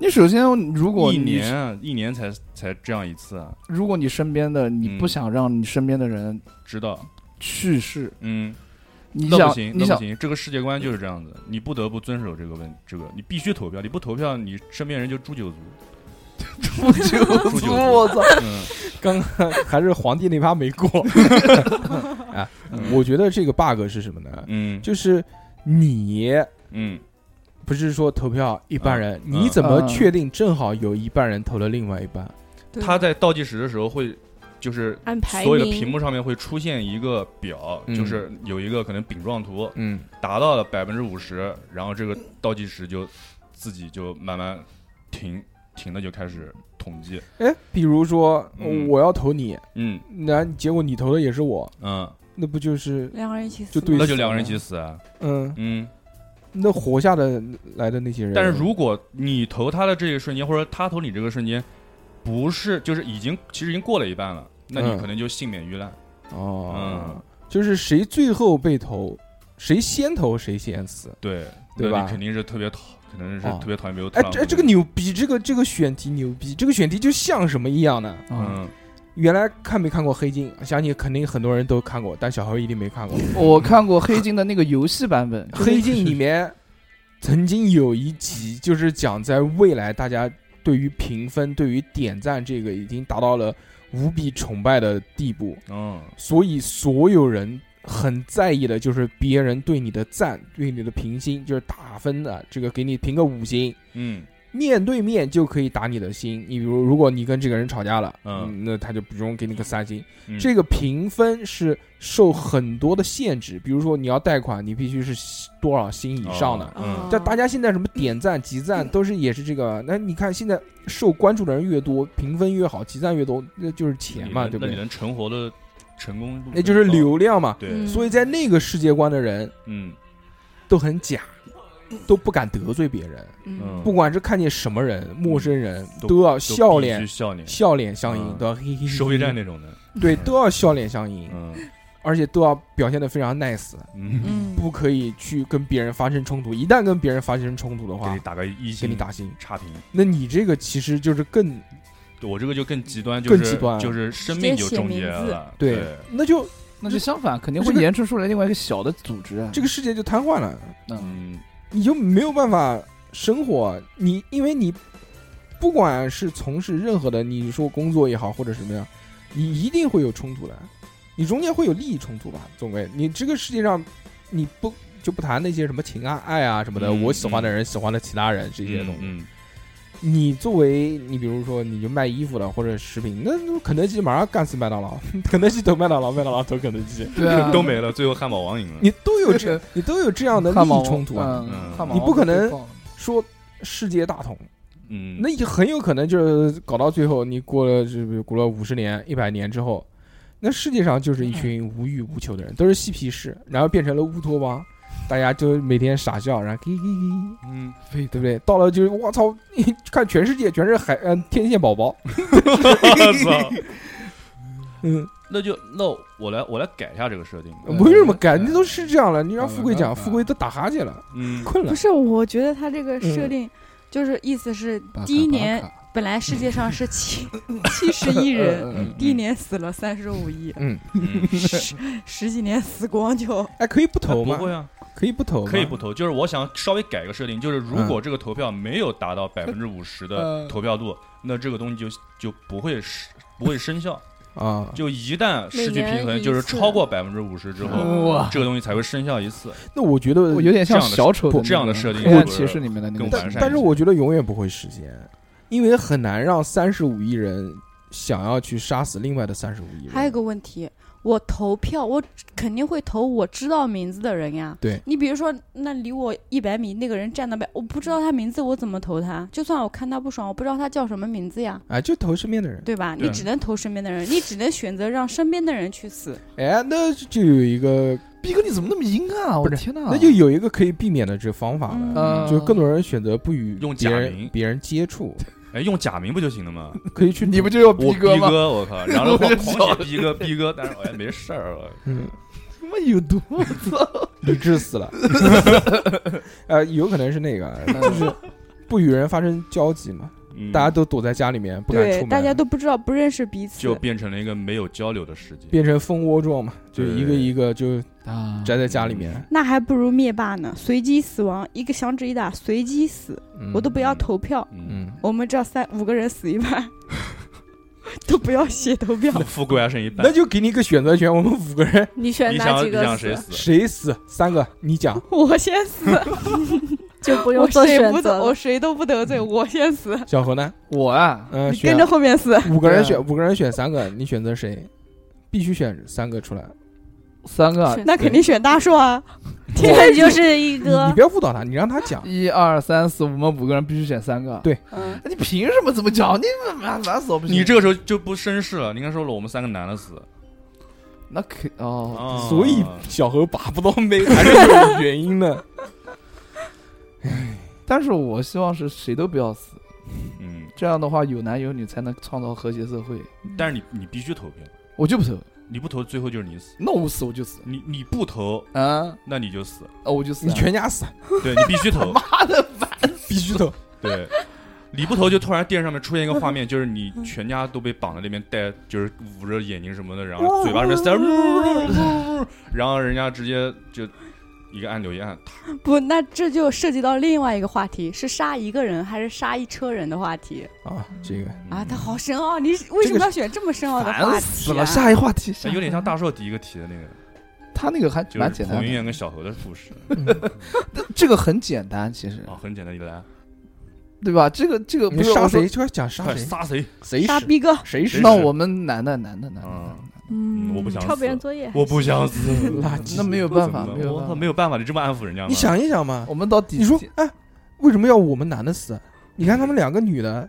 Speaker 2: 你首先，如果
Speaker 4: 一
Speaker 2: 你
Speaker 4: 年啊一年才才这样一次啊，
Speaker 2: 如果你身边的你不
Speaker 4: 嗯
Speaker 2: 想让你身边的人
Speaker 4: 知道？
Speaker 2: 去世，
Speaker 4: 嗯，
Speaker 2: 你
Speaker 4: 那
Speaker 2: 想
Speaker 4: 不行，
Speaker 2: 你
Speaker 4: 那不
Speaker 2: 想
Speaker 4: 行，这个世界观就是这样子，你不得不遵守这个问这个，你必须投票，你不投票，你身边人就诛九族。
Speaker 2: 不久
Speaker 4: 诛九族
Speaker 2: 我操，
Speaker 4: 嗯。
Speaker 1: 刚刚还是皇帝那趴没过。啊，我觉得这个 bug 是什么呢？
Speaker 4: 嗯
Speaker 1: 就是你
Speaker 4: 嗯
Speaker 1: 不是说投票一半人，
Speaker 4: 嗯
Speaker 1: 你怎么
Speaker 2: 嗯
Speaker 1: 确定正好有一半人投了另外一半？，
Speaker 4: 他在倒计时的时候会，就是
Speaker 5: 按排
Speaker 4: 所有的
Speaker 5: 名
Speaker 4: 屏幕上面会出现一个表，
Speaker 1: 嗯
Speaker 4: 就是有一个可能饼状图，
Speaker 1: 嗯，
Speaker 4: 达到了百分之五十，然后这个倒计时就自己就慢慢停，停了就开始统计。
Speaker 1: 哎，比如说
Speaker 4: 嗯
Speaker 1: 我要投你，
Speaker 4: 嗯
Speaker 1: 那结果你投的也是我，
Speaker 4: 嗯，
Speaker 1: 那不就是
Speaker 6: 两个人一起死，
Speaker 1: 就对
Speaker 4: 那就两个人一起死啊。
Speaker 1: 嗯，
Speaker 4: 嗯，
Speaker 1: 那活下的来的那些人？
Speaker 4: 但是如果你投他的这个瞬间，或者他投你这个瞬间，不是就是已经其实已经过了一半了，那你
Speaker 1: 嗯
Speaker 4: 可能就幸免于难。
Speaker 1: 哦
Speaker 4: 嗯，
Speaker 1: 就是谁最后被投，谁先投谁先死。
Speaker 4: 对，
Speaker 1: 对
Speaker 4: 那
Speaker 1: 吧
Speaker 4: 你肯定是特别讨，可能是
Speaker 1: 哦
Speaker 4: 特别讨厌没有。
Speaker 1: 哎，这这个牛逼，这个这个选题牛逼，这个选题就像什么一样呢？
Speaker 2: 嗯，
Speaker 4: 嗯。
Speaker 1: 原来看没看过《黑镜》？相信肯定很多人都看过，但小何一定没看过。
Speaker 2: 我看过黑镜的那个游戏版本，
Speaker 1: 《黑镜》里面曾经有一集就是讲在未来，大家对于评分、对于点赞这个已经达到了无比崇拜的地步，
Speaker 4: 嗯
Speaker 1: 所以所有人很在意的就是别人对你的赞、对你的评星，就是打分的这个给你评个五星。
Speaker 4: 嗯
Speaker 1: 面对面就可以打你的心。你比如，如果你跟这个人吵架了，
Speaker 4: 嗯
Speaker 1: 那他就不用给你个三星。
Speaker 4: 嗯，
Speaker 1: 这个评分是受很多的限制，比如说你要贷款，你必须是多少星以上的。
Speaker 4: 哦嗯
Speaker 1: 但大家现在什么点赞、集赞都是也是这个，那你看现在受关注的人越多，评分越好，集赞越多，那就是钱嘛，
Speaker 4: 你
Speaker 1: 对不
Speaker 4: 嗯那你
Speaker 1: 对？
Speaker 4: 能成活的成功率，
Speaker 1: 那就是流量嘛。
Speaker 4: 对，
Speaker 5: 嗯
Speaker 1: 所以在那个世界观的人
Speaker 4: 嗯
Speaker 1: 都很假，都不敢得罪别人，
Speaker 4: 嗯，
Speaker 1: 不管是看见什么人，陌生人
Speaker 4: 都
Speaker 1: 都要
Speaker 4: 都
Speaker 1: 笑脸
Speaker 4: 必须笑脸，
Speaker 1: 笑脸相迎
Speaker 4: 嗯，
Speaker 1: 都要嘿嘿嘿，
Speaker 4: 收费站那种的，
Speaker 1: 对都要笑脸相迎，
Speaker 4: 嗯
Speaker 1: 而且都要表现的非常 nice，
Speaker 4: 嗯，
Speaker 6: 嗯，
Speaker 1: 不可以去跟别人发生冲突。一旦跟别人发生冲突的
Speaker 4: 给
Speaker 1: 话
Speaker 4: 你，打个一
Speaker 1: 给
Speaker 4: 星，
Speaker 1: 你打星。
Speaker 4: 差评。
Speaker 1: 那你这个其实就是更
Speaker 4: 对我这个就更极端，就
Speaker 1: 更
Speaker 4: 是
Speaker 1: 极端
Speaker 4: 就是生命就终结
Speaker 5: 直接写名字
Speaker 4: 了，
Speaker 1: 对，那就
Speaker 2: 那就相反，肯定
Speaker 1: 这
Speaker 2: 会
Speaker 1: 个
Speaker 2: 延伸出来另外一个小的组织啊。
Speaker 1: 这个世界就瘫痪了，
Speaker 2: 嗯，
Speaker 4: 嗯
Speaker 1: 你就没有办法生活。你因为你不管是从事任何的，你说工作也好或者什么样，你一定会有冲突的，你中间会有利益冲突吧？总归你这个世界上，你不就不谈那些什么情啊、爱啊什么的，
Speaker 4: 嗯
Speaker 1: 我喜欢的人喜欢的其他人这些东西。
Speaker 4: 嗯，
Speaker 1: 你作为你比如说你就卖衣服的或者食品，那那肯德基马上干死麦当劳， 肯德基投麦当劳，麦当劳投肯德 基，
Speaker 2: 对啊，
Speaker 4: 嗯都没了，最后汉堡王赢了，
Speaker 1: 你都有这 你都有这样的利
Speaker 2: 汉堡
Speaker 1: 益冲突啊。
Speaker 2: 嗯
Speaker 4: 嗯
Speaker 2: 汉堡
Speaker 1: 你不可能
Speaker 2: 被放了
Speaker 1: 说世界大同，
Speaker 4: 嗯，
Speaker 1: 那也很有可能就是搞到最后，你过了这过了五十年、一百年之后，那世界上
Speaker 4: 嗯
Speaker 1: 就是一群无欲无求的人，都是嬉皮士，然后变成了乌托邦，大家就每天傻笑，然后嘿嘿嘿，
Speaker 4: 嗯，
Speaker 1: 对不对？到了就是我操，看呃全世界全是海嗯、天线宝宝，
Speaker 4: 我操，
Speaker 1: 嗯，
Speaker 4: 那就那我来我来改一下这个设定。
Speaker 2: 嗯
Speaker 1: 为什么改？你都是这样了，你让
Speaker 2: 嗯
Speaker 1: 富贵讲，
Speaker 2: 嗯
Speaker 1: 富贵都打哈欠了，
Speaker 4: 嗯，
Speaker 1: 困了
Speaker 6: 不。是，我觉得他这个设
Speaker 1: 嗯
Speaker 6: 定，就是意思是
Speaker 2: 巴卡
Speaker 6: 第一
Speaker 2: 巴
Speaker 6: 年
Speaker 2: 卡
Speaker 6: 本来世界上是七七十亿人，
Speaker 2: 嗯嗯嗯
Speaker 6: 第一年死了三十五 亿，
Speaker 1: 嗯，
Speaker 4: 嗯
Speaker 6: 十十几年死光就
Speaker 1: 哎，可以不投
Speaker 4: 不
Speaker 1: 吗？
Speaker 4: 会啊，
Speaker 1: 可以不投吗？
Speaker 4: 可以不投。就是我想稍微改一个设定，就是如果这个投票没有达到百分之五十的
Speaker 2: 呃
Speaker 4: 投票度，那这个东西就就不会生不会生效。
Speaker 1: 啊。
Speaker 4: 就一旦失去平
Speaker 5: 每年
Speaker 4: 衡，
Speaker 5: 一
Speaker 4: 就是
Speaker 5: 次
Speaker 4: 超过百分之五十之后，
Speaker 2: 哇，
Speaker 4: 这个东西才会生效一次。
Speaker 1: 那我觉得
Speaker 2: 我有点像小丑
Speaker 1: 不
Speaker 2: 那
Speaker 4: 这样的
Speaker 2: 种
Speaker 4: 设定
Speaker 2: 黑暗
Speaker 4: 是
Speaker 2: 骑士里面的那
Speaker 4: 更
Speaker 2: 个
Speaker 1: 但
Speaker 4: 完
Speaker 2: 角
Speaker 4: 善
Speaker 2: 色。
Speaker 1: 但是我觉得永远不会实现，因为很难让三十五亿人想要去杀死另外的三十五亿人。
Speaker 3: 还有一个问题，我投票，我肯定会投我知道名字的人呀。
Speaker 1: 对，
Speaker 3: 你比如说，那离我一百米那个人站那边，我不知道他名字，我怎么投他？就算我看他不爽，我不知道他叫什么名字呀，
Speaker 1: 哎，就投身边的人。
Speaker 3: 对吧？
Speaker 4: 对
Speaker 3: 你只能投身边的人，你只能选择让身边的人去死。
Speaker 1: 哎，那就有一个，
Speaker 2: 逼哥你怎么那么阴啊？我的天哪！
Speaker 1: 那就有一个可以避免的这个方法
Speaker 3: 嗯
Speaker 1: 了，
Speaker 2: 呃，
Speaker 1: 就更多人选择不与
Speaker 4: 用
Speaker 1: 别
Speaker 4: 假
Speaker 1: 人
Speaker 4: 名
Speaker 1: 别人接触，
Speaker 4: 哎，用假名不就行了吗？
Speaker 1: 可以去
Speaker 2: 你不就要 逼
Speaker 4: 我逼
Speaker 2: 哥吗？
Speaker 4: 哥，我靠，然后
Speaker 2: 我就
Speaker 4: 狂狂写逼哥逼哥，但是哎没事儿，我
Speaker 1: 嗯，
Speaker 2: 他妈有 毒！
Speaker 1: 理智死 了。呃，有可能是那个，就是不与人发生交集嘛，
Speaker 4: 嗯
Speaker 1: 大家都躲在家里面不敢出
Speaker 6: 对，
Speaker 1: 门，
Speaker 6: 大家都不知道不认识彼此
Speaker 4: 就，变成了一个没有交流的世界。
Speaker 1: 变成蜂窝状嘛，就一个
Speaker 4: 对
Speaker 1: 一个就
Speaker 2: 啊
Speaker 1: 宅在家里面。
Speaker 6: 那还不如灭霸呢，随机死亡，一个响指一打，随机死，
Speaker 1: 嗯
Speaker 6: 我都不要投票，
Speaker 4: 嗯，
Speaker 1: 嗯，
Speaker 6: 我们这三五个人死一 半，都不要写投票
Speaker 4: 那，富贵还剩一
Speaker 1: 那
Speaker 4: 半，
Speaker 1: 就给你一个选择权，我们五个人
Speaker 5: 你选
Speaker 4: 你
Speaker 5: 哪
Speaker 4: 想
Speaker 5: 几
Speaker 4: 你
Speaker 5: 个
Speaker 4: 想
Speaker 5: 死
Speaker 4: 谁？死？
Speaker 1: 谁死三个，你讲。
Speaker 6: 我先死，
Speaker 5: 就不用
Speaker 6: 我
Speaker 5: 做
Speaker 6: 谁
Speaker 5: 选
Speaker 6: 不得
Speaker 5: 择
Speaker 6: 我
Speaker 5: 了。
Speaker 6: 谁都不得罪，
Speaker 3: 嗯
Speaker 6: 我先死，
Speaker 1: 小何呢？
Speaker 2: 我啊，
Speaker 1: 嗯，
Speaker 6: 你
Speaker 1: 选
Speaker 6: 跟着后面死，
Speaker 1: 五个人
Speaker 2: 对啊
Speaker 1: 选五个人选三个，你选择谁？必须选三个出来，
Speaker 2: 三个，
Speaker 6: 那肯定选大 树啊，
Speaker 5: 这个就是一
Speaker 1: 你你
Speaker 5: 个
Speaker 1: 不要误导他，你让他讲。
Speaker 2: 一二三四，我们五个人必须选三个。
Speaker 1: 对
Speaker 6: 嗯，
Speaker 2: 你凭什么这么讲？你烦烦死我不行！
Speaker 4: 你这个时候就不绅士了，你应该说了我们三个男的死，
Speaker 2: 那可哦，
Speaker 4: 啊
Speaker 1: 所以小何把不到 妹还是有原因 的。
Speaker 2: 但是我希望是谁都不要死，
Speaker 4: 嗯，
Speaker 2: 这样的话有男有女才能创造和谐社会。
Speaker 4: 但是你你必须投票，
Speaker 2: 我就不投，
Speaker 4: 你不投最后就是你死，
Speaker 2: 那我死我就死
Speaker 4: 你你不投
Speaker 2: 啊，
Speaker 4: 那你就死，
Speaker 2: 哦我就死啊。
Speaker 1: 你全家死，
Speaker 4: 对你必须投，
Speaker 2: 妈的烦！
Speaker 1: 必须投。
Speaker 4: 对，你不投就突然电视上面出现一个画面，就是你全家都被绑在那边戴，就是捂着眼睛什么的，然后嘴巴里面塞，然后人家直接就一个按钮一按，
Speaker 3: 不，那这就涉及到另外一个话题，是杀一个人还是杀一车人的话题
Speaker 1: 啊，这个
Speaker 3: 啊？他好深奥，你为
Speaker 1: 这
Speaker 3: 什
Speaker 1: 个
Speaker 3: 么要选这么深奥的话
Speaker 2: 烦
Speaker 3: 题
Speaker 2: 死
Speaker 3: 啊？
Speaker 2: 了！下一话题，下一
Speaker 4: 有点像大硕第一个提的那个，
Speaker 2: 他那个还蛮
Speaker 4: 哎就是
Speaker 2: 简
Speaker 4: 彭
Speaker 2: 单
Speaker 4: 于
Speaker 2: 的，
Speaker 4: 晏跟小何的故事
Speaker 2: 这个很简单，其实
Speaker 4: 啊，很简单，你来，
Speaker 2: 对吧？这个这个
Speaker 1: 哦你
Speaker 2: 不是
Speaker 1: 杀
Speaker 2: 我说
Speaker 1: 谁，就要讲杀
Speaker 4: 快
Speaker 1: 谁，
Speaker 4: 杀谁？
Speaker 1: 谁
Speaker 6: 杀
Speaker 1: 死
Speaker 6: 逼哥，
Speaker 1: 谁哦死
Speaker 4: 谁
Speaker 2: 那
Speaker 4: 是
Speaker 2: 我们男的男的男的
Speaker 4: 嗯，
Speaker 6: 嗯
Speaker 4: 我不想
Speaker 5: 抄别人
Speaker 4: 死，
Speaker 5: 作业，
Speaker 4: 我不想死，
Speaker 1: 垃圾
Speaker 2: 那没有办法，
Speaker 4: 怎么
Speaker 2: 没有
Speaker 4: 我
Speaker 2: 办
Speaker 4: 操
Speaker 2: 法，
Speaker 4: 没有办法，你这么安抚人家吗
Speaker 1: 你？想一想嘛，
Speaker 2: 我们到底
Speaker 1: 你说哎，为什么要我们男的死？你看他们两个女的，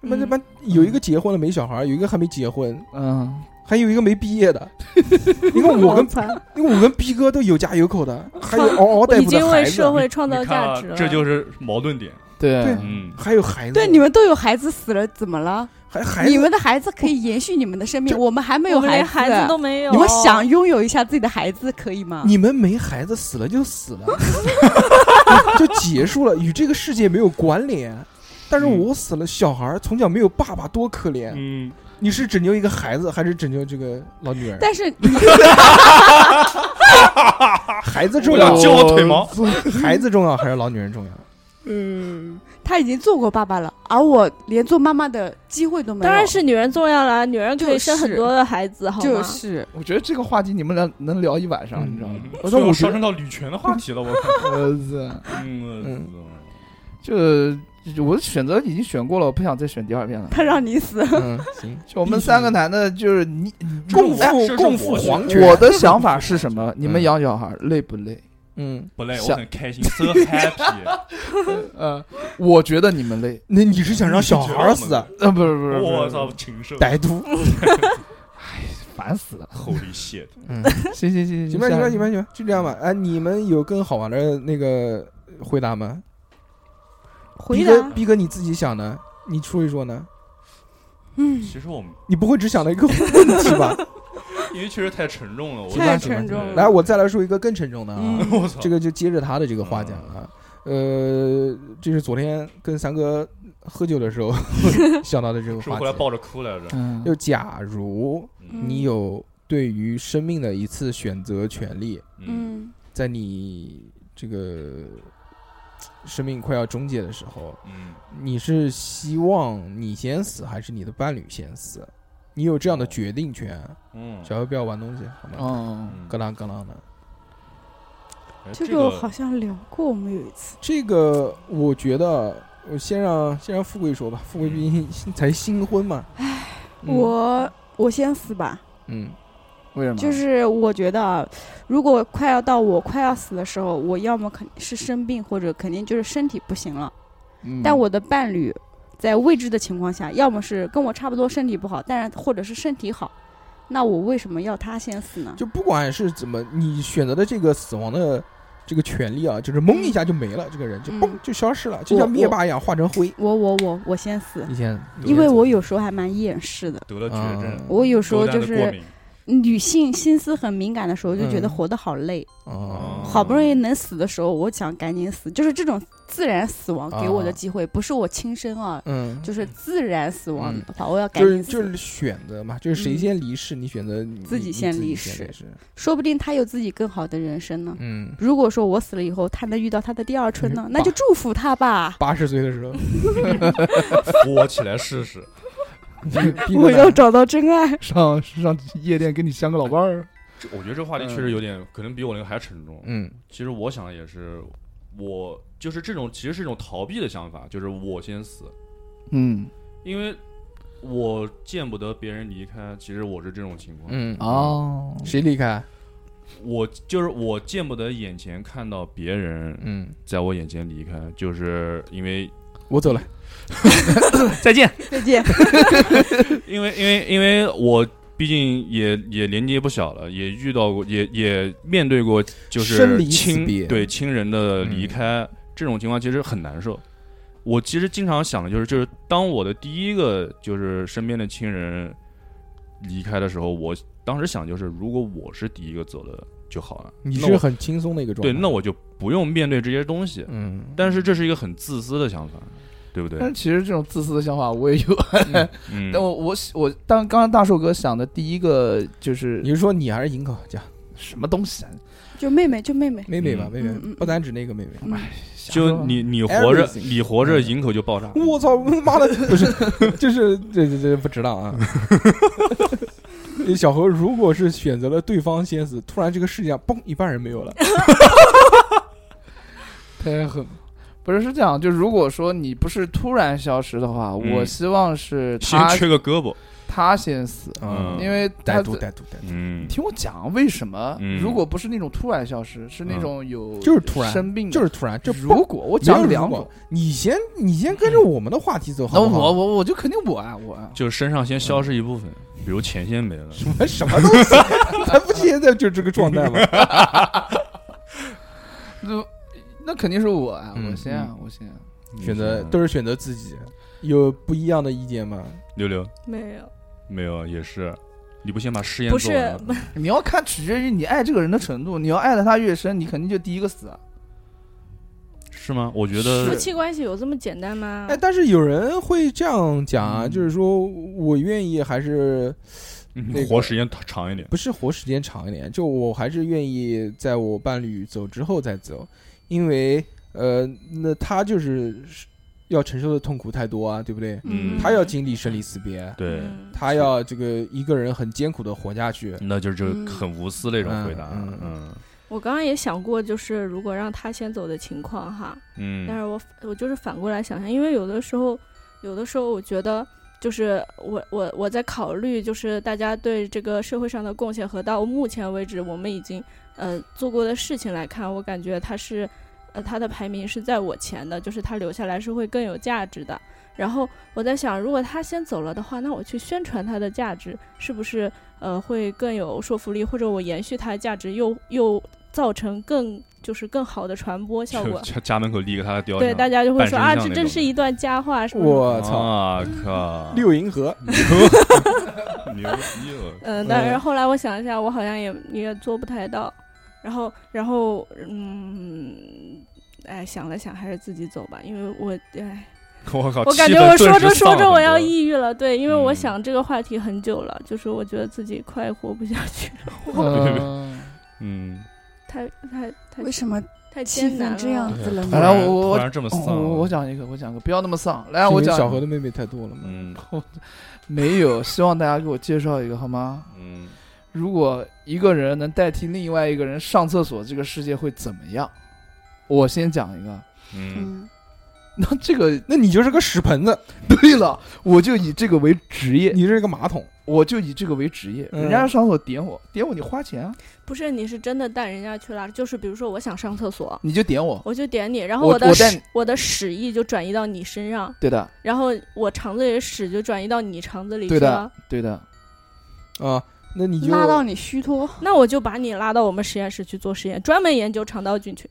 Speaker 1: 他
Speaker 6: 嗯
Speaker 1: 妈他妈有一个结婚了没小孩，有一个还没结婚，
Speaker 2: 嗯，
Speaker 1: 还有一个没毕业的。 你看我跟嗯
Speaker 5: 惨，
Speaker 1: 因为我跟逼哥都有家有口 的，还有嗷嗷待
Speaker 5: 已
Speaker 1: 哺的
Speaker 5: 经
Speaker 1: 孩
Speaker 5: 为
Speaker 1: 子啊
Speaker 5: 社，会创
Speaker 4: 你
Speaker 5: 造
Speaker 4: 看
Speaker 5: 价
Speaker 4: 啊
Speaker 5: 值了，
Speaker 4: 这就是矛盾点，
Speaker 2: 对
Speaker 1: 对
Speaker 4: 嗯，
Speaker 1: 还有孩子，啊
Speaker 3: 对，你们都有孩子死了，怎么了？
Speaker 1: 还孩
Speaker 3: 你
Speaker 1: 子，
Speaker 3: 们的孩子可以延续你们的生
Speaker 1: 这
Speaker 3: 命，我们还没
Speaker 5: 我
Speaker 3: 有
Speaker 5: 们连孩子啊
Speaker 3: 子
Speaker 5: 都没有。
Speaker 3: 你们想拥有一下自己的孩子，可以吗？
Speaker 1: 你们没孩子死了就死了， 就结束了，与这个世界没有关联。但是我死了，小孩儿从小没有爸爸，多可怜！
Speaker 4: 嗯，
Speaker 1: 你是拯救一个孩子，还是拯救这个老女人？
Speaker 3: 但是
Speaker 1: 孩子重
Speaker 4: 我
Speaker 1: 要
Speaker 4: 想，揪我腿毛，
Speaker 1: 孩子重要还是老女人 重要？
Speaker 5: 嗯，
Speaker 3: 他已经做过爸爸了，而我连做妈妈的机会都没有。
Speaker 5: 当然是女人重要了，女人可
Speaker 3: 就是
Speaker 5: 以生很多的孩子，好
Speaker 3: 就
Speaker 5: 吗？
Speaker 3: 是
Speaker 2: 我觉得这个话题你们俩能聊一晚上，
Speaker 1: 嗯
Speaker 2: 你知道吗？
Speaker 1: 我
Speaker 4: 最
Speaker 1: 说
Speaker 4: 后
Speaker 1: 我
Speaker 4: 上
Speaker 1: 觉得
Speaker 4: 升到女权的话题了，我
Speaker 2: 我
Speaker 4: 靠，
Speaker 2: 操，
Speaker 4: 嗯
Speaker 1: 嗯
Speaker 4: 我操。
Speaker 2: 就就我选择已经选过了，我不想再选第二遍了。
Speaker 6: 他让你死，
Speaker 1: 嗯，行，
Speaker 2: 就我们三个男的，就是你
Speaker 1: 共
Speaker 4: 哎
Speaker 1: 赴
Speaker 4: 是
Speaker 1: 共
Speaker 4: 是
Speaker 1: 赴
Speaker 4: 我
Speaker 1: 黄
Speaker 4: 觉
Speaker 1: 泉。
Speaker 4: 得
Speaker 2: 我的想法是什么？你们养小孩累不累？
Speaker 1: 嗯，
Speaker 4: 不累，我
Speaker 2: 想
Speaker 4: 很开心，so happy。
Speaker 2: 呃，我觉得你们累。
Speaker 1: 那你是想让小孩儿死？啊
Speaker 2: 呃，不是不是，不是
Speaker 4: 我操，，禽兽，
Speaker 1: 歹徒。
Speaker 2: 烦死了！
Speaker 4: ，Holy shit！
Speaker 1: 嗯。
Speaker 2: 行行行
Speaker 1: 行
Speaker 2: 行
Speaker 1: 吧，行吧，行
Speaker 2: 吧，
Speaker 1: 吧，行吧，就这样吧。哎，你们有更好玩的那个回答吗？
Speaker 6: 回
Speaker 1: 逼哥，
Speaker 6: 答
Speaker 1: 逼哥你自己想呢？你说一说呢？
Speaker 3: 嗯
Speaker 4: 其实我们
Speaker 1: 你不会只想到一个问题吧？
Speaker 4: 因为确实太沉重了， 我
Speaker 6: 太沉重了
Speaker 1: 来，我再来说一个更沉重的啊，
Speaker 3: 嗯
Speaker 4: 我操，
Speaker 1: 这个就接着他的这个话讲啊。
Speaker 4: 嗯
Speaker 1: 呃，这是昨天跟三哥喝酒的 时候想到的这个
Speaker 4: 是不
Speaker 1: 话
Speaker 4: 是回来
Speaker 1: 题。
Speaker 4: 抱着哭来着？
Speaker 2: 嗯，
Speaker 1: 就假如
Speaker 4: 嗯
Speaker 1: 你有对于生命的一次选择权利，
Speaker 4: 嗯
Speaker 6: 嗯
Speaker 1: 在你这个生命快要终结的时候，
Speaker 4: 嗯，
Speaker 1: 你是希望你先死，还是你的伴侣先死？你有这样的决定权。
Speaker 4: 嗯
Speaker 1: 小何不要玩东西，好吗？
Speaker 2: 哦，
Speaker 4: 嗯
Speaker 1: 咯啷咯啷的。
Speaker 4: 哎
Speaker 1: 呃
Speaker 6: 这
Speaker 4: 个
Speaker 6: 个好像聊过，我们有一次。
Speaker 1: 这个我觉得，我先让先让富贵说吧，富贵毕竟才新婚嘛。嗯
Speaker 6: 嗯我我先死吧，
Speaker 1: 嗯
Speaker 2: 为什么？
Speaker 6: 就是我觉得啊，如果快要到我快要死的时候，我要么肯是生病，或者肯定就是身体不行了。
Speaker 2: 嗯，
Speaker 6: 但我的伴侣在未知的情况下，要么是跟我差不多身体不好，但是或者是身体好，那我为什么要他先死呢？
Speaker 1: 就不管是怎么，你选择的这个死亡的这个权利啊，就是蒙一下就没了，这个人就
Speaker 6: 嗯
Speaker 1: 嘣就消失了，就像灭霸一样化成灰。
Speaker 6: 我我我我先死，
Speaker 1: 以前
Speaker 6: 因为我有时候还蛮厌世
Speaker 1: 嗯
Speaker 6: 的。
Speaker 4: 得了绝症，
Speaker 6: 我有时候
Speaker 4: 狗
Speaker 6: 就
Speaker 4: 蛋的过
Speaker 6: 是
Speaker 4: 敏
Speaker 6: 女性心思很敏感的时候，就觉得
Speaker 1: 嗯
Speaker 6: 活得好累。
Speaker 1: 哦，
Speaker 6: 好不容易能死的时候，我想赶紧死，就是这种自然死亡给我的
Speaker 1: 啊
Speaker 6: 机会，不是我亲生啊，
Speaker 1: 嗯，
Speaker 6: 就是自然死亡
Speaker 1: 嗯
Speaker 6: 的话，我要赶
Speaker 1: 就是
Speaker 6: 紧死。
Speaker 1: 就是选择嘛，就是谁
Speaker 6: 嗯
Speaker 1: 先离世，你选择你
Speaker 6: 自己
Speaker 1: 你
Speaker 6: 先
Speaker 1: 离
Speaker 6: 离世说不定他有自己更好的人生呢。
Speaker 1: 嗯，
Speaker 6: 如果说我死了以后，他能遇到他的第二春呢
Speaker 1: 嗯，
Speaker 6: 那就祝福他吧。
Speaker 1: 八十岁 的时候，嗯
Speaker 4: 活起来试试。
Speaker 1: 屁股
Speaker 6: 我要
Speaker 1: 大
Speaker 6: 找到真爱。
Speaker 2: 上上夜店跟你相个老伴儿，
Speaker 4: 这我觉得这话题确实有点，可能比我那个还沉重。
Speaker 1: 嗯
Speaker 4: 其实我想的也是，我就是这种，其实是一种逃避的想法，就是我先死，
Speaker 2: 嗯
Speaker 4: 因为我见不得别人离开。其实我是这种情况，
Speaker 1: 嗯，
Speaker 2: 哦，
Speaker 1: 谁离开？啊
Speaker 4: 我就是我见不得眼前看到别人
Speaker 1: 嗯，
Speaker 4: 在我眼前离开，就是因为
Speaker 1: 我走了。
Speaker 2: 再见，
Speaker 6: 再见。
Speaker 4: 因为因为因为我毕竟也也年纪也不小了，也遇到过，也也面对过，就
Speaker 1: 生
Speaker 4: 是
Speaker 1: 离死别嗯
Speaker 4: 亲对亲人的离开、这种情况，其实很难受。我其实经常想的就是，就是当我的第一个就是身边的亲人离开的时候，我当时想就是，如果我是第一个走的就好了，
Speaker 1: 你
Speaker 4: 那
Speaker 1: 是
Speaker 4: 我
Speaker 1: 很轻松的一个状态。
Speaker 4: 对，那我就不用面对这些东西。
Speaker 1: 嗯，
Speaker 4: 但是这是一个很自私的想法，对不对
Speaker 2: 但？其实这种自私的想法我也有，
Speaker 4: 嗯，
Speaker 2: 但我我我当刚刚大寿哥想的第一个就是
Speaker 1: 你是说你还是银口讲
Speaker 2: 什么东西啊？
Speaker 6: 就妹妹，就妹妹。
Speaker 1: 妹妹吧，
Speaker 4: 嗯
Speaker 1: 妹妹
Speaker 6: 嗯嗯
Speaker 1: 不单指那个妹哎妹。
Speaker 4: 就你你活着，
Speaker 1: Everything 嗯
Speaker 4: 你活着，营口就爆炸。
Speaker 1: 我操，妈 的，不是，就是 这这这不值当啊！ 小何如果是选择了对方先死，突然这个世界上嘣一半人没有了，
Speaker 2: 太狠。不是是这样，就如果说你不是突然消失的话，
Speaker 4: 嗯
Speaker 2: 我希望是
Speaker 4: 先
Speaker 2: 他
Speaker 4: 缺个胳膊，
Speaker 2: 他先死，
Speaker 4: 嗯
Speaker 2: 因为他
Speaker 1: 歹毒歹毒歹毒，
Speaker 4: 嗯，
Speaker 2: 听我讲，为什么？
Speaker 4: 嗯
Speaker 2: 如果不是那种突然消失，是那种有
Speaker 1: 嗯就是突然
Speaker 2: 生病的，
Speaker 1: 就是突然这嘣
Speaker 2: 如果我
Speaker 1: 没有
Speaker 2: 讲两
Speaker 1: 如果
Speaker 2: 种，
Speaker 1: 你先你先跟着我们的话题走，
Speaker 2: 那
Speaker 1: 好不
Speaker 2: 我
Speaker 1: 好？
Speaker 2: 我我就肯定我啊我啊
Speaker 4: 就是身上先消失一部分，比如钱先没了，
Speaker 1: 什么什么东西？ 还不现在就这个状态吗？
Speaker 2: 那那肯定是我啊，
Speaker 1: 嗯
Speaker 2: 我先啊我先啊，
Speaker 4: 嗯
Speaker 1: 选择都是选择自己，有不一样的意见吗？
Speaker 4: 六六
Speaker 5: 没有，
Speaker 4: 没有，啊也是，你不先把实验
Speaker 5: 不
Speaker 4: 做
Speaker 5: 是
Speaker 4: 完吗
Speaker 2: 你要看取决于你爱这个人的程度，你要爱的他越深，你肯定就第一个死啊。
Speaker 4: 是吗？我觉
Speaker 5: 夫
Speaker 4: 得
Speaker 5: 妻关系有这么简单吗
Speaker 1: 哎，？但是有人会这样讲啊，
Speaker 2: 嗯
Speaker 1: 就是说我愿意还是
Speaker 4: 嗯
Speaker 1: 那个
Speaker 4: 活时间长一点，
Speaker 1: 不是活时间长一点，就我还是愿意在我伴侣走之后再走，因为呃，那他就是要承受的痛苦太多啊，对不对？
Speaker 4: 嗯
Speaker 1: 他要经历生离死别，
Speaker 4: 对，
Speaker 5: 嗯
Speaker 1: 他要这个一个人很艰苦的活下去。
Speaker 4: 那就是就
Speaker 6: 嗯
Speaker 4: 很无私的一种回答，
Speaker 1: 嗯
Speaker 4: 嗯
Speaker 5: 我刚刚也想过，就是如果让他先走的情况哈，但
Speaker 4: 嗯，
Speaker 5: 是我我就是反过来想想，因为有的时候，有的时候我觉得。就是我我我在考虑，就是大家对这个社会上的贡献和到目前为止我们已经呃做过的事情来看，我感觉他是呃他的排名是在我前的，就是他留下来是会更有价值的。然后我在想，如果他先走了的话，那我去宣传他的价值，是不是呃会更有说服力，或者我延续他的价值又又造成更就是更好的传播效
Speaker 4: 就
Speaker 5: 果。
Speaker 4: 家家门口立个他的雕像，
Speaker 5: 对，大家就会
Speaker 4: 半
Speaker 5: 说
Speaker 4: 身
Speaker 5: 啊，
Speaker 4: 像
Speaker 5: 这
Speaker 4: 那
Speaker 5: 真
Speaker 4: 种
Speaker 5: 是一段佳话，什么什么
Speaker 1: 我操，
Speaker 4: 啊靠，
Speaker 1: 六银河
Speaker 4: 牛逼了！
Speaker 5: 嗯，但是
Speaker 1: 嗯
Speaker 5: 后来我想一下，我好像也也做不太到。然后，然后，嗯，哎，想了想，还是自己走吧，因为我，哎，
Speaker 4: 我靠，
Speaker 5: 我
Speaker 4: 哦
Speaker 5: 感
Speaker 4: 气
Speaker 5: 觉
Speaker 4: 氛
Speaker 5: 我
Speaker 4: 顿
Speaker 5: 说
Speaker 4: 时
Speaker 5: 着说
Speaker 4: 丧
Speaker 5: 着
Speaker 4: 了
Speaker 5: 我
Speaker 4: 很
Speaker 5: 要
Speaker 4: 多
Speaker 5: 抑郁了，对，因为我
Speaker 4: 嗯
Speaker 5: 想这个话题很久了，就是我觉得自己快活不下去了，
Speaker 1: 呃
Speaker 2: 嗯，
Speaker 4: 嗯，
Speaker 5: 太太太
Speaker 3: 为什么
Speaker 5: 太
Speaker 3: 气
Speaker 5: 艰难
Speaker 3: 氛
Speaker 5: 了
Speaker 3: 这样子了
Speaker 4: 突
Speaker 3: 呢？
Speaker 2: 哎来
Speaker 4: 然
Speaker 2: 我
Speaker 4: 突
Speaker 2: 我
Speaker 4: 然这么丧
Speaker 2: 我
Speaker 4: 了，
Speaker 2: 我讲一个，我讲一个，不要那么丧。来，哎我
Speaker 1: 是因为
Speaker 2: 讲
Speaker 1: 小何的妹妹太多了嘛。
Speaker 4: 嗯
Speaker 2: 没有，希望大家给我介绍一个好吗？
Speaker 4: 嗯，
Speaker 2: 如果一个人能代替另外一个人上厕所，这个世界会怎么样？我先讲一个。
Speaker 4: 嗯，
Speaker 3: 嗯，
Speaker 2: 那这个
Speaker 1: 那你就是个屎盆子，
Speaker 2: 对了，我就以这个为职业，
Speaker 1: 你是个马桶，
Speaker 2: 我就以这个为职业。
Speaker 1: 嗯
Speaker 2: 人家上厕所点我，点我你花钱啊，
Speaker 5: 不是，你是真的带人家去拉，就是比如说我想上厕
Speaker 4: 哦
Speaker 5: 所，
Speaker 2: 你就点我。
Speaker 5: 我就点你，然后
Speaker 2: 我
Speaker 5: 的
Speaker 2: 我带
Speaker 5: 屎我的屎意就转移到你身上，
Speaker 2: 对的，
Speaker 5: 然后我肠子里的屎就转移到你肠子里去
Speaker 2: 对的
Speaker 5: 了，
Speaker 2: 对的，
Speaker 1: 啊，那你就
Speaker 3: 嗯拉到你虚脱，
Speaker 5: 那我就把你拉到我们实验室去做实验，专门研究肠道菌群。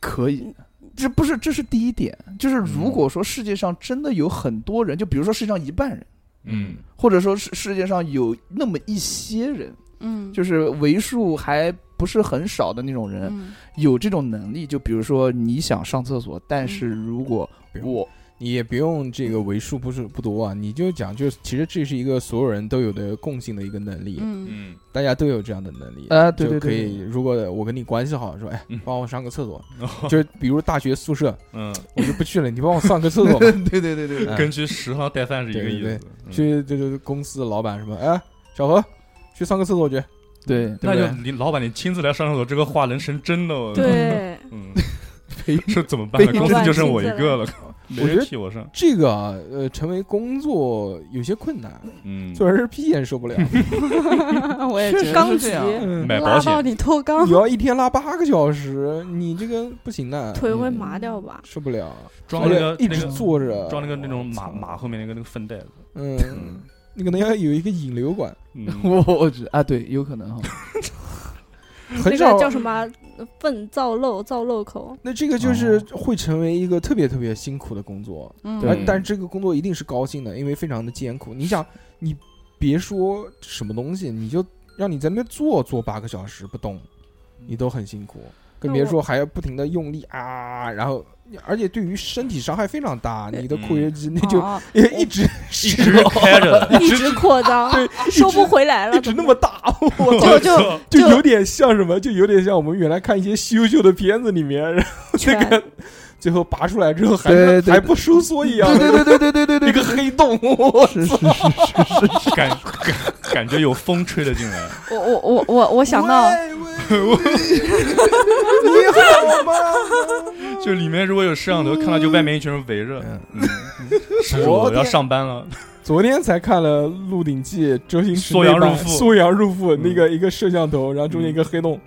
Speaker 2: 可以。这不是，这是第一点，就是如果说世界上真的有很多人，就比如说世界上一半人，
Speaker 4: 嗯，
Speaker 2: 或者说是世界上有那么一些人，
Speaker 3: 嗯，
Speaker 2: 就是为数还不是很少的那种人，
Speaker 3: 嗯
Speaker 2: 有这种能力。就比如说你想上厕所，但是如果我
Speaker 1: 你也不用这个为数不是不多啊，你就讲，就是其实这是一个所有人都有的共性的一个能力，
Speaker 3: 嗯
Speaker 4: 嗯
Speaker 1: 大家都有这样的能力。
Speaker 2: 啊，对对
Speaker 1: 就可以。
Speaker 2: 对，
Speaker 1: 如果我跟你关系好，说哎
Speaker 4: 嗯，
Speaker 1: 帮我上个厕 所，
Speaker 4: 嗯
Speaker 1: 就比如大学宿舍，
Speaker 4: 嗯，
Speaker 1: 我就不去了，你帮我上个厕所吧。
Speaker 2: 对对对对对，
Speaker 1: 哎
Speaker 4: 跟去食堂带饭是一个
Speaker 1: 对
Speaker 4: 意
Speaker 1: 对
Speaker 4: 思。嗯
Speaker 1: 去这个公司老板什么，哎，小何去上个厕所去。
Speaker 2: 对
Speaker 1: 对
Speaker 4: 那
Speaker 1: 不
Speaker 4: 就
Speaker 1: 对
Speaker 4: 你老板你亲自来上厕所，这个话能成真的哦。，
Speaker 5: 对，
Speaker 4: 嗯，
Speaker 2: 陪
Speaker 4: 这怎么办呢？
Speaker 2: 被
Speaker 4: 公
Speaker 5: 老
Speaker 4: 司
Speaker 5: 板
Speaker 4: 就剩
Speaker 5: 亲
Speaker 4: 我一
Speaker 5: 自
Speaker 4: 个了，没
Speaker 1: 我觉
Speaker 4: 人
Speaker 1: 得
Speaker 4: 替我上。
Speaker 1: 这个啊，呃，成为工作有些困难，啊
Speaker 4: 嗯，
Speaker 1: 做人是屁眼受 不了。
Speaker 3: 我也觉
Speaker 2: 确实
Speaker 3: 得
Speaker 2: 是这样
Speaker 1: 嗯
Speaker 4: 买保
Speaker 3: 嗯拉到
Speaker 4: 险，
Speaker 3: 你脱肛
Speaker 1: 你，要一天拉八个小时，你这个不行的，
Speaker 5: 腿会
Speaker 1: 嗯
Speaker 5: 麻掉吧？
Speaker 1: 受不了。
Speaker 4: 装
Speaker 1: 而
Speaker 4: 那
Speaker 1: 且
Speaker 4: 个
Speaker 1: 一
Speaker 4: 那
Speaker 1: 直
Speaker 4: 个
Speaker 1: 坐着，嗯
Speaker 4: 装那个那种马
Speaker 1: 操
Speaker 4: 马后面那个那个粪袋子。
Speaker 1: 嗯，你可能要有一个引流管，
Speaker 4: 嗯，
Speaker 2: 我我知啊，对，有可能哈。
Speaker 1: 很
Speaker 5: 嗯那
Speaker 1: 少
Speaker 5: 个叫。什么呃粪造漏造漏口，
Speaker 1: 那这个就是会成为一个特别特别辛苦的工作，
Speaker 3: 嗯
Speaker 1: 而
Speaker 4: 哦对嗯
Speaker 1: 但这个工作一定是高兴的，因为非常的艰苦。你想，你别说什么东西，你就让你在那边坐坐八个小时不动，
Speaker 4: 嗯
Speaker 1: 你都很辛苦，更
Speaker 5: 那
Speaker 1: 别
Speaker 5: 我
Speaker 1: 说还要不停的用力啊，然后而且对于身体伤害非常大，你的括约
Speaker 5: 嗯
Speaker 1: 肌那 就
Speaker 3: 哦
Speaker 1: 也一直
Speaker 4: 一直哦开着的，
Speaker 5: 一直扩张，收不回来了，
Speaker 1: 一直那么大，我
Speaker 3: 就就
Speaker 1: 就有点像什么，就有点像我们原来看一些羞羞的片子里面，然后
Speaker 5: 全
Speaker 1: 那个最后拔出来之后还
Speaker 2: 对对对
Speaker 1: 还不收缩一样，
Speaker 2: 对对对对对对对
Speaker 1: 一个黑洞，我
Speaker 2: 是 是是是是，
Speaker 4: 感感感觉有风吹了进来。
Speaker 3: 我哦我我我我想到，
Speaker 1: 你好吗？
Speaker 4: 就里面如果有摄像头，看到就外面一群人围着，
Speaker 1: 嗯
Speaker 4: 嗯， 是我要上班了，
Speaker 1: 昨天才看了《鹿鼎记》周星驰
Speaker 4: 缩
Speaker 1: 那
Speaker 4: 阳入
Speaker 1: 版
Speaker 4: 腹
Speaker 1: 缩阳入腹
Speaker 4: 嗯
Speaker 1: 那个一个摄像头，然后中间一个黑洞，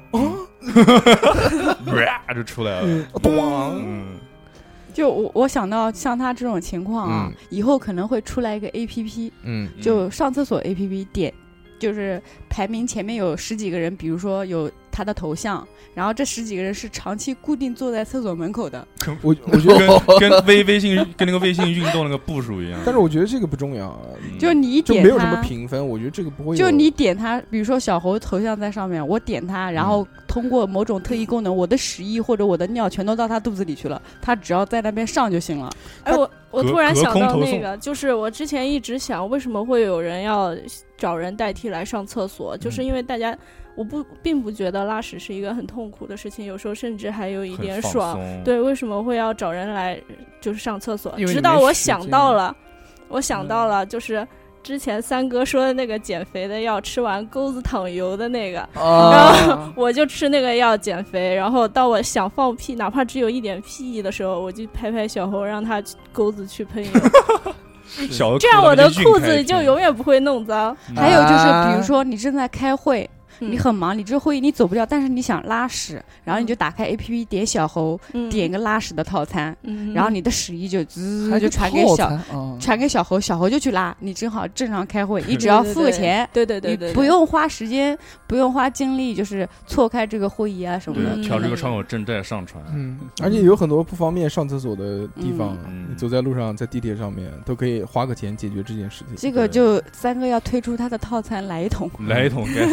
Speaker 4: 啪就出来了，
Speaker 1: 嗯咚，
Speaker 4: 嗯，
Speaker 3: 就我我想到像他这种情况啊
Speaker 1: 嗯，
Speaker 3: 以后可能会出来一个 A P P，
Speaker 1: 嗯
Speaker 3: 就上厕所 A P P 点，就是排名前面有十几个人，比如说有他的头像，然后这十几个人是长期固定坐在厕所门口的。
Speaker 1: 我我觉得，
Speaker 4: 跟跟微微信跟那个微信运动那个步数一样，
Speaker 1: 但是我觉得这个不重要啊，
Speaker 4: 嗯
Speaker 3: 就你
Speaker 1: 就
Speaker 3: 点
Speaker 1: 没有什么
Speaker 3: 他
Speaker 1: 评分，我觉得这个不会有。
Speaker 3: 就你点他，比如说小猴头像在上面，我点他，然后通过某种特异功能，我的屎意或者我的尿全都到他肚子里去了，他只要在那边上就行了。
Speaker 5: 哎，我我
Speaker 4: 隔
Speaker 5: 突然
Speaker 4: 隔
Speaker 5: 想
Speaker 4: 空
Speaker 5: 到
Speaker 4: 投
Speaker 5: 那
Speaker 4: 送
Speaker 5: 个，就是我之前一直想，为什么会有人要找人代替来上厕所？就是
Speaker 1: 嗯
Speaker 5: 因为大家，我不并不觉得拉屎是一个很痛苦的事情，有时候甚至还有一点
Speaker 4: 很放
Speaker 5: 爽。
Speaker 4: 松，
Speaker 5: 对，为什么会要找人来就是上厕所？
Speaker 2: 因为你
Speaker 5: 直
Speaker 2: 没
Speaker 5: 到我
Speaker 2: 时
Speaker 5: 想
Speaker 2: 间
Speaker 5: 到了，我想到
Speaker 4: 嗯
Speaker 5: 了，就是之前三哥说的那个减肥的药，吃完钩子淌油的那个，
Speaker 2: 啊，
Speaker 5: 我就吃那个药减肥，然后到我想放屁，哪怕只有一点屁意的时候，我就拍拍小猴，让他去钩子去 喷油，
Speaker 4: 小的
Speaker 5: 这样
Speaker 4: 裤
Speaker 5: 我
Speaker 4: 子
Speaker 5: 的
Speaker 4: 就
Speaker 5: 裤
Speaker 4: 晕开
Speaker 5: 子就永远不会弄脏。
Speaker 4: 嗯
Speaker 3: 还有就是，
Speaker 2: 啊
Speaker 3: 比如说你正在开会，
Speaker 6: 你很忙，你这会议你走不掉，但是你想拉屎，然后你就打开 APP 点小猴，
Speaker 5: 嗯
Speaker 6: 点一，个拉屎的套餐，
Speaker 5: 嗯
Speaker 6: 然后你的屎意就滋
Speaker 2: 还
Speaker 6: 就传给小
Speaker 2: 哦、
Speaker 6: 传给小猴，小猴就去拉，你正好正常开会，你
Speaker 5: 对
Speaker 6: 只要
Speaker 5: 对
Speaker 6: 付个
Speaker 5: 对
Speaker 6: 钱。
Speaker 5: 对对对对，
Speaker 6: 你
Speaker 5: 对
Speaker 6: 不。用花时间，不用花精力，就是错开这个会议啊什么的。
Speaker 5: 嗯
Speaker 4: 对，调这个窗口正在上传，
Speaker 1: 嗯，而且有很多不方便上厕所的地方，
Speaker 4: 嗯
Speaker 1: 你走在路上，在地铁上面都可以花个钱解决这件事情。
Speaker 6: 这个就三哥要推出他的套餐来一桶，
Speaker 4: 来一桶 该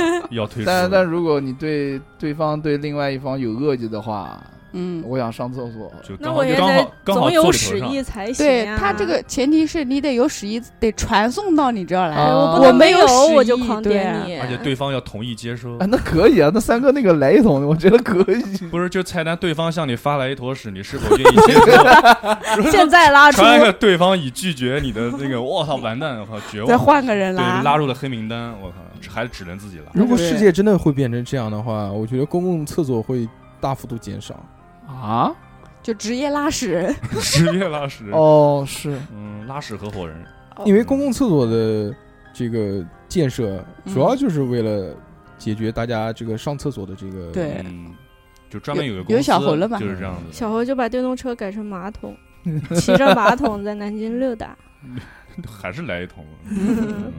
Speaker 4: 要退出了。
Speaker 2: 但但如果你对对方对另外一方有恶意的话，
Speaker 6: 嗯，
Speaker 2: 我想上厕所，
Speaker 4: 就
Speaker 5: 那
Speaker 4: 刚好
Speaker 5: 我也
Speaker 4: 就刚
Speaker 5: 得
Speaker 4: 好刚好坐
Speaker 5: 总有
Speaker 4: 你头
Speaker 5: 屎
Speaker 4: 上
Speaker 5: 意才行啊
Speaker 6: 对
Speaker 5: 呀
Speaker 6: 他这个前提是你得有屎意，得传送到你这儿来。
Speaker 2: 啊
Speaker 5: 我不
Speaker 2: 我
Speaker 5: 能
Speaker 6: 没
Speaker 5: 没
Speaker 6: 有
Speaker 5: 有我
Speaker 6: 屎
Speaker 5: 就
Speaker 6: 意
Speaker 5: 狂
Speaker 6: 对
Speaker 5: 点
Speaker 6: 啊
Speaker 5: 你，
Speaker 4: 而且对方要同意接收
Speaker 1: 嗯
Speaker 2: 啊，，那可以啊，那三哥那个来一桶，我觉得可以。
Speaker 4: 不是就菜单对方向你发来一坨屎，你是否愿意 接受？
Speaker 6: 现在拉出，
Speaker 4: 传一个对方已拒绝你的那个，我操，完蛋，我靠，绝
Speaker 6: 再
Speaker 4: 望，
Speaker 6: 换个人
Speaker 4: 对，
Speaker 6: 拉。
Speaker 4: 拉入了黑名单，我靠，还只能自己拉。
Speaker 1: 如果
Speaker 2: 对
Speaker 1: 世界真的会变成这样的话，我觉得公共厕所会大幅度减少。
Speaker 2: 啊？
Speaker 6: 就职业拉屎 人，
Speaker 4: 职业拉 屎，
Speaker 2: 哦，是，
Speaker 4: 嗯，拉屎合伙人，
Speaker 1: 因为公共厕所的这个建设，
Speaker 6: 嗯
Speaker 1: 主要就是为了解决大家这个上厕所的这个
Speaker 6: 对
Speaker 4: 嗯，就专门有个
Speaker 6: 有
Speaker 4: 公司
Speaker 6: 小猴了吧
Speaker 4: 就是这样子，
Speaker 5: 小猴就把电动车改成马桶， 骑着马桶在南京溜达。
Speaker 4: 还是来一 桶，
Speaker 5: 嗯
Speaker 4: 嗯，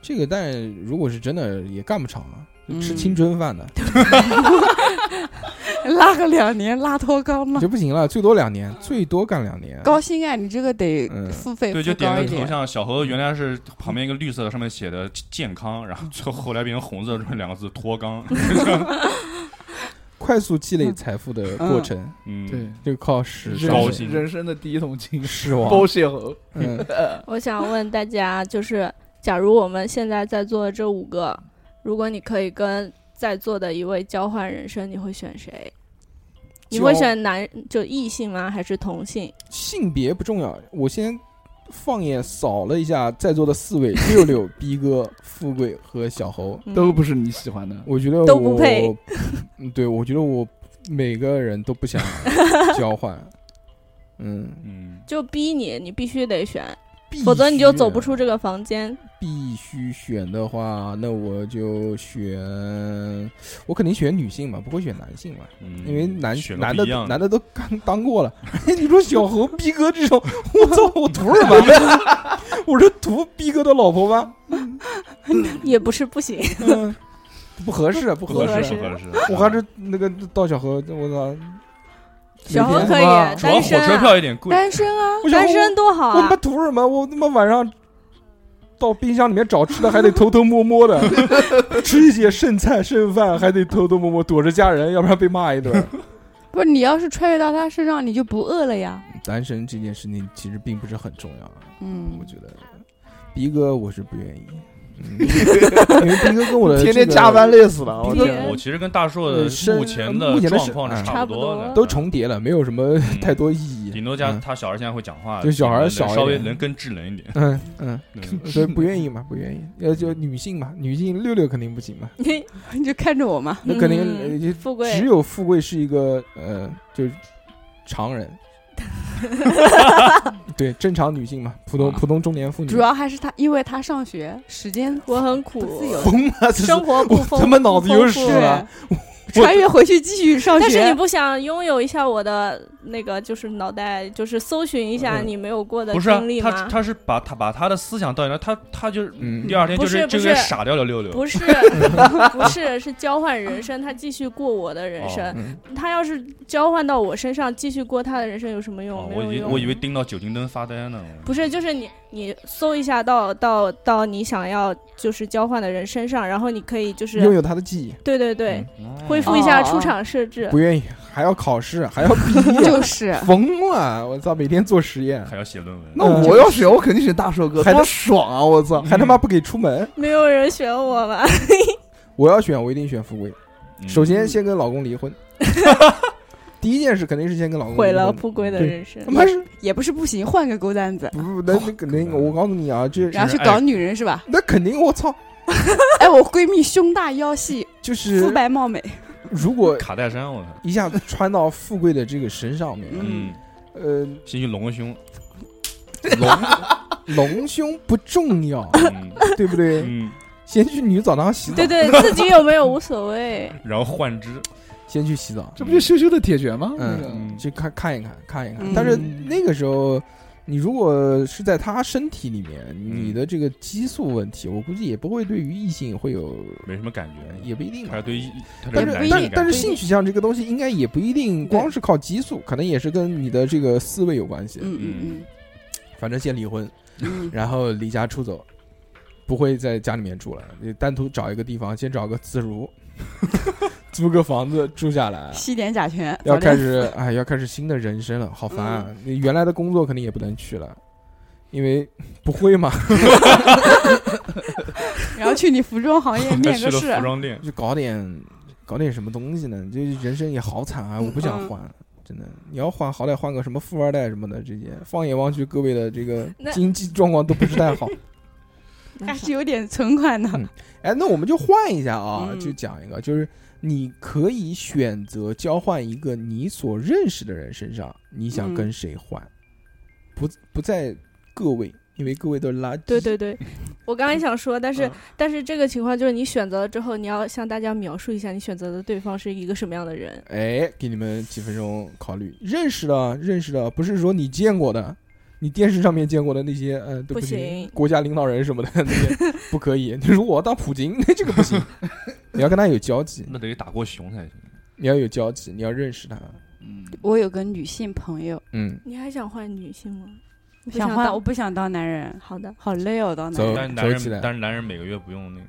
Speaker 1: 这个。但如果是真的，也干不长啊，
Speaker 6: 嗯
Speaker 1: 吃青春饭的
Speaker 6: 拉个两年，拉脱肛了。
Speaker 1: 就不行了，最多两年，最多干两年。
Speaker 6: 高薪啊，你这个得
Speaker 1: 嗯
Speaker 6: 付费
Speaker 4: 对，
Speaker 6: 付
Speaker 4: 就点
Speaker 6: 高
Speaker 4: 个
Speaker 6: 一
Speaker 4: 头
Speaker 6: 点。
Speaker 4: 像，小猴原来是旁边一个绿色的，上面写的健康，然后最后后来变成红色，这两个字 脱肛，
Speaker 1: 快速积累财富的过程，
Speaker 4: 嗯，
Speaker 2: 对，，
Speaker 1: 就靠时尚
Speaker 4: 高
Speaker 2: 人
Speaker 4: 兴
Speaker 2: 生人生的第一桶金，
Speaker 1: 失望
Speaker 2: 包。蟹猴。
Speaker 1: 嗯，
Speaker 5: 我想问大家，就是假如我们现在在座的这五个，如果你可以跟在座的一位交换人生，你会选谁？你会
Speaker 1: 交
Speaker 5: 选男就异性吗？还是同性？
Speaker 1: 性别不重要，我先放眼扫了一下在座的四位：六六、逼哥、富贵和小猴。
Speaker 5: 嗯
Speaker 2: 都不是你喜欢的，
Speaker 1: 我觉得
Speaker 5: 都不
Speaker 1: 我
Speaker 5: 配。
Speaker 1: 嗯对，我觉得我每个人都不想交换。嗯，
Speaker 4: 嗯，
Speaker 5: 就逼你，你必须得选，
Speaker 1: 必
Speaker 5: 否则你就
Speaker 1: 须
Speaker 5: 走不出这个房间。
Speaker 1: 必须选的话，那我就选，我肯定选女性嘛，不会选男性嘛。
Speaker 4: 嗯
Speaker 1: 因为男
Speaker 4: 选
Speaker 1: 男的男
Speaker 4: 的
Speaker 1: 的都刚当过了， 你说小猴逼哥这种，我操，我图什么？ 我是图逼哥的老婆吗？
Speaker 5: 也不是不行，
Speaker 1: 嗯，不合适，不
Speaker 4: 不
Speaker 1: 合
Speaker 4: 合
Speaker 1: 适。
Speaker 4: 适，不
Speaker 5: 合
Speaker 4: 合适，
Speaker 1: 我还是那个到小猴，我操，
Speaker 5: 小猴
Speaker 1: 每天
Speaker 5: 可以
Speaker 2: 哇
Speaker 4: 主要
Speaker 5: 单
Speaker 4: 火
Speaker 5: 身
Speaker 4: 车
Speaker 5: 啊，
Speaker 4: 票有点贵，
Speaker 6: 单身啊，
Speaker 1: 我想
Speaker 5: 单身多好
Speaker 1: 我他妈
Speaker 5: 啊！
Speaker 1: 图什么？我他妈晚上到冰箱里面找吃的，还得偷偷摸摸的 吃一些剩菜剩饭，还得偷偷摸摸躲着家人，要不然被骂一顿。
Speaker 6: 不是你要是穿越到他身上，你就不饿了呀。
Speaker 1: 单身这件事情其实并不是很重要，啊
Speaker 6: 嗯
Speaker 1: 我，觉得。逼哥我是不愿意， 嗯因为逼哥跟我的
Speaker 2: 天天
Speaker 1: 这个嗯
Speaker 2: 加班累死了。我啊
Speaker 1: 逼哥
Speaker 5: 天
Speaker 4: 我其实跟大硕的
Speaker 1: 呃身
Speaker 4: 目前的
Speaker 1: 目前的
Speaker 4: 状
Speaker 1: 是
Speaker 4: 况
Speaker 1: 嗯
Speaker 4: 是不
Speaker 5: 差不多
Speaker 4: 的，
Speaker 1: 都重叠了，没有什么
Speaker 4: 嗯
Speaker 1: 太多意义。
Speaker 4: 顶多加
Speaker 1: 嗯
Speaker 4: 他小孩现在会讲话，
Speaker 1: 就小孩
Speaker 4: 能
Speaker 1: 小一
Speaker 4: 稍微
Speaker 1: 点
Speaker 4: 能更智能一点，
Speaker 1: 嗯嗯，
Speaker 4: 嗯
Speaker 1: 所以不愿意嘛，不愿意。要就女性嘛，女性六六肯定不行嘛，
Speaker 6: 你就看着我嘛。
Speaker 1: 那肯定
Speaker 5: 嗯
Speaker 1: 呃就
Speaker 5: 富贵
Speaker 1: 只有富贵是一个呃，就是常 人，对正常女性嘛，普通
Speaker 2: 啊
Speaker 1: 普通中年妇女
Speaker 6: 主。要还是他，因为他上学时间
Speaker 5: 我很
Speaker 6: 不
Speaker 5: 苦
Speaker 6: 自，由。
Speaker 1: 疯了，这是
Speaker 5: 生活不
Speaker 1: 我
Speaker 5: 丰，
Speaker 1: 他妈脑子有
Speaker 5: 不丰
Speaker 1: 屎
Speaker 5: 富
Speaker 1: 了！
Speaker 6: 穿越回去继续上学。
Speaker 5: 但是你不想拥有一下我的那个，就是脑袋，就是搜寻一下
Speaker 1: 嗯
Speaker 5: 你没有过的
Speaker 4: 不是啊
Speaker 5: 经历
Speaker 4: 他
Speaker 5: 吗？
Speaker 4: 他是把他把他的思想带进来，他他就是
Speaker 1: 嗯
Speaker 4: 第二天就
Speaker 5: 不是
Speaker 4: 就
Speaker 5: 不
Speaker 4: 跟
Speaker 5: 是
Speaker 4: 傻掉了六六，
Speaker 5: 不是，不是，是交换人生，他继续过我的人
Speaker 4: 哦
Speaker 5: 生。
Speaker 1: 嗯
Speaker 5: 他要是交换到我身上，继续过他的人生，有什么用？
Speaker 4: 哦
Speaker 5: 没
Speaker 4: 我
Speaker 5: 有
Speaker 4: 以为
Speaker 5: 用。
Speaker 4: 我以为盯到酒精灯发呆呢，
Speaker 5: 不是，就是你，你搜一下到到到你想要就是交换的人身上，然后你可以就
Speaker 1: 拥
Speaker 5: 是
Speaker 1: 有她的记忆，
Speaker 5: 对对对，
Speaker 4: 哦
Speaker 5: 恢复一下出厂设置。
Speaker 1: 不愿意，还要考试，还要毕 业，
Speaker 6: 就是
Speaker 1: 疯了！我操，每天做实验，
Speaker 4: 还要写论文，
Speaker 2: 那我要选，我肯定选大寿哥，
Speaker 1: 还嗯
Speaker 2: 多爽啊！我操，
Speaker 4: 嗯
Speaker 1: 还他妈不给出门。
Speaker 5: 没有人选我吧？
Speaker 1: 我要选，我一定选富贵。
Speaker 4: 嗯
Speaker 1: 首先，先跟老公离 婚，第一件事肯定是先跟老公离婚
Speaker 5: 毁了
Speaker 4: 嗯
Speaker 5: 富贵的
Speaker 1: 对
Speaker 5: 人生
Speaker 1: 他。妈 是
Speaker 6: 也不是不行，换个狗蛋子，
Speaker 1: 不不那那肯定，我告诉你啊，这
Speaker 4: 是
Speaker 6: 然后去搞女人是吧？
Speaker 1: 那肯定我操，
Speaker 6: 哎，我闺蜜胸大腰细，
Speaker 1: 就是
Speaker 6: 肤白貌美，
Speaker 1: 如果
Speaker 4: 卡戴珊，我操，
Speaker 1: 一下子穿到富贵的这个身上面，
Speaker 4: 嗯，
Speaker 1: 呃，
Speaker 4: 先去隆个胸，
Speaker 1: 呃隆隆胸不重要，
Speaker 4: 嗯
Speaker 1: 对不对？
Speaker 4: 嗯，
Speaker 1: 先去女澡堂洗澡
Speaker 5: 对，对，自己有没有无所谓。
Speaker 4: 然后换只，
Speaker 1: 先去洗澡，
Speaker 2: 这不就羞羞的铁拳吗？
Speaker 1: 嗯
Speaker 2: 那个
Speaker 4: 嗯
Speaker 1: 去看看一看，看一看
Speaker 7: 嗯。
Speaker 1: 但是那个时候，你如果是在他身体里面，你的这个激素问题，
Speaker 4: 嗯
Speaker 1: 我估计也不会对于异性会有，呃
Speaker 4: 没什么感觉，
Speaker 1: 也不一定
Speaker 4: 还
Speaker 1: 吧
Speaker 4: 是。对一，他
Speaker 1: 但
Speaker 4: 对
Speaker 1: 是
Speaker 4: 男
Speaker 1: 但
Speaker 4: 性
Speaker 1: 是但是
Speaker 4: 感觉
Speaker 1: 性取向这个东西应该也不一定光是靠激素，可能也是跟你的这个思维有关系。
Speaker 7: 嗯嗯
Speaker 1: 反正先离婚，
Speaker 7: 嗯
Speaker 1: 然后离家出走，不会在家里面住了，你单独找一个地方，先找个自如， 租个房子住下来
Speaker 7: 嗯，。吸点甲醛，
Speaker 1: 要
Speaker 7: 早点嗯
Speaker 1: 开始哎，要开始新的人生了，好烦、啊！你原来的工作肯定也不能去了，因为不会嘛，
Speaker 7: 然后去你服装行业
Speaker 4: 他
Speaker 7: 面
Speaker 4: 去
Speaker 7: 个
Speaker 4: 了
Speaker 7: 试
Speaker 4: 服，装店，
Speaker 1: 就搞点搞点什么东西呢？这人生也好惨啊！我不想
Speaker 7: 嗯
Speaker 1: 换，真的，你要换，好歹换个什么富二代什么的这些。放眼望去，各位的 这个
Speaker 5: 那
Speaker 1: 经济状况都不是太好。
Speaker 7: 还是有点存款的。
Speaker 1: 哎，那我们就换一下啊，
Speaker 7: 嗯
Speaker 1: 就讲一个，就是你可以选择交换一个你所认识的人身上，你
Speaker 7: 嗯
Speaker 1: 想跟谁换，不不在各位，因为各位都是垃圾。
Speaker 5: 对 对对，我刚才想说，但
Speaker 6: 嗯
Speaker 5: 是、但是这个情况就是你选择了之后，你要向大家描述一下你选择的对方是一个什么样的人。
Speaker 1: 哎，给你们几分钟考虑。认识的，认识的，不是说你见过的，你电视上面见过的那些，呃，对
Speaker 5: 不
Speaker 1: 行，
Speaker 5: 行
Speaker 1: 国家领导人什么的， 那些不可以。你如果我要当普京， 那这个不行。你要跟他有交集，
Speaker 4: 那得打过熊才行。
Speaker 1: 你要有交集，你要认识他。
Speaker 2: 嗯，
Speaker 6: 我有个女性朋友，
Speaker 1: 嗯，
Speaker 5: 你还想换女性吗？不
Speaker 6: 想
Speaker 5: 当
Speaker 6: 换，我不想当男人，
Speaker 5: 好的，
Speaker 6: 好累哦，当男
Speaker 1: 走
Speaker 6: 人。
Speaker 2: 嗯
Speaker 4: 但是男
Speaker 1: 走起来
Speaker 4: 人，但是男人每个月不用那个，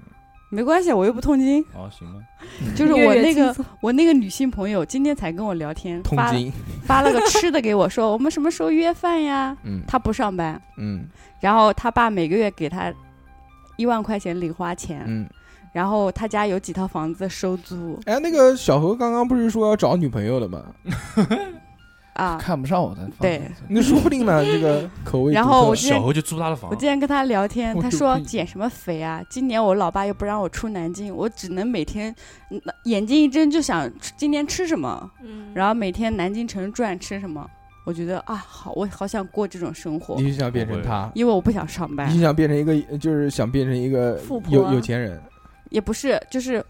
Speaker 6: 没关系，我又不痛经。
Speaker 4: 啊，行吧，
Speaker 6: 就是
Speaker 5: 月
Speaker 6: 我
Speaker 5: 月
Speaker 6: 那
Speaker 5: 轻
Speaker 6: 个我那个女性朋友今天才跟我聊天，
Speaker 1: 痛
Speaker 6: 发
Speaker 1: 经。
Speaker 6: 发了个吃的给我说，我们什么时候约饭呀？
Speaker 1: 嗯
Speaker 6: 她不上班，
Speaker 1: 嗯
Speaker 6: 然后她爸每个月给她一万块钱零花钱，
Speaker 1: 嗯。
Speaker 6: 然后她家有几套房子收租
Speaker 1: 哎，那个小何刚刚不是说要找女朋友的 吗？
Speaker 6: 啊。
Speaker 2: 看不上我的，
Speaker 6: 对
Speaker 1: 那说不定呢，这 个口味独特。
Speaker 6: 然后我今
Speaker 4: 小
Speaker 6: 天
Speaker 4: 何就租他的房
Speaker 6: 我，今天跟她聊天，
Speaker 1: 我
Speaker 6: 她
Speaker 1: 就
Speaker 6: 说
Speaker 1: 不
Speaker 6: 减什么肥啊？今年我老爸又不让我出南京，我只能每天嗯眼睛一睁就想吃今天吃什么，
Speaker 5: 嗯，
Speaker 6: 然后每天南京城转吃什么。我觉得啊，好，我好想过这种生活，
Speaker 1: 你就想变成他，
Speaker 6: 因为我不想上班
Speaker 1: 你就。想变成一个，就是想变成一个
Speaker 5: 富婆
Speaker 1: 有有钱人。
Speaker 6: 也不是，就是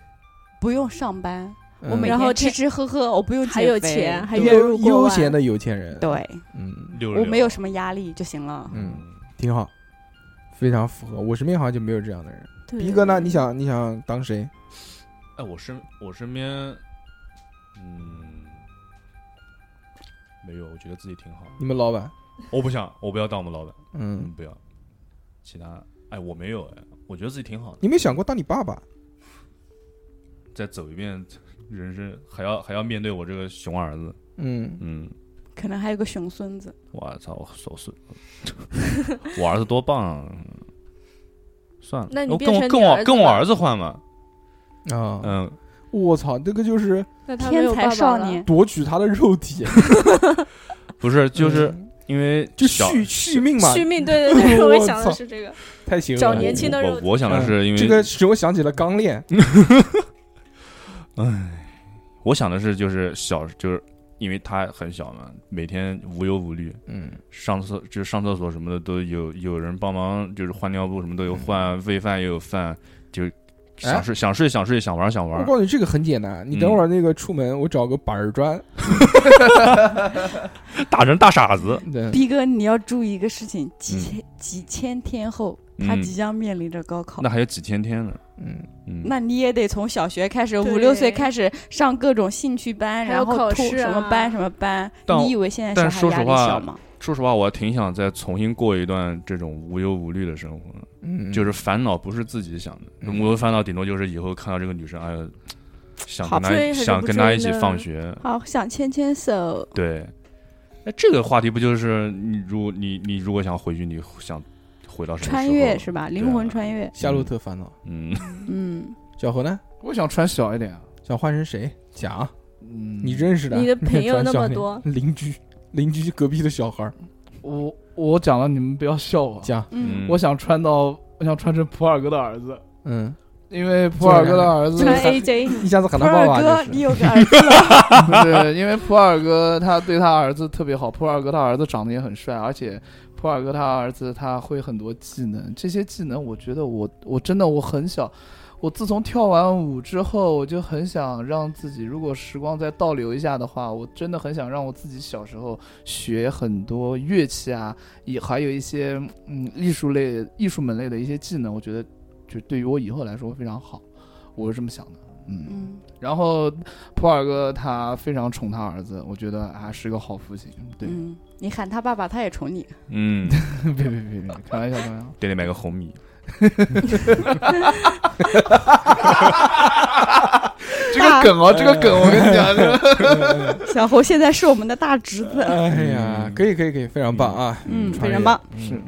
Speaker 6: 不用上班，
Speaker 1: 嗯
Speaker 6: 我每
Speaker 5: 然后
Speaker 6: 天吃吃
Speaker 5: 这
Speaker 6: 喝喝，我不用
Speaker 5: 还
Speaker 6: 减
Speaker 5: 有
Speaker 6: 肥
Speaker 5: 钱，，还月
Speaker 1: 悠
Speaker 5: 入过
Speaker 1: 悠
Speaker 5: 万，
Speaker 1: 闲的有钱人。，
Speaker 6: 对
Speaker 1: 嗯
Speaker 4: 六十
Speaker 6: 我
Speaker 4: 六，
Speaker 6: 没有什么压力就行了。
Speaker 1: 嗯，挺好，非常符合。我身边好像就没有这样的人。
Speaker 5: 对
Speaker 1: 逼哥呢？你想你想当谁？
Speaker 4: 哎，我身我身边，嗯，没有，我觉得自己挺好。
Speaker 1: 你们老板？
Speaker 4: 我不想，我不要当我们老板，
Speaker 1: 嗯
Speaker 4: 嗯，，不要。其他，哎，我没有，哎，我觉得自己挺好的。
Speaker 1: 你没想过当你爸爸？
Speaker 4: 再走一遍人生，还要还要面对我这个熊儿子，
Speaker 1: 嗯，
Speaker 4: 嗯，
Speaker 6: 可能还有个熊孙子，
Speaker 4: 我操，我手碎，我儿子多棒、啊。算了，
Speaker 5: 那你
Speaker 4: 我
Speaker 5: 变
Speaker 4: 跟我
Speaker 5: 成
Speaker 4: 跟
Speaker 5: 你
Speaker 4: 我跟
Speaker 5: 儿子
Speaker 4: 我
Speaker 5: 吧
Speaker 4: 儿子换吧，
Speaker 1: 啊，
Speaker 4: 嗯，
Speaker 1: 我操，这个就是
Speaker 5: 那他没
Speaker 6: 天
Speaker 5: 有爸
Speaker 6: 才
Speaker 5: 爸
Speaker 6: 少
Speaker 5: 了，
Speaker 6: 年。
Speaker 1: 夺取他的肉体，
Speaker 4: 不是， 就是
Speaker 1: 嗯
Speaker 4: 因为
Speaker 1: 就
Speaker 4: 小
Speaker 1: 续续命嘛，
Speaker 5: 续命，对对 对，
Speaker 1: 我
Speaker 5: 我也想
Speaker 1: 操
Speaker 5: 的是这个。
Speaker 1: 太行了。嗯
Speaker 5: 找年轻
Speaker 4: 嗯
Speaker 5: 的嗯
Speaker 4: 我
Speaker 5: 肉体
Speaker 4: 我想的是因为嗯
Speaker 1: 这个使我想起了钢炼，
Speaker 4: 我想的是，就是小，就是因为他很小嘛，每天无忧无虑，
Speaker 1: 嗯，
Speaker 4: 上厕就是上厕所什么的都有有人帮忙，就是换尿布什么都有
Speaker 1: 嗯
Speaker 4: 换，喂饭也有饭，
Speaker 1: 哎
Speaker 4: 就是想睡想睡想睡想玩想
Speaker 1: 我
Speaker 4: 玩
Speaker 1: 告，诉你这个很简单，
Speaker 4: 嗯
Speaker 1: 你等会儿那个出门，我找个板儿砖，
Speaker 4: 打成大傻子。
Speaker 1: 对，
Speaker 6: 逼哥，你要注意一个事情，几千几千天后，他
Speaker 4: 嗯
Speaker 6: 即将面临着高考
Speaker 4: 那。还有几千天呢，
Speaker 1: 嗯，
Speaker 4: 嗯，
Speaker 6: 那你也得从小学开始，
Speaker 5: 对
Speaker 6: 五六岁开始上各种兴趣班，
Speaker 5: 还
Speaker 6: 然
Speaker 5: 有
Speaker 6: 后
Speaker 5: 考
Speaker 6: 通
Speaker 5: 试
Speaker 6: 什么
Speaker 5: 啊
Speaker 6: 班什么班。
Speaker 4: 但
Speaker 6: 你以为现在
Speaker 4: 但
Speaker 6: 小
Speaker 4: 说
Speaker 6: 孩压
Speaker 4: 实
Speaker 6: 力
Speaker 4: 话
Speaker 6: 小吗？
Speaker 4: 说实话，我还挺想再重新过一段这种无忧无虑的生活，
Speaker 1: 嗯，
Speaker 4: 就是烦恼不是自己想的，
Speaker 1: 嗯
Speaker 4: 无忧烦恼顶多就是以后看到这个女生，哎呦，想
Speaker 6: 好
Speaker 4: 跟
Speaker 5: 追
Speaker 4: 她
Speaker 5: 还是
Speaker 4: 想
Speaker 5: 不
Speaker 4: 跟她
Speaker 5: 追
Speaker 4: 一起
Speaker 5: 呢
Speaker 4: 放学，
Speaker 6: 好想牵牵手，
Speaker 4: 对，哎，这个话题不就是你如果你你如果想回去，你想回到什么
Speaker 6: 穿
Speaker 4: 时候啊
Speaker 6: 越是吧？灵魂穿越。
Speaker 1: 夏洛特烦恼。
Speaker 4: 嗯，
Speaker 6: 嗯，
Speaker 1: 小何呢？
Speaker 2: 我想穿小一点啊。
Speaker 1: 想换成谁？讲，
Speaker 2: 嗯，
Speaker 1: 你认识的，
Speaker 5: 你的朋友那么
Speaker 1: 转
Speaker 5: 多，
Speaker 1: 小脸，邻居，邻居隔壁的小孩儿，
Speaker 2: 我我讲了，你们不要笑我。
Speaker 1: 讲，
Speaker 6: 嗯
Speaker 4: 嗯
Speaker 2: 我想穿到，我想穿成普洱哥的儿子，
Speaker 1: 嗯，
Speaker 2: 因为普洱哥的儿子
Speaker 5: 穿 AJ，
Speaker 1: 一下子喊
Speaker 6: 哎普
Speaker 1: 他爸
Speaker 6: 洱
Speaker 1: 爸
Speaker 6: 哥，
Speaker 1: 就
Speaker 6: 你
Speaker 1: 是，
Speaker 6: 有个儿子了。
Speaker 2: 不是因为普洱哥他对他儿子特别好，普洱哥他儿子长得也很帅，而且普尔哥他儿子他会很多技能，这些技能我觉得我我真的我很小，我自从跳完舞之后，我就很想让自己，如果时光再倒流一下的话，我真的很想让我自己小时候学很多乐器啊，也还有一些嗯艺术类艺术门类的一些技能，我觉得就对于我以后来说非常好，我是这么想的，嗯
Speaker 3: 嗯，
Speaker 2: 然后普尔哥他非常宠他儿子，我觉得还是个好父亲。对，
Speaker 3: 嗯，你喊他爸爸，他也宠你。
Speaker 4: 嗯，
Speaker 2: 别别别别，开玩笑开玩 笑。
Speaker 4: 得得买个红米。
Speaker 2: 这个梗哦，这
Speaker 1: 哎
Speaker 2: 个梗我跟你 讲，这个
Speaker 6: 小猴现在是我们的大侄子，
Speaker 1: 哎呀
Speaker 4: 嗯，
Speaker 1: 可以可以可以，非常棒啊！
Speaker 6: 嗯，
Speaker 1: 穿
Speaker 6: 非常
Speaker 1: 越
Speaker 6: 棒。
Speaker 2: 是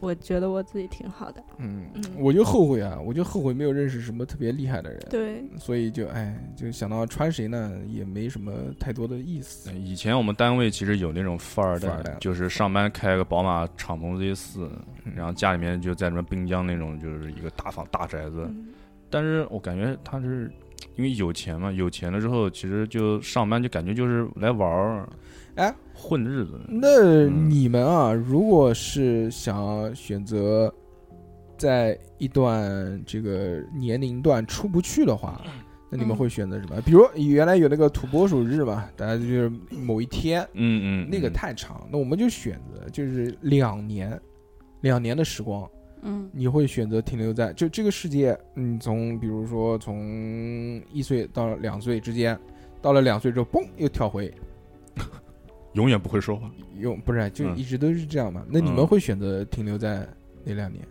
Speaker 5: 我觉得我自己挺好的。
Speaker 1: 嗯，
Speaker 5: 嗯，
Speaker 1: 我就后悔啊，我就后悔没有认识什么特别厉害的人，
Speaker 5: 对，
Speaker 1: 所以就哎，就想到穿谁呢，也没什么太多的意思。
Speaker 4: 以前我们单位其实有那种富二代
Speaker 1: 富二代，
Speaker 4: 就是上班开个宝马敞篷 Z 四，
Speaker 1: 嗯
Speaker 4: 然后家里面就在什么滨江那种，就是一个大房大宅子。
Speaker 5: 嗯
Speaker 4: 但是我感觉他是因为有钱嘛，有钱了之后，其实就上班就感觉就是来玩儿，
Speaker 1: 哎，
Speaker 4: 混日子。
Speaker 1: 那
Speaker 4: 嗯
Speaker 1: 你们啊，如果是想选择在一段这个年龄段出不去的话，那你
Speaker 3: 嗯
Speaker 1: 们会选择什么？比如原来有那个土拨鼠日嘛，大家就是某一天，
Speaker 4: 嗯嗯，
Speaker 1: 那个
Speaker 4: 嗯
Speaker 1: 太长，那我们就选择就是两年，两年的时光，
Speaker 3: 嗯
Speaker 1: 你会选择停留在就这个世界，嗯，从比如说从一岁到两岁之间，到了两岁之后，嘣又跳回，
Speaker 4: 永远不会说话。
Speaker 1: 用不是啊就
Speaker 4: 嗯
Speaker 1: 一直都是这样嘛？那你们
Speaker 4: 嗯
Speaker 1: 会选择停留在哪两年？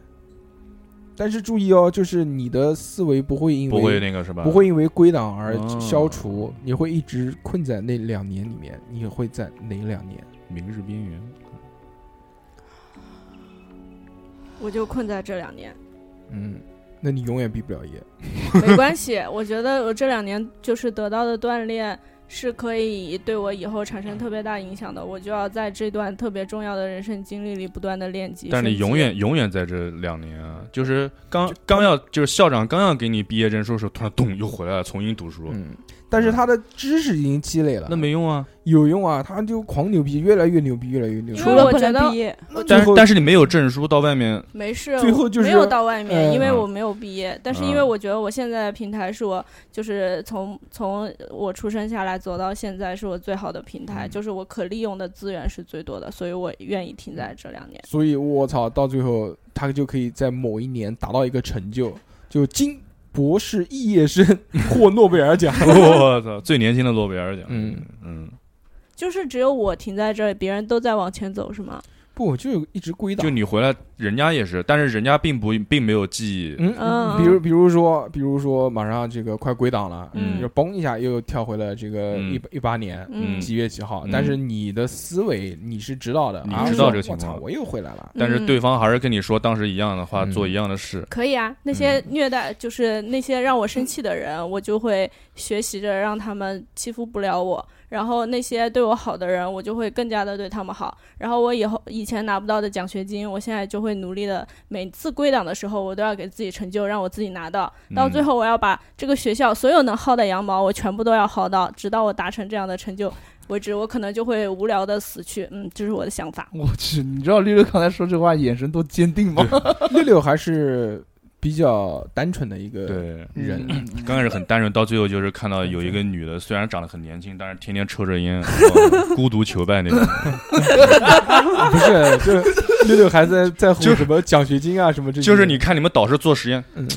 Speaker 1: 但是注意哦，就是你的思维不会因为
Speaker 4: 不会那个是吧？
Speaker 1: 不会因为归档而
Speaker 4: 哦
Speaker 1: 消除，你会一直困在那两年里面。你会在哪两年？
Speaker 4: 明日边缘。
Speaker 5: 我就困在这两年，
Speaker 1: 嗯，那你永远毕不了业。
Speaker 5: 没关系。我觉得我这两年就是得到的锻炼是可以对我以后产生特别大影响的。我就要在这段特别重要的人生经历里不断的练级。
Speaker 4: 但是你
Speaker 5: 升级
Speaker 4: 永远永远在这两年
Speaker 1: 嗯
Speaker 4: 啊，就是刚刚要就是校长刚要给你毕业证书的时候，突然咚又回来了，重新读书，
Speaker 1: 嗯，但是他的知识已经积累了，
Speaker 4: 那没用啊。
Speaker 1: 有用啊！他就狂牛逼，越来越牛逼，越来越牛逼。
Speaker 5: 因
Speaker 3: 除
Speaker 5: 为
Speaker 3: 了
Speaker 5: 我
Speaker 3: 不
Speaker 5: 觉
Speaker 3: 能
Speaker 5: 得
Speaker 3: 毕业，
Speaker 1: 那最
Speaker 4: 但是
Speaker 1: 后
Speaker 4: 但是你没有证书，到 外面
Speaker 5: 没事，
Speaker 1: 最后
Speaker 5: 我
Speaker 1: 就是
Speaker 5: 没有到外面，
Speaker 1: 嗯
Speaker 5: 因为
Speaker 4: 嗯
Speaker 5: 我没有毕业。但是因为我觉得我现在的平台是我，就是从从我出生下来走到现在是我最好的平台，
Speaker 1: 嗯
Speaker 5: 就是我可利用的资源是最多的，所以我愿意停在这两年。
Speaker 1: 所以我操，到最后他就可以在某一年达到一个成就，就经博士肄业生获诺贝尔奖。
Speaker 4: 我操，最年轻的诺贝尔奖。
Speaker 1: 嗯
Speaker 4: 嗯，
Speaker 5: 就是只有我停在这里，别人都在往前走，是吗？
Speaker 1: 不，就一直归档
Speaker 4: 就。你回来，人家也是，但是人家并不并没有记忆。
Speaker 1: 嗯，
Speaker 5: 嗯
Speaker 1: 比如比如说，比如说，马上这个快归档了，
Speaker 5: 嗯
Speaker 1: 就嘣一下又跳回了这个
Speaker 4: 嗯
Speaker 1: 一一八年
Speaker 5: 嗯，
Speaker 1: 几月几号
Speaker 4: 嗯。
Speaker 1: 但是你的思维你是知道的，
Speaker 4: 你
Speaker 1: 啊
Speaker 4: 知道
Speaker 1: 我
Speaker 4: 这个情
Speaker 1: 我操
Speaker 4: 况
Speaker 1: 我又回来了。
Speaker 4: 但是
Speaker 5: 嗯
Speaker 4: 对方还是跟你说当时一样的话，
Speaker 1: 嗯
Speaker 4: 做一样的事。
Speaker 5: 可以啊，那些
Speaker 2: 嗯
Speaker 5: 虐待、就是那些让我生气 的人，我就会学习着让他们欺负不了我。然后那些对我好的人，我就会更加的对他们好。然后我以后以前拿不到的奖学金，我现在就会努力的，每次归档的时候，我都要给自己成就，让我自己拿到。
Speaker 2: 嗯
Speaker 5: 到最后，我要把这个学校所有能薅的羊毛，我全部都要薅到，直到我达成这样的成就为止。我可能就会无聊的死去。嗯，这是我的想法。
Speaker 2: 我去，你知道六六刚才说这话眼神多坚定吗？
Speaker 1: 六六还是比较单纯的一个
Speaker 4: 对，
Speaker 2: 嗯
Speaker 1: 人，
Speaker 4: 刚开始很单纯，到最后就是看到有一个女的，虽然长得很年轻，但是天天抽着 烟，哦孤独求败那种。
Speaker 1: 不是，就是六六还在在乎
Speaker 4: 就是
Speaker 1: 什么奖学金啊什么这些，
Speaker 4: 就是你看你们导师做实验，
Speaker 1: 嗯，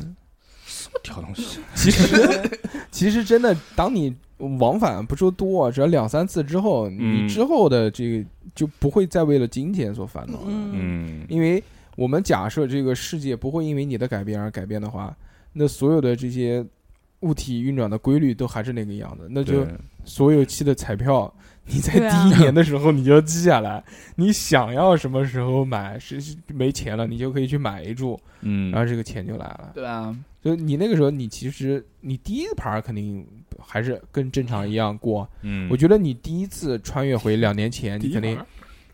Speaker 4: 挑东西，
Speaker 1: 其实 其实真的，当你往返不说多啊，只要两三次之后，
Speaker 4: 嗯
Speaker 1: 你之后的这个就不会再为了金钱所烦恼了，
Speaker 6: 嗯，
Speaker 4: 嗯，
Speaker 1: 因为我们假设这个世界不会因为你的改变而改变的话，那所有的这些物体运转的规律都还是那个样子，那就嗯
Speaker 4: 对
Speaker 1: 所有期的彩票，你在
Speaker 3: 对啊
Speaker 1: 第一年的时候你就记下来，你想要什么时候买，是是没钱了你就可以去买一注，
Speaker 4: 嗯，
Speaker 1: 然后这个钱就来了。
Speaker 2: 对啊，
Speaker 1: 所以你那个时候，你其实你第一盘儿肯定还是跟正常一样过。
Speaker 4: 嗯，
Speaker 1: 我觉得你第一次穿越回两年前，你肯定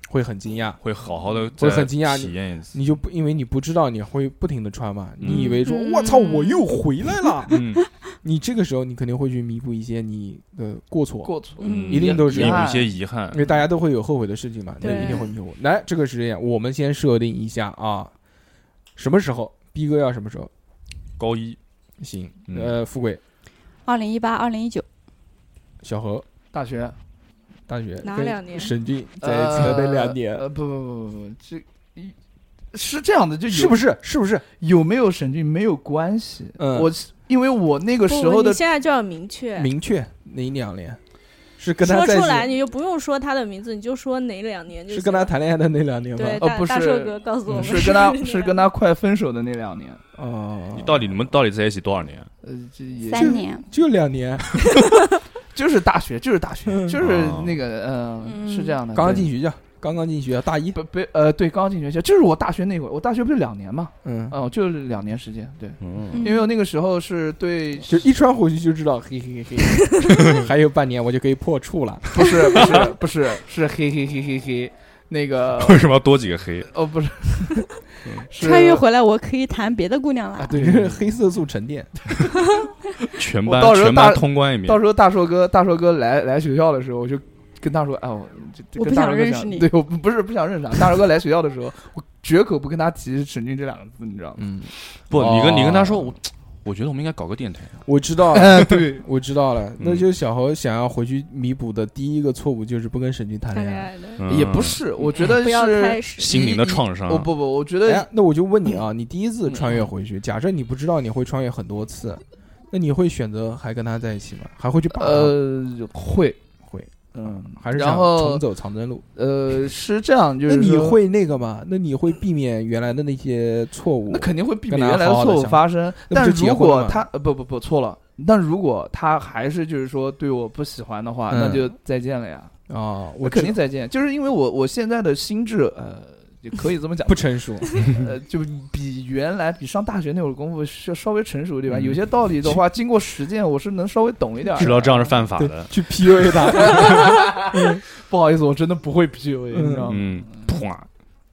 Speaker 1: 会很惊讶，
Speaker 4: 会好好的，
Speaker 1: 会很惊讶
Speaker 4: 体验一次。
Speaker 1: 你就不因为你不知道你会不停的穿嘛，
Speaker 4: 嗯
Speaker 1: 你以为说
Speaker 5: 嗯
Speaker 1: 我操我又回来了，
Speaker 4: 嗯，
Speaker 1: 你这个时候你肯定会去弥补一些你的过错，
Speaker 2: 过错，
Speaker 3: 嗯
Speaker 1: 一定都是
Speaker 4: 弥补
Speaker 2: 遗憾
Speaker 4: 一些遗憾
Speaker 1: 因。为大家都会有后悔的事情嘛，那
Speaker 5: 对
Speaker 1: 一定会弥补。来，这个时间我们先设定一下啊，什么时候逼哥要什么时候
Speaker 4: 高一，
Speaker 1: 行？
Speaker 4: 嗯
Speaker 1: 呃，富贵、
Speaker 3: 二零一八、二零一九，
Speaker 1: 小何、
Speaker 2: 大学
Speaker 1: 大学
Speaker 5: 哪
Speaker 1: 跟
Speaker 5: 两年
Speaker 1: 沈俊在一起了那两年，
Speaker 2: 呃，不不不不不，这一是这样的，就有
Speaker 1: 是不是？是不是？
Speaker 2: 有没有沈俊没有关系。
Speaker 1: 嗯
Speaker 2: 我因为我那个
Speaker 5: 不，
Speaker 2: 时候的
Speaker 5: 你现在就要明确
Speaker 1: 明确哪两年？是跟他
Speaker 5: 说
Speaker 1: 在
Speaker 5: 出来，
Speaker 1: 一
Speaker 5: 你就不用说他的名字，你就说哪两年就
Speaker 1: 起，
Speaker 5: 行
Speaker 1: 是跟他谈恋爱的那两年吗？
Speaker 5: 对
Speaker 2: 哦
Speaker 5: 大
Speaker 2: 不
Speaker 5: 大
Speaker 2: 是
Speaker 5: 寿哥告诉我们
Speaker 2: 是跟他
Speaker 5: 哪
Speaker 2: 是
Speaker 5: 两
Speaker 2: 跟他快分手的那两年，
Speaker 1: 哦，
Speaker 4: 你到底你们到底在一起多少年？
Speaker 2: 呃，这也
Speaker 3: 三年，
Speaker 1: 就两年，
Speaker 2: 就是大学，就是大学，
Speaker 1: 嗯
Speaker 2: 就是
Speaker 4: 哦
Speaker 2: 那个，嗯，
Speaker 3: 嗯
Speaker 2: 是这样的。
Speaker 1: 刚刚
Speaker 2: 对
Speaker 1: 进学校，刚刚进学校，大一，
Speaker 2: 不不呃，对，刚刚进学校，就是我大学那会儿，我大学不是两年嘛，
Speaker 1: 嗯，
Speaker 2: 哦，就是两年时间，对，
Speaker 4: 嗯，
Speaker 2: 因为我那个时候是对，
Speaker 1: 就一穿回去就知道， 嘿嘿嘿嘿， 还有半年我就可以破处了。
Speaker 2: 不是不是不是是嘿嘿嘿嘿嘿，那个
Speaker 4: 为什么要多几个黑？
Speaker 2: 哦 不是，是
Speaker 6: 穿越回来，我可以谈别的姑娘
Speaker 2: 啊
Speaker 6: 了。
Speaker 1: 你这
Speaker 2: 对，
Speaker 1: 黑色素沉淀，
Speaker 4: 全
Speaker 2: 我
Speaker 4: 班
Speaker 2: 到时候
Speaker 4: 全
Speaker 2: 大
Speaker 4: 班通关一遍
Speaker 2: 到。时候大硕哥大硕哥来来学校的时候，我就跟他说，哎我这这
Speaker 6: 我
Speaker 2: 跟
Speaker 6: 不
Speaker 2: 大
Speaker 6: 想
Speaker 2: 硕哥
Speaker 6: 认
Speaker 2: 讲
Speaker 6: 识你
Speaker 2: 对我不不是不想认识他，大硕哥来学校的时候，我绝口不跟他提沈俊这两个字，你知道吗？
Speaker 1: 嗯，
Speaker 4: 不，你跟你跟他说，
Speaker 1: 哦
Speaker 4: 我我觉得我们应该搞个电台。
Speaker 1: 我知道了，
Speaker 2: 哎，对，
Speaker 1: 我知道了。那就是小侯想要回去弥补的第一个错误就是不跟沈俊谈
Speaker 5: 谈
Speaker 1: 恋
Speaker 5: 恋
Speaker 1: 爱。
Speaker 5: 爱的，
Speaker 4: 嗯
Speaker 2: 也不是，我觉得
Speaker 5: 不要
Speaker 2: 是
Speaker 5: 开始。
Speaker 4: 心灵的创伤
Speaker 2: 我。哦不不，我觉
Speaker 1: 哎
Speaker 2: 得
Speaker 1: 呀，那我就问你
Speaker 2: 嗯
Speaker 1: 啊，你第一次穿越回去，假设你不知道你会穿越很多次，那你会选择还跟他在一起吗？还会去把他？
Speaker 2: 呃会
Speaker 1: 会，
Speaker 2: 嗯，
Speaker 1: 还是
Speaker 2: 然
Speaker 1: 想
Speaker 2: 后
Speaker 1: 重走长征路？
Speaker 2: 呃是这样，就
Speaker 1: 那
Speaker 2: 是
Speaker 1: 你
Speaker 2: 说，
Speaker 1: 会那个吗？那你会避免原来的那些错误
Speaker 2: 那？肯定会避
Speaker 1: 跟
Speaker 2: 免
Speaker 1: 他
Speaker 2: 原来
Speaker 1: 好好地
Speaker 2: 错误
Speaker 1: 想
Speaker 2: 发生。
Speaker 1: 那
Speaker 2: 但
Speaker 1: 不就结
Speaker 2: 如
Speaker 1: 婚了
Speaker 2: 果
Speaker 1: 吗
Speaker 2: 他呃不不不错了，但如果他还是就是说对我不喜欢的话，
Speaker 1: 嗯
Speaker 2: 那就再见了呀，
Speaker 1: 啊，
Speaker 2: 我
Speaker 1: 我
Speaker 2: 肯
Speaker 1: 知
Speaker 2: 定再见。就是因为我我现在的心智呃。也可以这么讲，
Speaker 1: 不成熟。
Speaker 2: 呃，就比原来比上大学那会儿功夫稍稍微成熟一点吧。
Speaker 1: 嗯
Speaker 2: 有些道理的话，经过实践，我是能稍微懂一点儿的。
Speaker 4: 知道这样是犯法
Speaker 1: 对
Speaker 4: 的，，
Speaker 1: 去 PUA 他。
Speaker 2: 不好意思，我真的不会 PUA，
Speaker 1: 嗯
Speaker 2: 你知道吗？
Speaker 4: 嗯，啪，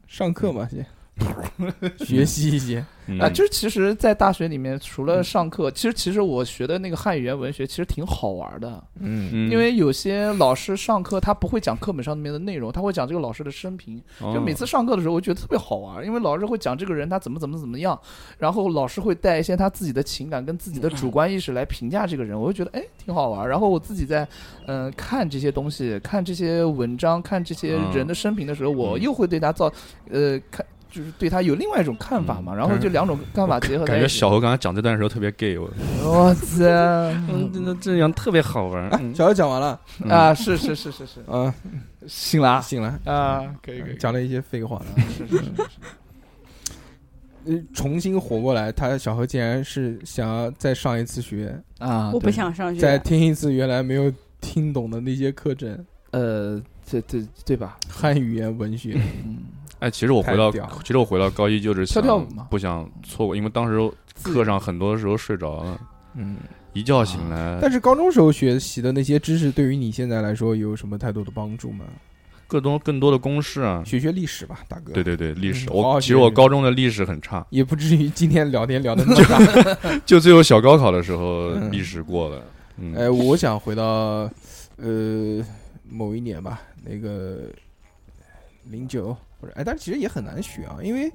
Speaker 1: 上课嘛， 先学习一些。
Speaker 4: 嗯
Speaker 2: 啊，就是其实，在大学里面，除了上课，其实其实我学的那个汉语言文学其实挺好玩的，
Speaker 1: 嗯
Speaker 4: 嗯
Speaker 2: 因为有些老师上课他不会讲课本上面的内容，他会讲这个老师的生平。
Speaker 4: 嗯
Speaker 2: 就每次上课的时候，我觉得特别好玩，因为老师会讲这个人他怎么怎么怎么样，然后老师会带一些他自己的情感跟自己的主观意识来评价这个人，我就觉得哎挺好玩。然后我自己在嗯、呃看这些东西、看这些文章、看这些人的生平的时候，我又会对他造呃看。就是对他有另外一种看法嘛，然后就两种看法结合在
Speaker 4: 哦感
Speaker 2: 一
Speaker 4: 觉
Speaker 2: 起。 哦
Speaker 4: 小侯刚才讲这段时候特别 gay，我
Speaker 2: 我操！
Speaker 4: 嗯，真的这样特别好玩
Speaker 2: 嗯
Speaker 1: 哎，小姚讲完了，
Speaker 2: 啊，是是是是是，
Speaker 1: 嗯，
Speaker 2: 醒了啊
Speaker 1: 醒了，
Speaker 2: 啊，可以可以，
Speaker 1: 嗯讲了一些废话。
Speaker 2: 是 是是是，
Speaker 1: 呃重新活过来，他小何竟然是想要再上一次学，
Speaker 2: 啊，
Speaker 6: 我不
Speaker 2: 对，
Speaker 6: 想上学。
Speaker 1: 再听一次原来没有听懂的那些课程，
Speaker 2: 呃，这这对吧？
Speaker 1: 汉语言文学。
Speaker 2: 嗯，
Speaker 4: 哎，其实我回到
Speaker 1: 太屌了，
Speaker 4: 其实我回到高一就是
Speaker 2: 跳
Speaker 4: 想
Speaker 2: 跳舞嘛
Speaker 4: 不想错过，因为当时课上很多时候睡着了，
Speaker 1: 嗯，
Speaker 4: 一觉醒来，
Speaker 1: 但是高中时候学习的那些知识，对于你现在来说有什么太多的帮助吗？
Speaker 4: 更多更多的公式啊，
Speaker 1: 学学历史吧，大哥。
Speaker 4: 对。对对，历史，
Speaker 1: 嗯好好
Speaker 4: 我
Speaker 1: 学
Speaker 4: 其实我高中的历史 很差，
Speaker 1: 也不至于今天聊天聊 的那么大。
Speaker 4: 就最后小高考的时候
Speaker 1: 嗯
Speaker 4: 历史过了，嗯，
Speaker 1: 哎，我想回到呃某一年吧，那个零九或者哎，但其实也很难选啊，因为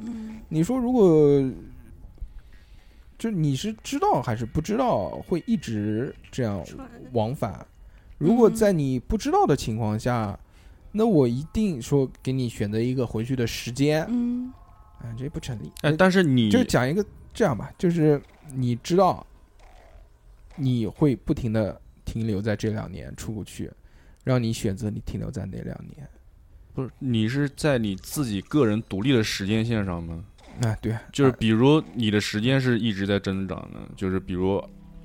Speaker 1: 你说如果就你是知道还是不知道，会一直这样往返。如果在你不知道的情况下，那我一定说给你选择一个回去的时间，
Speaker 3: 嗯，
Speaker 1: 哎，这不成立。
Speaker 4: 哎，但是你
Speaker 1: 就讲一个这样吧，就是你知道你会不停的停留在这两年出不去，让你选择你停留在哪两年。
Speaker 4: 不是你是在你自己个人独立的时间线上吗？
Speaker 1: 啊，对，
Speaker 4: 就是
Speaker 1: 啊
Speaker 4: 比如你的时间是一直在增长的，就是比如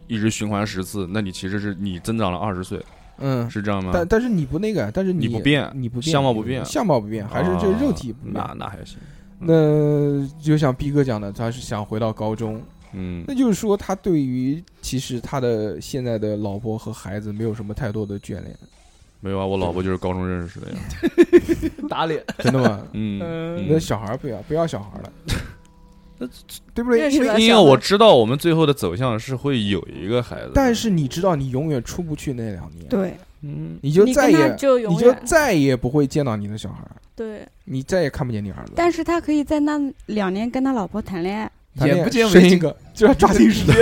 Speaker 4: 一直循环十次，那你其实是你增长了二十岁，
Speaker 1: 嗯，
Speaker 4: 是这样吗？
Speaker 1: 但但是你不那个，但是
Speaker 4: 你
Speaker 1: 你
Speaker 4: 不变
Speaker 1: 你不变，
Speaker 4: 相貌不
Speaker 1: 你
Speaker 4: 变啊
Speaker 1: 相貌不变，还是就肉体不变。
Speaker 4: 那那还行，
Speaker 1: 那就像逼哥讲的，他是想回到高中，
Speaker 4: 嗯
Speaker 1: 那就是说他对于其实他的现在的老婆和孩子没有什么太多的眷恋，
Speaker 4: 没有啊，我老婆就是高中认识的呀， ？
Speaker 2: 打脸。
Speaker 1: 真的吗
Speaker 4: 嗯，
Speaker 1: 那
Speaker 4: 嗯
Speaker 1: 小孩儿不要不要小孩儿了，对不对？啊
Speaker 5: 认识
Speaker 1: 因为
Speaker 5: 了
Speaker 4: 因为我知道我们最后的走向是会有一个孩子，
Speaker 1: 但是你知道，你永远出不去那两年，
Speaker 6: 对，
Speaker 4: 嗯，
Speaker 1: 你就
Speaker 5: 你
Speaker 1: 再
Speaker 5: 跟他
Speaker 1: 也
Speaker 5: 就
Speaker 1: 你
Speaker 5: 永
Speaker 1: 就
Speaker 5: 远
Speaker 1: 再也不会见到你的小孩儿，
Speaker 5: 对，
Speaker 1: 你再也看不见你儿子。
Speaker 6: 但是他可以在那两年跟他老婆谈恋爱。
Speaker 1: 谈恋爱
Speaker 2: 眼不见为
Speaker 1: 生
Speaker 2: 净
Speaker 1: 一个，就要抓紧时间，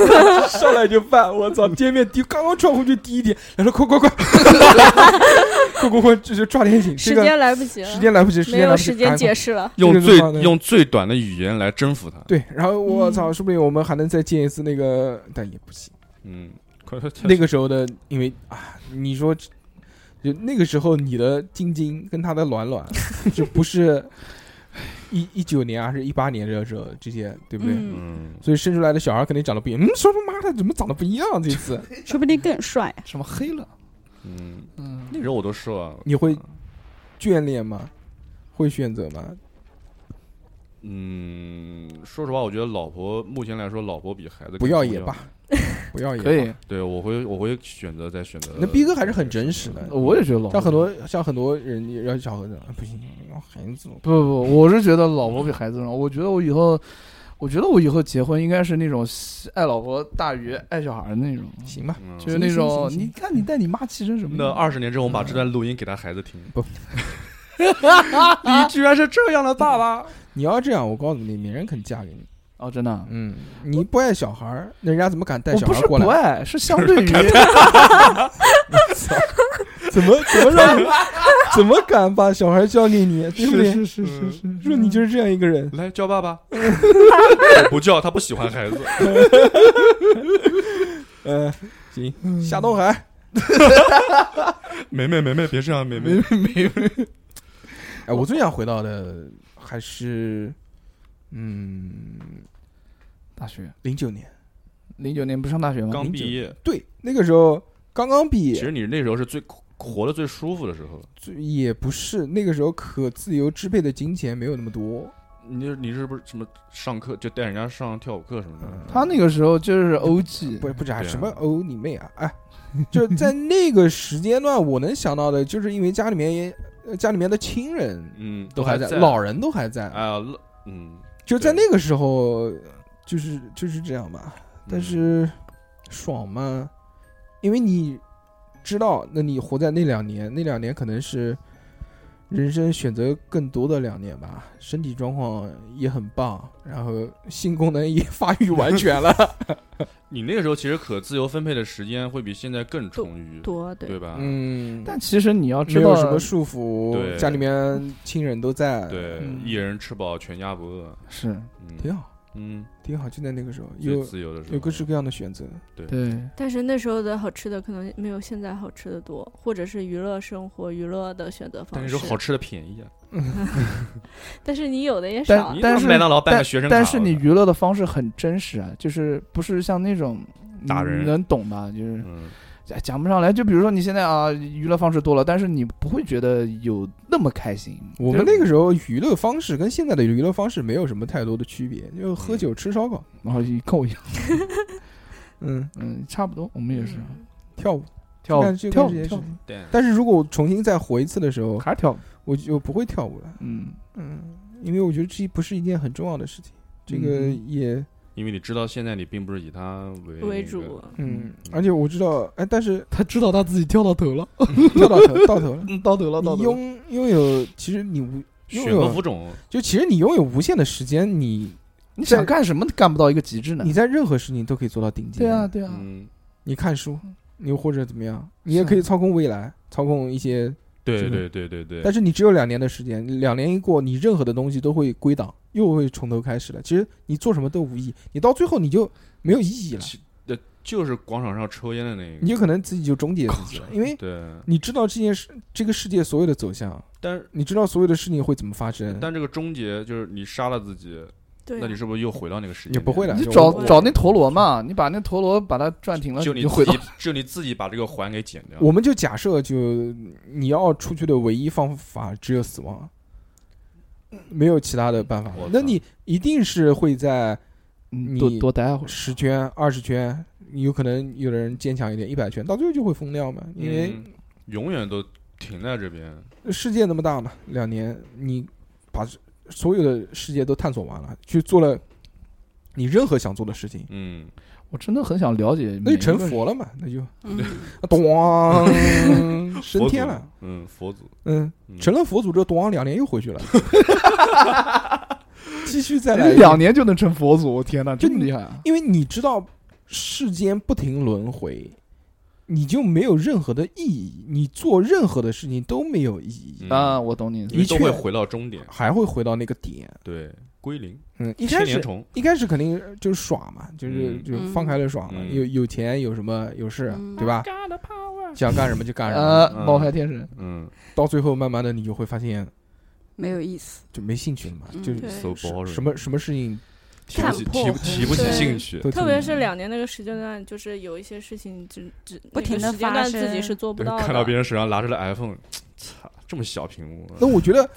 Speaker 1: 上来就办。我操，见面第刚刚撞回去第一天，他说快快快， 快快快，这就抓点紧，这
Speaker 5: 时
Speaker 1: 个
Speaker 5: 间来不及了，
Speaker 1: 时间来不及，时
Speaker 5: 没
Speaker 1: 间来不
Speaker 5: 有
Speaker 1: 及，
Speaker 5: 时间
Speaker 1: 赶快
Speaker 5: 解释了。
Speaker 4: 用
Speaker 1: 这个
Speaker 4: 最
Speaker 1: 的话呢
Speaker 4: 用最短的语言来征服他，
Speaker 1: 对，然后我
Speaker 5: 嗯
Speaker 1: 操，说不定我们还能再见一次那个，但也不行。
Speaker 4: 嗯，快快
Speaker 1: 那个时候的，因为啊，你说，就那个时候你的晶晶跟她的暖暖，就不是一一九年啊还是一八年的时候这些，对不对？
Speaker 6: 嗯，
Speaker 4: 嗯，
Speaker 1: 所以生出来的小孩肯定长得不一样。嗯，说他妈的怎么长得不一样？这次
Speaker 6: 说不定更帅。
Speaker 2: 什么黑了？
Speaker 4: 嗯，
Speaker 2: 嗯，
Speaker 4: 那时候我都说了，
Speaker 1: 你会眷恋吗？会选择吗？
Speaker 4: 嗯，说实话，我觉得老婆目前来说，老婆比孩子更
Speaker 1: 不要
Speaker 4: 重
Speaker 1: 也罢，不要也
Speaker 2: 可以
Speaker 1: 罢。，
Speaker 4: 对我会我会选择再选择。
Speaker 1: 那逼哥还是很真实的
Speaker 2: 呃我也觉得老
Speaker 1: 像很多像很多人要小孩子，啊不行，要孩子。
Speaker 2: 不不不，我是觉得老婆比孩子重要。我觉得我以后，我觉得我以后结婚应该是那种爱老婆大于爱小孩的那种，
Speaker 1: 行吧，
Speaker 4: 嗯
Speaker 2: 就是那种
Speaker 1: 行行行
Speaker 2: 你看你带你妈气成什么
Speaker 4: 那
Speaker 2: 样
Speaker 4: 二十年之后，我们把这段录音给他孩子听。
Speaker 1: 不
Speaker 4: 你居然是这样的爸爸！
Speaker 1: 你要这样，我告诉你，没人肯嫁给你。
Speaker 2: 哦，真的啊，
Speaker 1: 嗯，你不爱小孩儿，那人家怎么敢带
Speaker 2: 我
Speaker 1: 小
Speaker 2: 不
Speaker 1: 孩
Speaker 2: 是
Speaker 1: 儿过
Speaker 2: 不
Speaker 1: 来？
Speaker 2: 爱， 是相对于
Speaker 1: 怎么怎么 让你怎么敢把小孩交给你？对不对？
Speaker 2: 是是是是
Speaker 1: 说你就是这样一个人，
Speaker 4: 来叫 爸爸，我不叫他不喜欢孩子。
Speaker 1: 呃，行，夏东海。
Speaker 4: 梅梅梅梅，别这样，梅梅。
Speaker 1: 哎，我最想回到的还是，嗯，
Speaker 2: 大学
Speaker 1: 零九年，
Speaker 2: 零九年不上大学吗？
Speaker 4: 刚毕业，
Speaker 1: 对，那个时候刚刚毕业，
Speaker 4: 其实你那时候是最活得最舒服的时候。
Speaker 1: 最也不是那个时候可自由支配的金钱没有那么多，
Speaker 4: 你就你是不是什么上课就带人家上跳舞课什么的？嗯
Speaker 2: 他那个时候就是 OG，
Speaker 1: 不不是啊
Speaker 4: 对啊
Speaker 1: 什么欧你妹啊！哎，就在那个时间段，我能想到的，就是因为家里面也呃家里面的亲人
Speaker 4: 嗯，
Speaker 1: 都
Speaker 4: 还
Speaker 1: 还老人都还在，
Speaker 4: 哎呀，老嗯，
Speaker 1: 就在
Speaker 4: 对嗯
Speaker 1: 那个时候，就是就是这样吧。但是爽吗？因为你知道，那你活在那两年，那两年可能是人生选择更多的两年吧，身体状况也很棒，然后性功能也发育完全 了。
Speaker 4: 你那个时候其实可自由分配的时间会比现在更充裕，
Speaker 5: 多对
Speaker 4: 对吧？
Speaker 1: 嗯，
Speaker 2: 但其实你要知
Speaker 1: 没有
Speaker 2: 道
Speaker 1: 什么束缚，
Speaker 4: 对
Speaker 1: 家里面亲人都在，
Speaker 4: 对，
Speaker 2: 嗯
Speaker 4: 一人吃饱全家不饿，
Speaker 2: 是
Speaker 1: 挺
Speaker 4: 嗯
Speaker 1: 好，
Speaker 4: 嗯，
Speaker 1: 挺好。就在那个时候，
Speaker 4: 最
Speaker 1: 啊有
Speaker 4: 自由的时候，
Speaker 1: 有各式各样的选择。
Speaker 2: 对
Speaker 5: 但是那时候的好吃的可能没有现在好吃的多，或者是娱乐生活、娱乐的选择
Speaker 4: 但
Speaker 5: 方
Speaker 4: 是
Speaker 5: 式。
Speaker 4: 说好吃的便宜啊，
Speaker 5: 但是你有的也
Speaker 2: 但
Speaker 5: 少
Speaker 4: 你
Speaker 5: 呀，
Speaker 2: 但
Speaker 4: 让
Speaker 2: 是
Speaker 4: 麦当哦劳办个学生卡
Speaker 2: 但是你
Speaker 4: 我操
Speaker 2: 娱乐的方式很真实啊，就是不是像那种
Speaker 4: 打人
Speaker 2: 你能懂吧？就是
Speaker 4: 嗯
Speaker 2: 哎讲不上来。就比如说你现在啊，娱乐方式多了，但是你不会觉得有那么开心。
Speaker 1: 我们那个
Speaker 2: 时
Speaker 1: 时候娱乐方式跟现在的娱乐方式没有什么太多的区别，就
Speaker 2: 嗯
Speaker 1: 喝酒吃烧烤，
Speaker 2: 候，然后跟我一样，
Speaker 1: 嗯，
Speaker 2: 嗯，差不多，我们也是
Speaker 5: 嗯
Speaker 1: 跳舞
Speaker 2: 跳舞
Speaker 1: 干就
Speaker 2: 跳
Speaker 1: 干
Speaker 2: 舞
Speaker 1: 这些事
Speaker 2: 跳舞
Speaker 1: 情。
Speaker 4: 对，
Speaker 1: 但是如果我重新再活一次的时候，
Speaker 2: 还是跳舞，
Speaker 1: 我就不会跳舞了，
Speaker 2: 嗯，
Speaker 1: 嗯，因为我觉得这不是一件很重要的事情，这个
Speaker 2: 嗯
Speaker 1: 也
Speaker 4: 因为你知道现在你并不是以他为
Speaker 5: 为
Speaker 4: 那个
Speaker 5: 主，
Speaker 1: 嗯
Speaker 2: 嗯，
Speaker 1: 而且我知道，哎，但是
Speaker 2: 他知道他自己跳到头了，，
Speaker 1: 跳到头到头了
Speaker 2: 嗯， 到头了，到
Speaker 1: 你
Speaker 2: 头了。
Speaker 1: 拥拥有其实你无拥
Speaker 4: 选个
Speaker 1: 有
Speaker 4: 浮肿，
Speaker 1: 就其实你拥有无限的时间，你
Speaker 2: 你想干什么都干不到一个极致呢
Speaker 1: 你？在任何事情都可以做到顶尖。
Speaker 2: 对啊，，对啊，
Speaker 4: 嗯，
Speaker 1: 你看书，你或者怎么样，你
Speaker 2: 是
Speaker 1: 也
Speaker 2: 啊
Speaker 1: 可以操控未来，操控一些，
Speaker 4: 对
Speaker 1: 是的
Speaker 4: 对对对对，
Speaker 1: 但是你只有两年的时间，两年一过，你任何的东西都会归档，又会从头开始了。其实你做什么都无意义，你到最后你就没有意义了，
Speaker 4: 其呃就是广场上抽烟的那个，
Speaker 1: 你有可能自己就终结自己了，因为
Speaker 4: 对，
Speaker 1: 你知道这件事，这个世界所有的走向，
Speaker 4: 但是
Speaker 1: 你知道所有的事情会怎么发生，
Speaker 4: 但这个终结就是你杀了自己，
Speaker 5: 对啊呀，
Speaker 4: 那你是不是又回到那个时间
Speaker 1: 也
Speaker 4: 点？
Speaker 1: 不会的
Speaker 2: 你
Speaker 1: 就
Speaker 2: 找
Speaker 1: 我
Speaker 2: 找那陀螺嘛，你把那陀螺把它转停了，
Speaker 4: 就
Speaker 2: 你
Speaker 4: 你自
Speaker 2: 回到
Speaker 4: 己，就你自己把这个环给剪掉。
Speaker 1: 我们就假设，就你要出去的唯一方法只有死亡，没有其他的办法
Speaker 4: 我。
Speaker 1: 那
Speaker 4: 操
Speaker 1: 你一定是会在
Speaker 2: 嗯
Speaker 1: 你
Speaker 2: 多多待会儿。
Speaker 1: 十圈、二十圈，有可能有的人坚强一点，一百圈，到最后就会疯掉嘛。因为
Speaker 4: 嗯永远都停在这边，
Speaker 1: 世界那么大嘛，两年你把所有的世界都探索完了，去做了你任何想做的事情，
Speaker 4: 嗯，
Speaker 2: 我真的很想了解每一个人，
Speaker 1: 那就成佛了嘛，那就
Speaker 3: 嗯，
Speaker 1: 咣升
Speaker 4: 佛
Speaker 1: 天
Speaker 4: 祖
Speaker 1: 了，，
Speaker 4: 嗯，佛祖，
Speaker 1: 嗯，
Speaker 4: 嗯
Speaker 1: 成了佛祖之后，咣两年又回去 了，继续再来一遍
Speaker 2: 两年就能成佛祖，我天哪，
Speaker 1: 就
Speaker 2: 真
Speaker 1: 你
Speaker 2: 厉害啊！
Speaker 1: 因为你知道世间不停轮回，你就没有任何的意义，你做任何的事情都没有意义，
Speaker 4: 嗯
Speaker 2: 啊，我懂你的意
Speaker 4: 因为
Speaker 2: 思，
Speaker 4: 都会回到终点，
Speaker 1: 还会回到那个点。
Speaker 4: 对，归零，
Speaker 1: 嗯，一
Speaker 4: 千
Speaker 1: 开
Speaker 4: 年
Speaker 1: 始
Speaker 4: 虫，
Speaker 1: 一开始肯定就是耍嘛，就是、
Speaker 4: 嗯
Speaker 1: 就是放开了耍嘛，
Speaker 4: 嗯
Speaker 1: 有有钱有什么有事，
Speaker 3: 嗯
Speaker 1: 对吧？想干什么就干什么，
Speaker 2: 呃，
Speaker 4: 嗯
Speaker 2: 冒牌天神，
Speaker 4: 嗯
Speaker 1: 到最后慢慢的你就会发现
Speaker 3: 没有意思，
Speaker 1: 就没兴趣了嘛，
Speaker 3: 嗯
Speaker 1: 就是
Speaker 5: 对
Speaker 4: ，so boring，
Speaker 1: 什么什么事情
Speaker 4: 提不起
Speaker 3: 看
Speaker 4: 提
Speaker 3: 破
Speaker 4: 不提不起
Speaker 5: 红
Speaker 4: 兴趣，
Speaker 1: 都
Speaker 5: 特别是两年那个时间段，就是有一些事情只只
Speaker 3: 不停地
Speaker 5: 那个时间
Speaker 3: 发
Speaker 5: 段
Speaker 3: 生
Speaker 5: 自己是做不
Speaker 4: 对
Speaker 5: 到的。
Speaker 4: 看到别人手上拿着的 iPhone，操，这么小屏幕，啊
Speaker 1: 那我觉得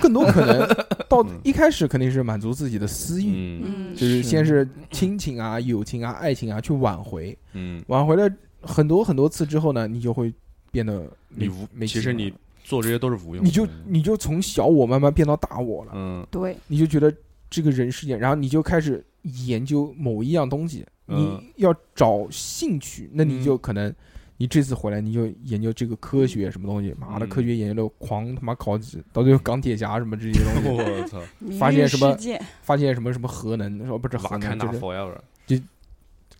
Speaker 1: 更多可能到
Speaker 4: 嗯
Speaker 1: 一开始肯定是满足自己的私欲，
Speaker 4: 嗯
Speaker 3: 嗯
Speaker 1: 就，是
Speaker 2: 是
Speaker 1: 先是亲情啊、友情啊、爱情啊去挽回，
Speaker 4: 嗯，
Speaker 1: 挽回了很多很多次之后呢，你就会变得没
Speaker 4: 你无，
Speaker 1: 没
Speaker 4: 其
Speaker 1: 劲
Speaker 4: 实
Speaker 1: 了
Speaker 4: 你做这些都是无用的，
Speaker 1: 你就你就从小我慢慢变到大我了，
Speaker 4: 嗯
Speaker 3: 对，
Speaker 1: 你就觉得这个人世界，然后你就开始研究某一样东西，
Speaker 4: 嗯
Speaker 1: 你要找兴趣，那你
Speaker 4: 嗯
Speaker 1: 就可能。你这次回来，你就研究这个科学什么东西？妈的，
Speaker 4: 嗯
Speaker 1: 科学研究的狂他妈考级，到最后钢铁侠什么这些东西，
Speaker 4: 我操，
Speaker 1: 发现什么
Speaker 3: 明日世界
Speaker 1: 发现什么什么核能，说不是
Speaker 4: 瓦
Speaker 1: 核
Speaker 4: 坎
Speaker 1: 能，
Speaker 4: 达
Speaker 1: 就是
Speaker 4: forever，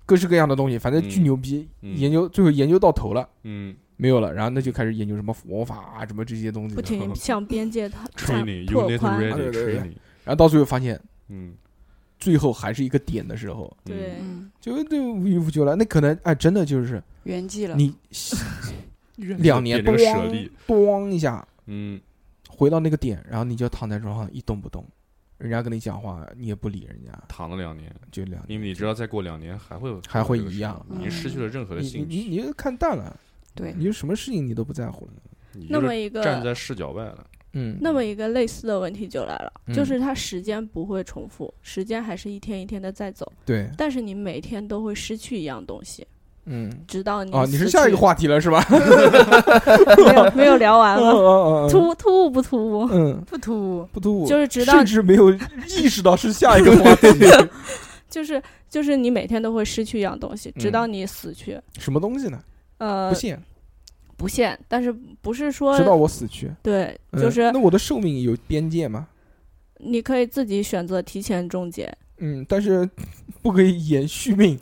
Speaker 1: 各式各样的东西，反正
Speaker 4: 嗯
Speaker 1: 巨牛逼。
Speaker 4: 嗯
Speaker 1: 研究最后研究到头了，
Speaker 4: 嗯
Speaker 1: 没有了，然后那就开始研究什么佛法啊，什么这些东西
Speaker 5: 不
Speaker 1: 了，
Speaker 5: 停向边 界拓展拓
Speaker 4: ，training，unit
Speaker 5: 宽，
Speaker 1: 对
Speaker 4: ready
Speaker 1: 对对
Speaker 4: training，
Speaker 1: 然后到最后发现，
Speaker 4: 嗯，
Speaker 1: 最后还是一个点的时候，
Speaker 4: 嗯
Speaker 5: 对
Speaker 3: 嗯，
Speaker 1: 就就无欲无求了。那可能哎，真的就是
Speaker 3: 圆寂了，
Speaker 1: 你
Speaker 5: 嗯
Speaker 1: 两年
Speaker 4: 变成个舍
Speaker 1: 咣
Speaker 4: 利
Speaker 1: 咣一下
Speaker 4: 嗯
Speaker 1: 回到那个点，然后你就躺在床上一动不动，人家跟你讲话你也不理人家，
Speaker 4: 躺了两年，
Speaker 1: 就两
Speaker 4: 因为你知道再过两年还会
Speaker 1: 还会
Speaker 4: 这个事
Speaker 1: 一样啊
Speaker 4: 你失去了任何的
Speaker 1: 你你
Speaker 4: 兴
Speaker 1: 你
Speaker 4: 趣，
Speaker 1: 你就看淡了，
Speaker 3: 对，
Speaker 1: 你就什么事情你都不在乎了。
Speaker 4: 你
Speaker 5: 那
Speaker 4: 就
Speaker 5: 么
Speaker 4: 是
Speaker 5: 一
Speaker 4: 站
Speaker 5: 个
Speaker 4: 在视角外了，
Speaker 1: 嗯，
Speaker 5: 那么一个类似的问题就来了，
Speaker 1: 嗯
Speaker 5: 就是它时间不会重复，时间还是一天一天的在走，
Speaker 1: 对，
Speaker 5: 但是你每天都会失去一样东西，
Speaker 1: 嗯，
Speaker 5: 直到你
Speaker 1: 啊，你是
Speaker 5: 死
Speaker 1: 下一个
Speaker 5: 去
Speaker 1: 话题了是吧？
Speaker 5: 没有没有聊完
Speaker 1: 嗯
Speaker 5: 吗？
Speaker 1: 嗯嗯
Speaker 5: 突突兀不突兀？
Speaker 1: 嗯，
Speaker 3: 不突兀，
Speaker 1: 不突兀，
Speaker 5: 就是直到
Speaker 1: 甚至没有意识到是下一个话 题，
Speaker 5: 就是就是你每天都会失去一样东西，直到你死去。
Speaker 1: 什么东西呢？
Speaker 5: 呃
Speaker 1: 嗯不，信，
Speaker 5: 不限，但是不是说
Speaker 1: 直到我死去。
Speaker 5: 对，
Speaker 1: 嗯
Speaker 5: 就是
Speaker 1: 那我的寿命有边界吗？
Speaker 5: 你可以自己选择提前终结，
Speaker 1: 嗯，但是不可以延续命，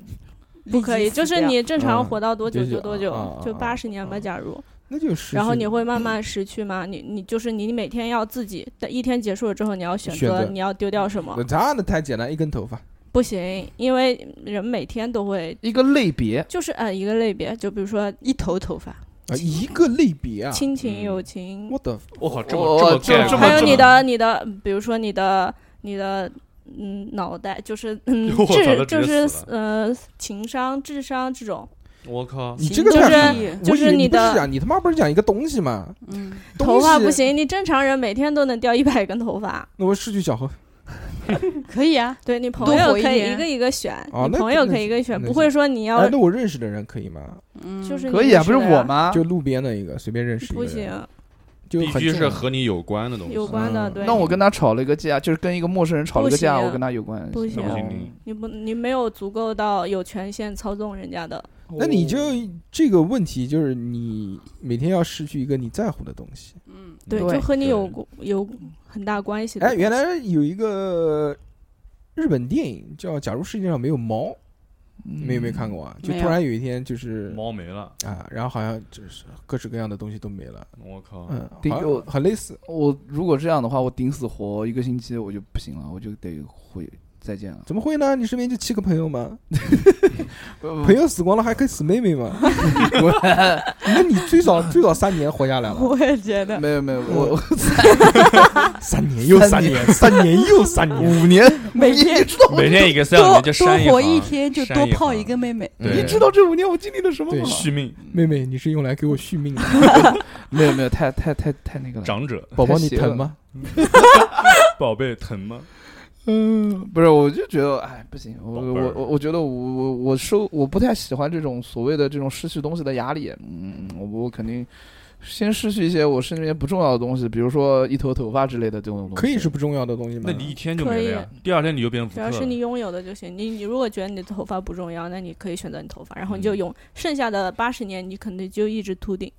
Speaker 5: 不可以，
Speaker 3: 立即
Speaker 5: 就
Speaker 3: 死
Speaker 5: 是
Speaker 3: 掉
Speaker 5: 你正常
Speaker 1: 嗯
Speaker 5: 活到多久
Speaker 1: 就是
Speaker 5: 就多久
Speaker 1: 啊啊，
Speaker 5: 就
Speaker 1: 啊
Speaker 5: 八十年
Speaker 1: 啊
Speaker 5: 吧，假如，
Speaker 1: 那就是
Speaker 5: 然后你会慢慢失去吗？你你就是你每天要自己，但一天结束了之后，你要选
Speaker 1: 选择
Speaker 5: 择你要丢掉什么
Speaker 1: 那？他那太简单，一根头发。
Speaker 5: 不行，因为人每天都会。
Speaker 2: 一个类别，
Speaker 5: 就是呃一个类别，就比如说
Speaker 3: 一头头发，
Speaker 1: 啊，一个类别啊！
Speaker 5: 亲情、
Speaker 4: 嗯
Speaker 5: 友情，
Speaker 1: 我的
Speaker 4: 我靠，这
Speaker 2: 我
Speaker 4: 么
Speaker 2: 就
Speaker 4: 这么概括
Speaker 5: 还有
Speaker 4: 这么
Speaker 5: 你的你的，比如说你的你的嗯脑袋，就是嗯
Speaker 4: 我操
Speaker 5: 智
Speaker 4: 他
Speaker 5: 就
Speaker 4: 直接
Speaker 5: 是
Speaker 4: 死
Speaker 5: 呃情商智商这种，
Speaker 4: 我靠，
Speaker 1: 你这个
Speaker 5: 就
Speaker 1: 太
Speaker 5: 是
Speaker 1: 难了
Speaker 5: 嗯就是
Speaker 1: 我以为
Speaker 5: 你
Speaker 1: 你不
Speaker 5: 的
Speaker 1: 是讲，你他妈不是讲一个东西吗？
Speaker 3: 嗯，
Speaker 1: 东
Speaker 5: 头发
Speaker 1: 西
Speaker 5: 不，行，你正常人每天都能掉一百根头发，
Speaker 1: 那我失去小何
Speaker 3: 可以啊，
Speaker 5: 对你朋
Speaker 3: 多
Speaker 5: 友
Speaker 3: 活一
Speaker 5: 可以
Speaker 3: 年
Speaker 5: 一个一个选，
Speaker 1: 哦
Speaker 5: 你
Speaker 1: 那
Speaker 5: 朋友
Speaker 1: 那
Speaker 5: 可以一个选，
Speaker 1: 那
Speaker 5: 不会说你要
Speaker 1: 哎，那我认识的人可以吗？
Speaker 3: 嗯，
Speaker 5: 就是
Speaker 2: 可
Speaker 5: 你
Speaker 2: 以啊，不
Speaker 5: 认识
Speaker 2: 是
Speaker 5: 的呀
Speaker 2: 我吗？
Speaker 1: 就路边的一个随便认识一个
Speaker 5: 不
Speaker 1: 人，
Speaker 5: 行
Speaker 1: 就
Speaker 4: 必
Speaker 1: 很
Speaker 4: 须
Speaker 1: 正常
Speaker 4: 是和你有关的东西，
Speaker 5: 有关的，
Speaker 1: 嗯
Speaker 5: 对，
Speaker 2: 那我跟他吵了一个架，就是跟一个陌生人吵了个架，
Speaker 5: 不行
Speaker 2: 我跟他有关
Speaker 5: 不
Speaker 2: 系
Speaker 5: 行
Speaker 4: 那不
Speaker 2: 吗。
Speaker 4: 行，啊
Speaker 5: 你不你没有足够到有权限操纵人家的，
Speaker 1: 那你就这个问题就是你每天要失去一个你在乎的东西。
Speaker 3: 嗯，
Speaker 5: 对，
Speaker 2: 对
Speaker 5: 就和你有
Speaker 4: 对
Speaker 5: 过有很大关系的。
Speaker 1: 哎，原来有一个日本电影叫《假如世界上没有猫》，
Speaker 5: 嗯
Speaker 1: 你
Speaker 2: 嗯
Speaker 1: 们有没有看过啊？就
Speaker 3: 没有
Speaker 1: 突然有一天就是
Speaker 4: 猫没了，
Speaker 1: 啊，然后好像就是各式各样的东西都没了，
Speaker 4: 我靠，
Speaker 1: 嗯，
Speaker 2: 对
Speaker 1: 好
Speaker 2: 有
Speaker 1: 像很类似。
Speaker 2: 我如果这样的话，我顶死活一个星期我就不行了，我就得回再见了。
Speaker 1: 怎么会呢？你身边就七个朋友吗？
Speaker 2: 朋
Speaker 1: 朋，友死光了还可以死妹妹吗？那你最少最少三年活下来了，
Speaker 3: 我也觉得，
Speaker 2: 没有没有， 我
Speaker 1: 三年又三年，三年又三年。
Speaker 2: 五年，
Speaker 3: 每
Speaker 2: 你
Speaker 3: 天
Speaker 2: 知道
Speaker 4: 每天一个 cell，
Speaker 3: 多
Speaker 4: 你就
Speaker 3: 多
Speaker 4: 删
Speaker 3: 活
Speaker 6: 啊
Speaker 4: 一行
Speaker 3: 天就
Speaker 4: 删
Speaker 3: 多
Speaker 4: 一
Speaker 3: 泡
Speaker 4: 行
Speaker 3: 一个妹妹，
Speaker 2: 你
Speaker 4: 对
Speaker 2: 知道这五年我经历了什么
Speaker 1: 对
Speaker 2: 吗？
Speaker 4: 续命
Speaker 1: 妹妹，你是用来给我续命的，
Speaker 2: 没有没有，太太太太那个了。
Speaker 4: 长者，
Speaker 1: 宝宝你疼吗？
Speaker 4: 宝贝疼吗？
Speaker 2: 嗯，不是，我就觉得，哎，不行，我
Speaker 4: 宝贝
Speaker 2: 我
Speaker 4: 儿
Speaker 2: 我我觉得我我我受我不太喜欢这种所谓的这种失去东西的压力，嗯，我我肯定先失去一些我身边不重要的东西，比如说一头头发之类的这种东西。
Speaker 1: 可以是不重要的东西吗？
Speaker 4: 那你一天就没了呀，第二天你就变福
Speaker 5: 只
Speaker 4: 特
Speaker 5: 要
Speaker 4: 了。
Speaker 5: 是你拥有的就行。你你如果觉得你的头发不重要，那你可以选择你头发，然后
Speaker 4: 嗯
Speaker 5: 你就用剩下的八十年，你可能就一直秃顶。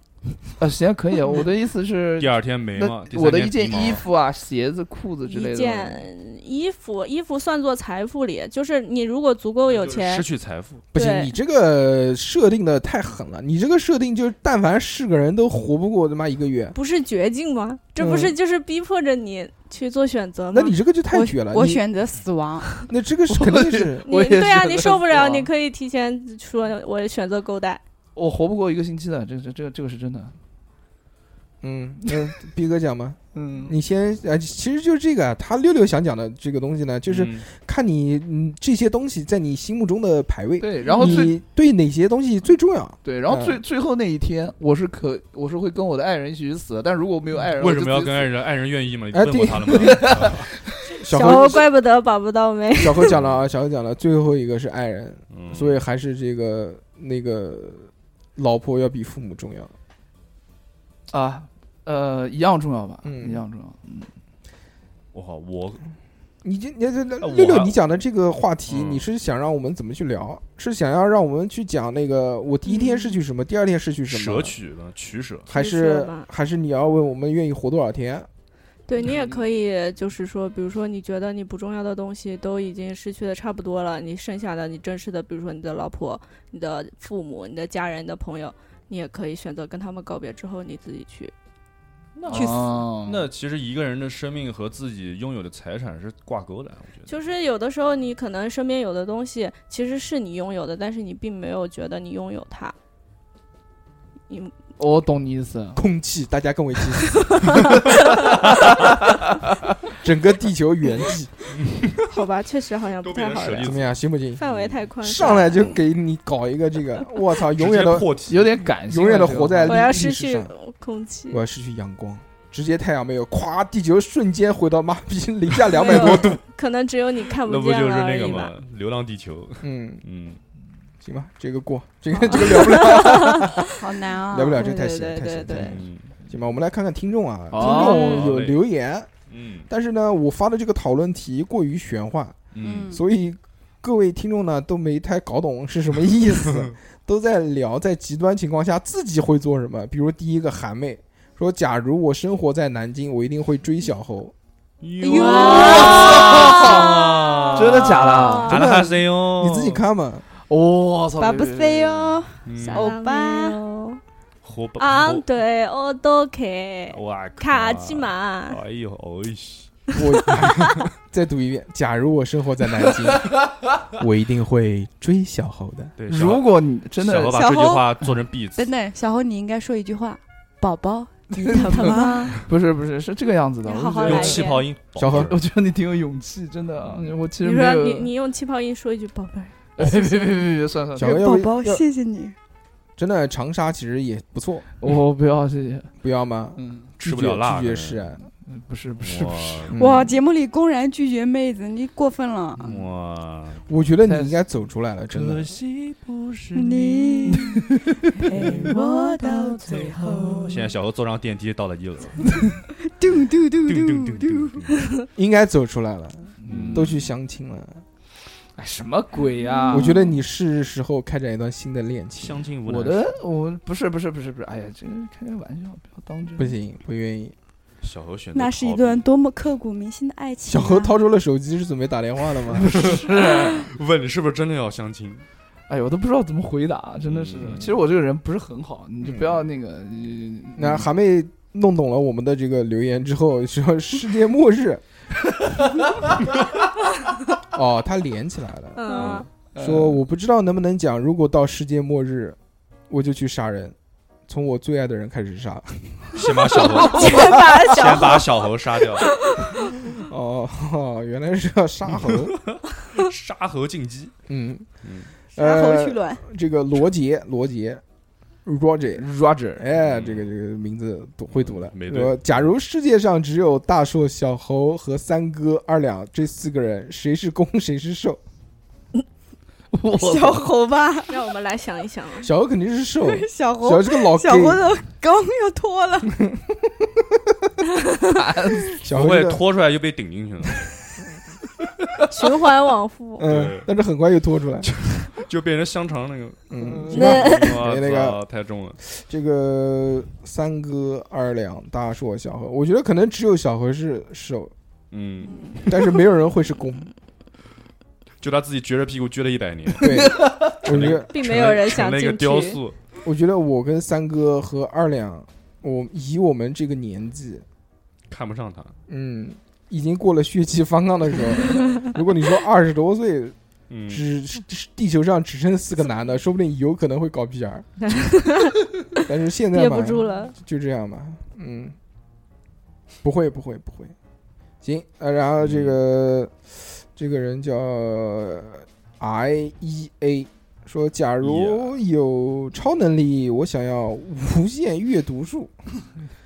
Speaker 2: 啊，行，可以。我的意思是
Speaker 4: 第，二天没
Speaker 2: 那
Speaker 4: 嘛，第三
Speaker 2: 我的
Speaker 4: 天
Speaker 2: 一件
Speaker 4: 皮毛
Speaker 2: 衣服啊、鞋子、裤子之类
Speaker 5: 一
Speaker 2: 的。
Speaker 5: 件衣服，衣服算作财富里，就是你如果足够有
Speaker 4: 就是
Speaker 5: 钱
Speaker 4: 失，去财富，
Speaker 1: 不行，
Speaker 5: 对
Speaker 1: 你这个设定的太狠了。你这个设定就是，但凡是个人都活不过他妈一个月。
Speaker 5: 不是绝境吗？这不是就是逼迫着你去做选择吗？
Speaker 1: 那你这个就太
Speaker 3: 我
Speaker 1: 绝了。
Speaker 3: 我
Speaker 1: 你
Speaker 3: 选择死亡，
Speaker 1: 那这个是
Speaker 2: 我
Speaker 1: 肯定是
Speaker 5: 你
Speaker 2: 我也
Speaker 5: 对啊，
Speaker 2: 是
Speaker 5: 你
Speaker 2: 这
Speaker 5: 受不
Speaker 2: 么
Speaker 5: 了，
Speaker 2: 想
Speaker 5: 你可以提前说，我选择狗带。
Speaker 2: 我活不过一个星期的，这这这个这个是真的。
Speaker 1: 嗯，那逼哥讲吧，
Speaker 2: 嗯，
Speaker 1: 你先呃，其实就是这个啊，他六六想讲的这个东西呢，就是
Speaker 4: 嗯
Speaker 1: 看你嗯这些东西在你心目中的排位，
Speaker 2: 对，然后最
Speaker 1: 你对哪些东西最重要？
Speaker 2: 对，然后
Speaker 1: 嗯
Speaker 2: 最最后那一天，我是可我是会跟我的爱人一起去死的，但如果没有爱人，
Speaker 4: 为什么要
Speaker 2: 我就自己
Speaker 4: 跟爱人？爱人愿意吗？你
Speaker 1: 哎
Speaker 4: 问过
Speaker 1: 对
Speaker 4: 他了吗？
Speaker 1: 小
Speaker 5: 小
Speaker 1: 何
Speaker 5: 猴怪不得保不到妹，
Speaker 1: 小何讲了啊，小何讲了，最后一个是爱人，
Speaker 4: 嗯
Speaker 1: 所以还是这个那个老婆要比父母重要。
Speaker 2: 死啊？呃，一样重要吧，
Speaker 1: 嗯
Speaker 2: 一样重要。嗯，
Speaker 4: 我靠，我
Speaker 1: 你这你这这
Speaker 4: 呃我
Speaker 1: 六六，你讲的这个话题，
Speaker 4: 嗯
Speaker 1: 你是想让我们怎么去聊？是想要让我们去讲那个我第一天是去什么，第二天是去什
Speaker 4: 舍
Speaker 1: 么？
Speaker 4: 取了取舍，
Speaker 1: 还
Speaker 5: 取舍
Speaker 1: 是
Speaker 5: 吧
Speaker 1: 还是你要问我们愿意活多少天？
Speaker 5: 对你也
Speaker 4: 嗯
Speaker 5: 可以，就是说，比如说你觉得你不重要的东西都已经失去的差不多了，你剩下的你珍视的，比如说你的老婆、你的父母、你的家人、你的朋友，你也可以选择跟他们告别之后你自己去。
Speaker 2: 去
Speaker 1: 啊
Speaker 2: 死
Speaker 4: 那其实一个人的生命和自己拥有的财产是挂钩的，啊我觉得。
Speaker 5: 就是有的时候你可能身边有的东西其实是你拥有的，但是你并没有觉得你拥有它。你
Speaker 2: 我懂你意思。
Speaker 1: 空气，大家跟我一起 死，整个地球 原地
Speaker 5: 好吧，确实好像不
Speaker 4: 都被
Speaker 5: 太
Speaker 4: 人
Speaker 5: 好
Speaker 4: 舍利
Speaker 5: 聊
Speaker 1: 怎，么样？行不行？
Speaker 5: 范围太宽。
Speaker 1: 上来就给你搞一个这 个，我操，永远
Speaker 4: 直接
Speaker 1: 的
Speaker 4: 破题
Speaker 2: 有点感性了，
Speaker 1: 永
Speaker 2: 啊
Speaker 1: 远的
Speaker 2: 这个
Speaker 1: 活在
Speaker 2: 话
Speaker 5: 我
Speaker 2: 题
Speaker 5: 要
Speaker 1: 历
Speaker 5: 失
Speaker 1: 历史
Speaker 5: 去
Speaker 1: 上
Speaker 5: 空气
Speaker 1: 我。要失去阳光，直接太阳没有，咵，地球瞬间回到妈逼零下两百
Speaker 5: 没
Speaker 1: 多
Speaker 5: 有
Speaker 1: 度。
Speaker 5: 可能只有你看
Speaker 4: 那
Speaker 5: 不
Speaker 4: 不
Speaker 5: 见
Speaker 4: 就是
Speaker 5: 了而
Speaker 4: 那
Speaker 5: 已
Speaker 4: 个吗？？
Speaker 5: 吧
Speaker 4: 《流浪地球》
Speaker 1: 嗯，
Speaker 4: 嗯，
Speaker 1: 行吧，这个过，这个 这个聊不 了，
Speaker 3: 好难啊！
Speaker 1: 聊不了，
Speaker 5: 对
Speaker 1: 这太
Speaker 5: 对
Speaker 1: 闲
Speaker 5: 对
Speaker 1: 太闲太
Speaker 5: 对对
Speaker 1: 闲。
Speaker 4: 嗯
Speaker 1: 行吧，我们来看看听众啊，听
Speaker 2: 哦
Speaker 1: 众有留言，
Speaker 4: 嗯
Speaker 1: 但是呢，我发的这个讨论题过于玄幻，
Speaker 4: 嗯，
Speaker 1: 所以各位听众呢都没太搞懂是什么意思，都在聊在极端情况下自己会做什么。比如第一个韩妹说：“假如我生活在南京，我一定会追小猴。
Speaker 5: 嗯
Speaker 4: 哟
Speaker 5: 哎
Speaker 2: 真的假的？
Speaker 4: 阿拉哈塞哟，
Speaker 1: 你自己看嘛，
Speaker 2: 啊我操！
Speaker 6: 巴布塞哟，
Speaker 4: 嗯，
Speaker 5: 下
Speaker 6: 欧
Speaker 5: 班
Speaker 6: 巴
Speaker 5: 了
Speaker 4: 活宝
Speaker 5: 啊，，对，我都可以。
Speaker 4: 哦哇，
Speaker 5: 卡 基，玛，
Speaker 4: 哎呦，哎西，
Speaker 1: 我再读一遍：假如我生活在南京，我一定会追小猴的。
Speaker 4: 对，小
Speaker 2: 如果你真
Speaker 4: 小
Speaker 2: 的
Speaker 4: 何把
Speaker 3: 小
Speaker 4: 这句
Speaker 3: 猴
Speaker 4: 话做成 beat，
Speaker 3: 等等，小猴，你应该说一句话：“宝宝， 你疼吗
Speaker 2: 不是不是是这个样子的，
Speaker 3: 你
Speaker 2: 我
Speaker 3: 好
Speaker 2: 就
Speaker 3: 好
Speaker 2: 觉得
Speaker 4: 用
Speaker 3: 来
Speaker 4: 气泡音，哦
Speaker 1: 小何
Speaker 2: 我觉得你挺有勇气，真的。啊
Speaker 4: 嗯
Speaker 2: 我其实
Speaker 5: 你
Speaker 2: 没
Speaker 5: 说
Speaker 2: 有，
Speaker 5: 你你用气泡音说一句“宝贝儿
Speaker 2: 别 别别别别，算了
Speaker 1: 小
Speaker 2: 算了，
Speaker 1: 何要
Speaker 6: 宝
Speaker 1: 不
Speaker 6: 宝，
Speaker 1: 要
Speaker 6: 谢谢你。
Speaker 1: 真的长沙其实也不错，
Speaker 2: 我不要谢谢。
Speaker 1: 不要吗？
Speaker 2: 嗯，
Speaker 4: 吃不了辣，
Speaker 1: 拒绝拒绝是啊，
Speaker 2: 嗯不是不是不是，
Speaker 1: 嗯
Speaker 4: 哇
Speaker 6: 哇，节目里公然拒绝妹子，你过分了。
Speaker 4: 哇，
Speaker 1: 我觉得你应该走出来了，真的
Speaker 4: 可。惜不是
Speaker 6: 你
Speaker 4: 你。
Speaker 6: 陪我到最后。
Speaker 4: 现在小何坐上电梯到了一楼，
Speaker 6: 嘟嘟嘟
Speaker 4: 叮
Speaker 6: 嘟
Speaker 4: 叮
Speaker 6: 嘟
Speaker 4: 叮。叮，
Speaker 1: 应该走出来了，
Speaker 4: 嗯
Speaker 1: 都去相亲了。
Speaker 2: 哎什么鬼啊呀？
Speaker 1: 我觉得你是时候开展一段新的恋情。
Speaker 4: 相亲无
Speaker 2: 我
Speaker 4: 难事
Speaker 2: 的我不是不是不是不是，哎呀，这个开开玩笑，不要当真。
Speaker 1: 不，行，不愿意。
Speaker 4: 小何选择
Speaker 6: 那是一
Speaker 4: 逃避
Speaker 6: 段多么刻骨铭心的爱情、
Speaker 1: 小
Speaker 6: 啊。
Speaker 1: 何掏出了手机，是准备打电话的吗？
Speaker 2: 啊
Speaker 4: 问你是不是真的要相亲？
Speaker 2: 哎呀，我都不知道怎么回答，真的是。
Speaker 4: 嗯
Speaker 2: 其实我这个人不是很好，你就不要那个。
Speaker 1: 嗯那韩妹弄懂了我们的这个留言之后，说世界末日。 哦，他连起来”。了，
Speaker 5: 嗯，
Speaker 2: 呃
Speaker 1: 说我不知道能不能讲，如果到世界末日，我就去杀人，从我最爱的人开始杀。
Speaker 4: 先把 小猴，先把小 先把小猴杀掉，
Speaker 1: 哦，哦原来是要杀猴。
Speaker 4: 杀猴进击。
Speaker 1: 嗯，
Speaker 4: 嗯，
Speaker 6: 然后
Speaker 1: 呃
Speaker 6: 取，卵，
Speaker 1: 这个罗杰，罗杰，Roger，
Speaker 2: Roger，
Speaker 1: 哎，
Speaker 4: 嗯
Speaker 1: 这个这个名字读会读了。
Speaker 4: 没对
Speaker 1: 说，假如世界上只有大硕、小 猴和三哥、二两这四个人，谁是攻谁是受？
Speaker 2: 我
Speaker 6: 小啊猴吧，
Speaker 5: 让我们来想一想啊，
Speaker 1: 小猴肯定是瘦，
Speaker 6: 小
Speaker 1: 哦小猴
Speaker 6: 猴，
Speaker 1: 是个老 gay，
Speaker 6: 小猴的刚要脱了，
Speaker 2: 呃
Speaker 1: 小
Speaker 4: 不
Speaker 1: 猴
Speaker 4: 会
Speaker 1: 是个
Speaker 4: 拖出来就被顶进去了，
Speaker 5: 循环往复。
Speaker 1: 嗯
Speaker 4: 对，
Speaker 1: 但是很快又脱出来。
Speaker 4: 就变成香 肠那个，
Speaker 1: 嗯，行吧
Speaker 5: 那
Speaker 4: 哇
Speaker 1: 那个
Speaker 4: 操太重了，
Speaker 1: 这个三哥、二两、大硕、小何，我觉得可能只有小何是手，
Speaker 4: 嗯，
Speaker 1: 但是没有人会是 公。
Speaker 4: 就他自己撅着屁股撅了一百年，
Speaker 1: 对，我觉得，
Speaker 5: 并没有人
Speaker 4: 成
Speaker 5: 想
Speaker 4: 了一个
Speaker 5: 进去。
Speaker 4: 雕塑，
Speaker 1: 我觉得我跟三哥和二两，我以我们这个年纪，
Speaker 4: 看不上他，
Speaker 1: 嗯，已经过了血气方刚的时候。如果你说二十多岁，
Speaker 4: 嗯，
Speaker 1: 只只地球上只剩四个男的，说不定有可能会搞 PR。但是现在
Speaker 5: 憋
Speaker 1: 嘛
Speaker 5: 不，住了，
Speaker 1: 就这样吧，嗯，不会，不会，不会。行，呃，然后这个这个人叫 I E A，说假如有超能力，我想要无限阅读术。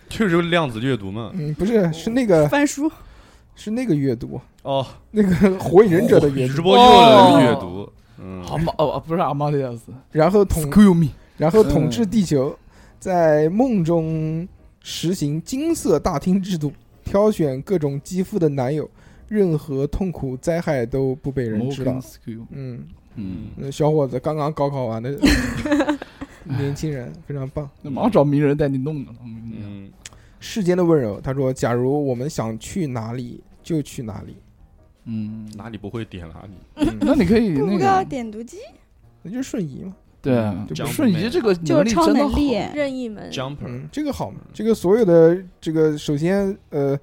Speaker 4: 就是有量子阅读嘛，
Speaker 1: 嗯，不是，是那个
Speaker 6: 翻书，
Speaker 1: 是那个阅读，
Speaker 4: 哦，
Speaker 1: 那个火影忍者的阅
Speaker 4: 直
Speaker 1: 读。
Speaker 4: 播又的阅读， 嗯，
Speaker 2: 好嘛哦，不是阿玛迪亚斯
Speaker 1: 然后统
Speaker 2: ，Excuse me，
Speaker 1: 然后统治地球，在梦中实行金色大厅制度，挑选各种肌肤的男友，任何痛苦灾害都不被人知道
Speaker 2: Morgan。Screw
Speaker 1: 嗯，
Speaker 2: 嗯，
Speaker 1: 那小伙子刚刚高考完的年轻人非常棒。
Speaker 2: 那马上找名人带你弄的了，嗯
Speaker 4: 嗯，
Speaker 1: 世间的温柔，他说：“假如我们想去哪里就去哪里，嗯
Speaker 2: 嗯，
Speaker 4: 哪里不会点哪里，
Speaker 2: 那你可以
Speaker 6: 不
Speaker 2: 那
Speaker 6: 高
Speaker 2: 个
Speaker 6: 点读机，
Speaker 1: 那就是瞬移嘛。
Speaker 2: 对，
Speaker 4: 就
Speaker 2: 瞬移这个
Speaker 6: 就
Speaker 2: 能
Speaker 6: 是
Speaker 2: 力
Speaker 6: 超
Speaker 2: 真的
Speaker 6: 能
Speaker 2: 好，
Speaker 6: 力，
Speaker 5: 任意门
Speaker 4: jumper，
Speaker 1: 嗯，这个好嘛？这个所有的这个，首先呃。”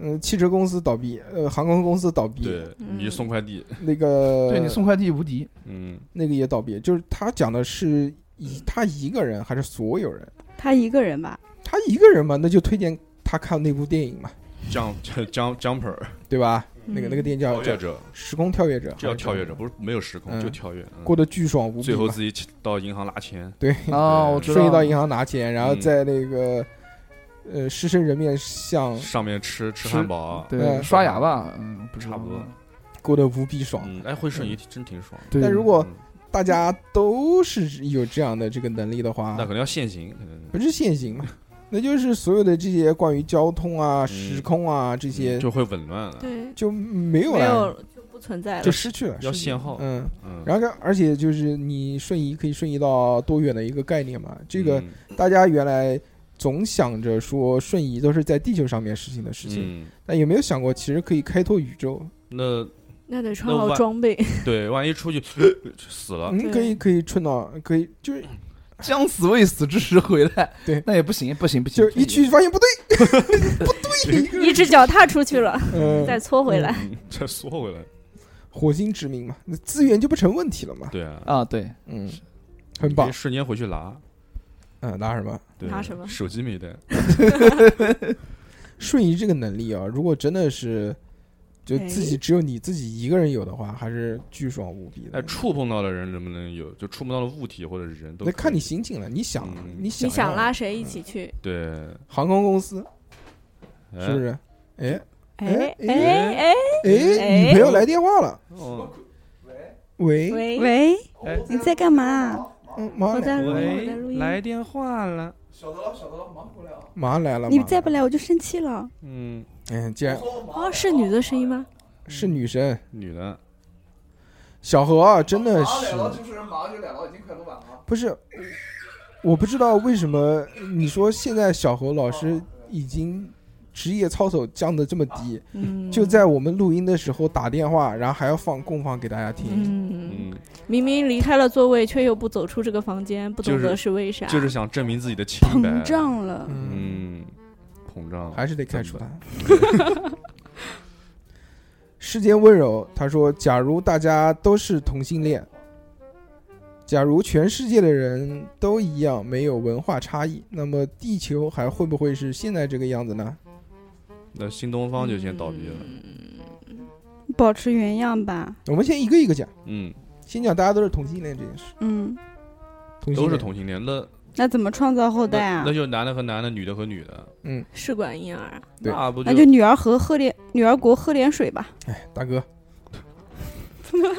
Speaker 1: 嗯，汽车公司倒闭，呃，航空公司倒闭，
Speaker 4: 对
Speaker 5: 嗯
Speaker 4: 你送快递，
Speaker 1: 那个
Speaker 2: 对你送快递无敌，
Speaker 4: 嗯，
Speaker 1: 那个也倒闭，就是他讲的是以他一个人还是所有人？
Speaker 6: 他一个人吧，
Speaker 1: 他一个人嘛，那就推荐他看那部电影嘛，
Speaker 4: jump jump jumper，
Speaker 1: 对吧？
Speaker 5: 嗯
Speaker 1: 那个那个电影叫
Speaker 4: 跳
Speaker 1: 《
Speaker 4: 跃者，
Speaker 1: 时空跳跃者》，
Speaker 4: 这叫跳跃者，，不是没有时空，
Speaker 1: 嗯
Speaker 4: 就跳跃，嗯
Speaker 1: 过得巨爽无比
Speaker 4: 最
Speaker 1: 嘛。
Speaker 4: 后自己起到银行拿钱，
Speaker 1: 对，
Speaker 2: 啊，
Speaker 4: 对
Speaker 2: 我知道，
Speaker 1: 顺利到银行拿钱，然后
Speaker 4: 嗯
Speaker 1: 在那个呃狮身人面像
Speaker 4: 上面吃吃
Speaker 2: 吃
Speaker 4: 汉堡，啊
Speaker 2: 对，
Speaker 1: 嗯
Speaker 2: 刷牙吧，嗯，不知道
Speaker 4: 差不多
Speaker 1: 过得无比爽。
Speaker 4: 嗯，哎，会瞬移真挺爽，
Speaker 2: 对，
Speaker 1: 但如果
Speaker 4: 嗯
Speaker 1: 大家都是有这样的这个能力的话
Speaker 4: 那，可能要限行，可能
Speaker 1: 不是限行嘛？那就是所有的这些关于交通啊、时空啊这些
Speaker 4: 嗯就会紊乱了，
Speaker 5: 对，
Speaker 1: 就没有
Speaker 5: 没
Speaker 1: 了，
Speaker 5: 有就不存在了
Speaker 1: 就。失去了，
Speaker 4: 要
Speaker 1: 失去
Speaker 4: 限
Speaker 1: 了
Speaker 4: 号
Speaker 1: 嗯。
Speaker 4: 嗯，
Speaker 1: 然后这，而且就是你瞬移可以瞬移到多远的一个概念嘛？这个
Speaker 4: 嗯
Speaker 1: 大家原来总想着说瞬移都是在地球上面实行的事情，
Speaker 4: 嗯，
Speaker 1: 但有没有想过其实可以开拓宇宙？
Speaker 4: 那
Speaker 5: 那得穿
Speaker 4: 那
Speaker 5: 好
Speaker 4: 万
Speaker 5: 装备，
Speaker 4: 对，万一出去死了，
Speaker 1: 嗯，可以可以顺到可以就是
Speaker 2: 将死未死之时回来，
Speaker 1: 对
Speaker 2: 那也不行，不行，不行，
Speaker 1: 就是一
Speaker 2: 句，
Speaker 1: 去发现不对，
Speaker 5: 一只脚踏出去了，再
Speaker 1: 嗯，
Speaker 5: 搓回来。
Speaker 4: 嗯再缩回来，
Speaker 1: 火星殖民嘛，那资源就不成问题了嘛。
Speaker 4: 对啊，
Speaker 2: 啊，对，
Speaker 1: 嗯，很
Speaker 4: 你可
Speaker 1: 棒
Speaker 4: 以。瞬间回去拿，
Speaker 1: 嗯，拿什么？
Speaker 4: 对
Speaker 5: 拿什么
Speaker 4: 手机没带，
Speaker 1: 瞬移这个能力啊，如果真的是就自己只有你自己一个人有的话，还是巨爽无比
Speaker 4: 哎，
Speaker 1: 的。
Speaker 4: 触碰到的人能不能有？就触碰到的物体或者人都
Speaker 1: 那看你
Speaker 4: 行。
Speaker 1: 心情了，你想
Speaker 4: 嗯
Speaker 1: 你
Speaker 5: 你
Speaker 1: 想
Speaker 5: 想
Speaker 1: 要
Speaker 5: 拉谁一起去？
Speaker 4: 对，
Speaker 1: 航空公司
Speaker 4: 哎
Speaker 1: 是不？是？哎
Speaker 5: 哎
Speaker 1: 哎
Speaker 5: 哎哎，
Speaker 1: 哎，女朋友来电话了，
Speaker 4: 哦，
Speaker 1: 喂，
Speaker 5: 喂，
Speaker 6: 喂
Speaker 4: 哎，
Speaker 6: 你在干嘛？
Speaker 1: 嗯，马
Speaker 5: 我
Speaker 1: 上来，
Speaker 5: 在我在录音，
Speaker 4: 电话了。
Speaker 1: 马上来了，
Speaker 6: 你
Speaker 1: 马上
Speaker 6: 再不来我就生气了。
Speaker 4: 嗯，
Speaker 1: 嗯，既然
Speaker 5: 哦，是女的声音吗？
Speaker 1: 是女神，
Speaker 4: 女的，
Speaker 1: 小何啊，真的是，
Speaker 2: 是马上就来了，已经快录完了。
Speaker 1: 不是，我不知道为什么你说现在小何老师已经职业操守降的这么低，
Speaker 5: 嗯，
Speaker 1: 就在我们录音的时候打电话，然后还要放供放给大家听，
Speaker 5: 嗯，
Speaker 4: 嗯，
Speaker 5: 明明离开了座位，却又不走出这个房间，不懂
Speaker 4: 就是
Speaker 5: 得是为啥。
Speaker 4: 就是想证明自己的清白。
Speaker 6: 膨胀了，
Speaker 1: 嗯，
Speaker 4: 嗯，膨胀。
Speaker 1: 还是得开除他。 世间温柔，他说：“假如大家都是同性恋，假如全世界的人都一样，没有文化差异，那么地球还会不会是现在这个样子呢？
Speaker 4: 那新东方就先倒闭了。
Speaker 5: 嗯
Speaker 6: 保持原样吧。
Speaker 1: 我们先一个一个讲，
Speaker 4: 嗯，
Speaker 1: 先讲大家都是同性恋这件事。
Speaker 6: 嗯，
Speaker 1: 同性
Speaker 4: 都
Speaker 1: 恋
Speaker 4: 是，同性恋，那
Speaker 6: 那怎么创造后代
Speaker 4: 那
Speaker 6: 啊
Speaker 4: 那？就男的和男的，女的和女的，
Speaker 1: 嗯
Speaker 5: 试管婴儿啊，
Speaker 1: 对
Speaker 4: 那不哦
Speaker 6: 那就女儿和喝点女儿国喝点水吧。
Speaker 1: 哎，大哥，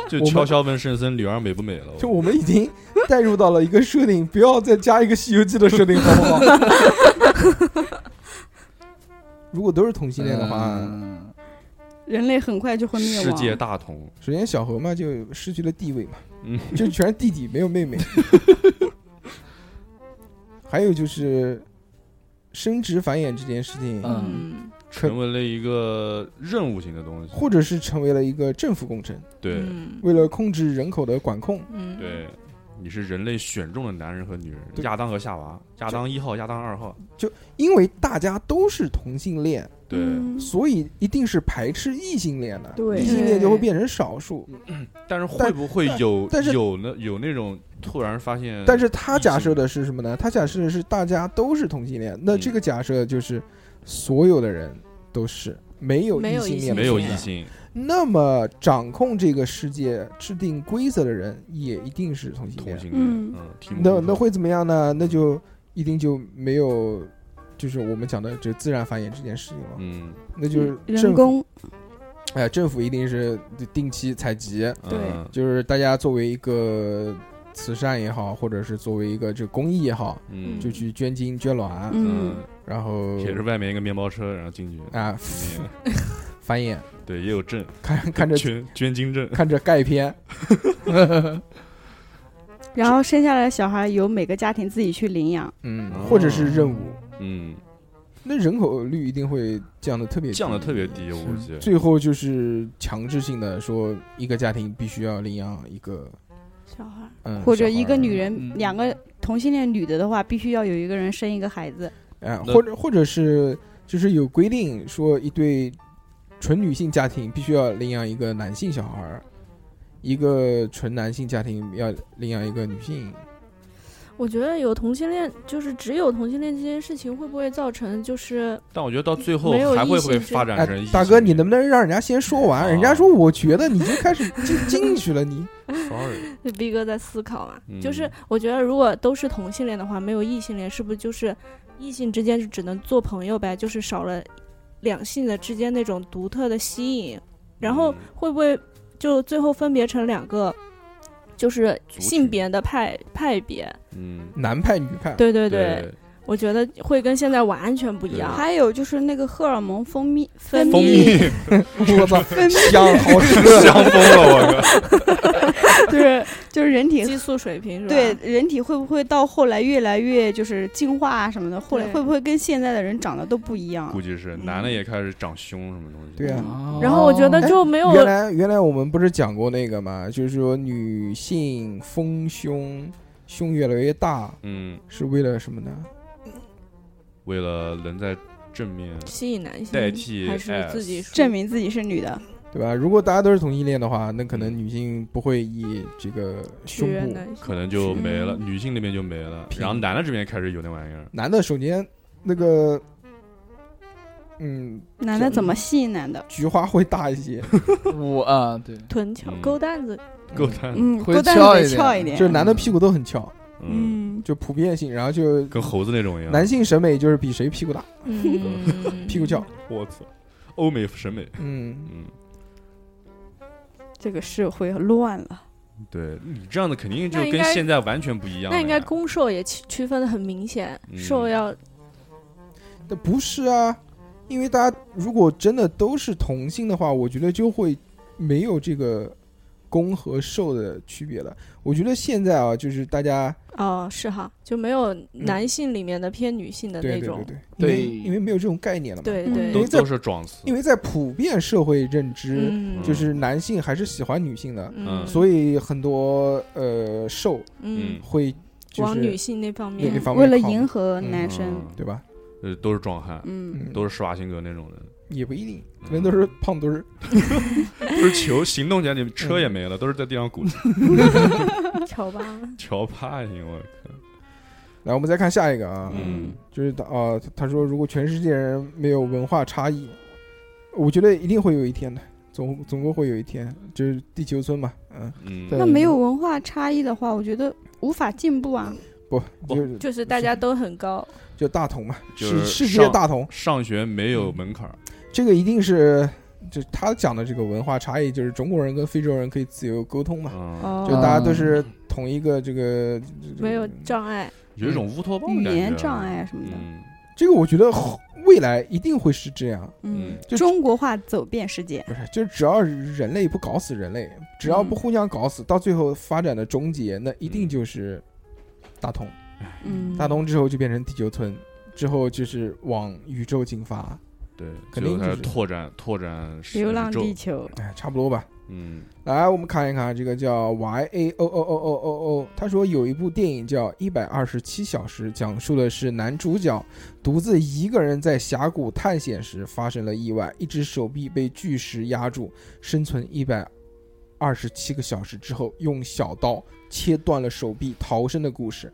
Speaker 4: 就
Speaker 1: 我们
Speaker 4: 悄悄问圣森女儿美不美了。
Speaker 1: 就我们已经带入到了一个设定，不要再加一个《西游记》的设定，好不好？ 如果都是同性恋的话，
Speaker 2: 嗯
Speaker 6: 人类很快就会灭
Speaker 4: 世
Speaker 6: 亡。
Speaker 4: 界大同，
Speaker 1: 首先小猴嘛就失去了地位嘛，
Speaker 4: 嗯，
Speaker 1: 就全是弟弟没有妹 妹。还有就是生殖繁衍这件事情，
Speaker 2: 嗯，
Speaker 6: 嗯，
Speaker 4: 成为了一个任务型的东西。
Speaker 1: 或者是成为了一个政府工程，
Speaker 4: 对
Speaker 5: 嗯
Speaker 1: 为了控制人口的管控，
Speaker 5: 嗯，
Speaker 4: 对，你是人类选中的男人和女人，
Speaker 1: 对
Speaker 4: 亚当和夏娃，亚当一号，亚当二号。
Speaker 1: 因为大家都是同性恋，
Speaker 4: 对，
Speaker 5: 嗯
Speaker 6: 嗯
Speaker 1: 所以一定是排斥异性恋的，
Speaker 6: 对
Speaker 1: 异性恋就会变成少数。
Speaker 4: 嗯但是会不会有
Speaker 1: 但是
Speaker 4: 有那有那种突然发现？
Speaker 1: 但是他
Speaker 4: 嗯
Speaker 1: 假设的是什么呢？他假设的是大家都是同性恋，那
Speaker 4: 嗯
Speaker 1: 这个假设就是所有的人都是没有
Speaker 5: 没
Speaker 1: 异
Speaker 5: 有
Speaker 1: 性
Speaker 5: 异
Speaker 1: 恋，
Speaker 5: 性
Speaker 4: 没有
Speaker 5: 恋
Speaker 4: 异。性，
Speaker 1: 那么掌控这个世界、制定规则的人也一定是同性
Speaker 4: 同
Speaker 1: 恋。
Speaker 4: 性恋，
Speaker 6: 嗯
Speaker 4: 嗯，提姆
Speaker 1: 那
Speaker 4: 洪
Speaker 1: 那
Speaker 4: 说
Speaker 1: 会怎么样呢？那就一定就没有，就是我们讲的这自然繁衍这件事情了。
Speaker 4: 嗯，
Speaker 1: 那就是
Speaker 6: 人
Speaker 1: 政府，
Speaker 6: 工
Speaker 1: 哎，政府一定是定期采集，
Speaker 4: 嗯
Speaker 6: 对，
Speaker 1: 就是大家作为一个慈善也好，或者是作为一个这公益也好，
Speaker 4: 嗯，
Speaker 1: 就去捐精捐卵，
Speaker 6: 嗯
Speaker 4: 嗯，
Speaker 1: 然后
Speaker 4: 也是外面一个面包车，然后进去，嗯
Speaker 1: 啊 繁衍，
Speaker 4: 对，也有证，
Speaker 1: 看看着
Speaker 4: 捐捐 精证，
Speaker 1: 看着钙片，
Speaker 6: 然后生下来的小孩由每个家庭自己去领养。
Speaker 1: 嗯
Speaker 4: 哦，
Speaker 1: 或者是任务，
Speaker 4: 嗯，
Speaker 1: 那人口率一定会降的特别低
Speaker 4: 降的特别低，我估计，
Speaker 1: 最后就是强制性的说，一个家庭必须要领养一个，
Speaker 5: 小孩儿
Speaker 1: 嗯，
Speaker 6: 或者一个
Speaker 1: 小孩儿
Speaker 6: 女，人，
Speaker 2: 嗯
Speaker 6: 两个同性恋女的的话，必须要有一个人生一个孩子。
Speaker 1: 哎，
Speaker 4: 那
Speaker 1: 或者或者是就是有规定说，一对纯女性家庭必须要领养一个男性小孩儿，一个纯男性家庭要领养一个女性。
Speaker 5: 我觉得有同性恋，就是只有同性恋这件事情，会不会造成就是
Speaker 4: 但我觉得到最后
Speaker 5: 没有
Speaker 4: 还会
Speaker 5: 异
Speaker 4: 不
Speaker 5: 性
Speaker 4: 会
Speaker 5: 之
Speaker 4: 发展
Speaker 1: 哎
Speaker 4: 成异，性恋？
Speaker 1: 大哥，你能不能让人家先说完？人
Speaker 4: 啊
Speaker 1: 家说我觉得你就开始进进去了，你
Speaker 4: sorry，
Speaker 5: 逼哥在思考啊？
Speaker 4: 嗯
Speaker 5: 就是我觉得如果都是同性恋的话，没有异性恋，是不是就是异性之间就只能做朋友呗？就是少了两性的之间那种独特的吸引，然后
Speaker 4: 嗯
Speaker 5: 会不会就最后分别成两个？就是
Speaker 4: 族
Speaker 5: 性
Speaker 4: 群
Speaker 5: 别的派派别，
Speaker 4: 嗯，
Speaker 1: 男派女派，
Speaker 5: 对对对，
Speaker 4: 对，
Speaker 5: 我觉得会跟现在完全不一样。
Speaker 6: 还有就是那个荷尔蒙分泌
Speaker 5: 啊分
Speaker 6: 泌
Speaker 4: 蜂蜜
Speaker 1: 我 操，
Speaker 6: 分泌
Speaker 1: 香好吃。
Speaker 4: 香疯了，我靠，
Speaker 6: 就是就是人体
Speaker 5: 激素啊水平是吧？
Speaker 6: 对，人体会不会到后来越来越就是进化啊什么的，后来
Speaker 5: 对
Speaker 6: 会不会跟现在的人长得都不一样
Speaker 4: 估？计是男的也开始长胸什么东西，
Speaker 1: 对啊
Speaker 4: 哦
Speaker 5: 然哎后我觉得就没有
Speaker 1: 原来原来我们不是讲过那个嘛，就是说女性丰胸，胸越来越大
Speaker 4: 嗯，
Speaker 1: 是为了什么呢？
Speaker 4: 为了能在正面
Speaker 5: 吸引男性，
Speaker 4: 代替
Speaker 5: 还是自己输
Speaker 6: 证明自己是女的，
Speaker 1: 对吧？如果大家都是同性恋的话，那可能女性不会以这个
Speaker 5: 取
Speaker 1: 胸
Speaker 5: 悦
Speaker 1: 部
Speaker 5: 男，性？
Speaker 4: 可能就没了，女性那边就没了，
Speaker 1: 平
Speaker 4: 然后男的这边开始有那玩意儿，
Speaker 1: 男的首先那个，嗯，
Speaker 6: 男的怎么吸引男的？
Speaker 1: 菊花会大一些，
Speaker 2: 我啊，对，
Speaker 5: 臀翘
Speaker 4: 嗯
Speaker 5: 勾 蛋子，
Speaker 4: 够贪，
Speaker 6: 嗯，
Speaker 2: 会
Speaker 6: 勾蛋得
Speaker 2: 翘
Speaker 6: 翘
Speaker 2: 一
Speaker 6: 一
Speaker 2: 点
Speaker 6: 点，
Speaker 1: 就是男的屁股都很翘，
Speaker 4: 嗯，
Speaker 6: 嗯，
Speaker 1: 就普遍性，然后就
Speaker 4: 跟猴子那种一样，
Speaker 1: 男性审美就是比谁屁股大，
Speaker 5: 嗯，
Speaker 1: 屁股翘，
Speaker 4: 我操，欧美审美，
Speaker 1: 嗯，
Speaker 4: 嗯，
Speaker 6: 这个社会乱了。
Speaker 4: 对你这样的肯定就
Speaker 5: 那应
Speaker 4: 跟
Speaker 5: 该
Speaker 4: 现在完全不一样了呀，
Speaker 5: 那应该攻受也区区分的很明显，
Speaker 4: 嗯
Speaker 5: 受要
Speaker 1: 那不是啊，因为大家如果真的都是同性的话，我觉得就会没有这个攻和受的区别了。我觉得现在啊，就是大家
Speaker 5: 哦是哈，就没有男性里面的偏女性的
Speaker 1: 嗯对
Speaker 5: 那
Speaker 1: 对
Speaker 5: 种嗯
Speaker 1: 对，对，因
Speaker 2: 对
Speaker 1: 为因为没有这种概念了嘛。
Speaker 5: 对
Speaker 6: 嗯
Speaker 5: 对
Speaker 4: 都
Speaker 1: 因为在
Speaker 4: 都是壮词，
Speaker 1: 因为在普遍社会认知，
Speaker 5: 嗯
Speaker 1: 就是男性还是喜欢女性的，
Speaker 5: 嗯，
Speaker 1: 所以很多呃受
Speaker 5: 嗯
Speaker 4: 嗯，
Speaker 1: 会就
Speaker 5: 往女
Speaker 1: 是
Speaker 5: 性嗯那方
Speaker 1: 那
Speaker 5: 面
Speaker 1: 个，方
Speaker 6: 嗯
Speaker 1: 面
Speaker 6: 为了
Speaker 1: 靠
Speaker 6: 迎合
Speaker 1: 嗯
Speaker 6: 男生，
Speaker 1: 对吧？
Speaker 4: 呃，都是壮汉，
Speaker 6: 嗯，
Speaker 1: 嗯，
Speaker 4: 都是施瓦辛格那种人，
Speaker 1: 也不一定，可能都是胖墩儿。
Speaker 4: 都是球行动起来，你们车也没了，都是在地上滚
Speaker 5: 乔巴，
Speaker 4: 乔帕型，我靠，
Speaker 1: 来，我们再看下一个啊，
Speaker 4: 嗯，
Speaker 1: 就是他啊、他说如果全世界人没有文化差异，我觉得一定会有一天的，总总归会有一天，就是地球村嘛，嗯，
Speaker 4: 嗯，
Speaker 1: 对
Speaker 6: 那没有文化差异的话，我觉得无法进步啊。
Speaker 1: 不，
Speaker 4: 不
Speaker 1: 就是
Speaker 5: 就是大家都很高，
Speaker 1: 就大同嘛，
Speaker 4: 就是
Speaker 1: 世
Speaker 4: 上
Speaker 1: 界大同，
Speaker 4: 上学没有门槛儿，
Speaker 1: 这个一定是就他讲的这个文化差异，就是中国人跟非洲人可以自由沟通嘛，
Speaker 4: 嗯，
Speaker 6: 哦
Speaker 1: 就大嗯家都是同一个这个
Speaker 5: 没有障碍，
Speaker 4: 有一种乌托邦
Speaker 6: 语
Speaker 4: 嗯的感觉啊
Speaker 6: 言障，碍什么的，
Speaker 4: 嗯
Speaker 1: 这个，我觉得后未来一定会是这样，
Speaker 6: 嗯
Speaker 1: 就，
Speaker 6: 中国话走遍世界，
Speaker 1: 不是，就是只要人类不搞死人类，只
Speaker 4: 嗯
Speaker 1: 要不互相搞死，到最后发展的终结，那一定就是大同。
Speaker 6: 嗯，
Speaker 1: 大同之后就变成地球村，之后就是往宇宙进发，
Speaker 4: 对，
Speaker 1: 肯
Speaker 4: 最后
Speaker 1: 定
Speaker 4: 开
Speaker 1: 就
Speaker 4: 始
Speaker 1: 是
Speaker 4: 拓展拓展
Speaker 6: 嗯
Speaker 4: 是
Speaker 6: 流浪
Speaker 4: 宇宙
Speaker 6: 地球，
Speaker 1: 哎，差不多吧。
Speaker 4: 嗯，
Speaker 1: 来，我们看一看这个叫 Y A O O O O O O，他说有一部电影叫《一百二十七小时》，讲述的是男主角独自一个人在峡谷探险时发生了意外，一只手臂被巨石压住，生存一百二十七个小时之后，用小刀切断了手臂逃生的故事。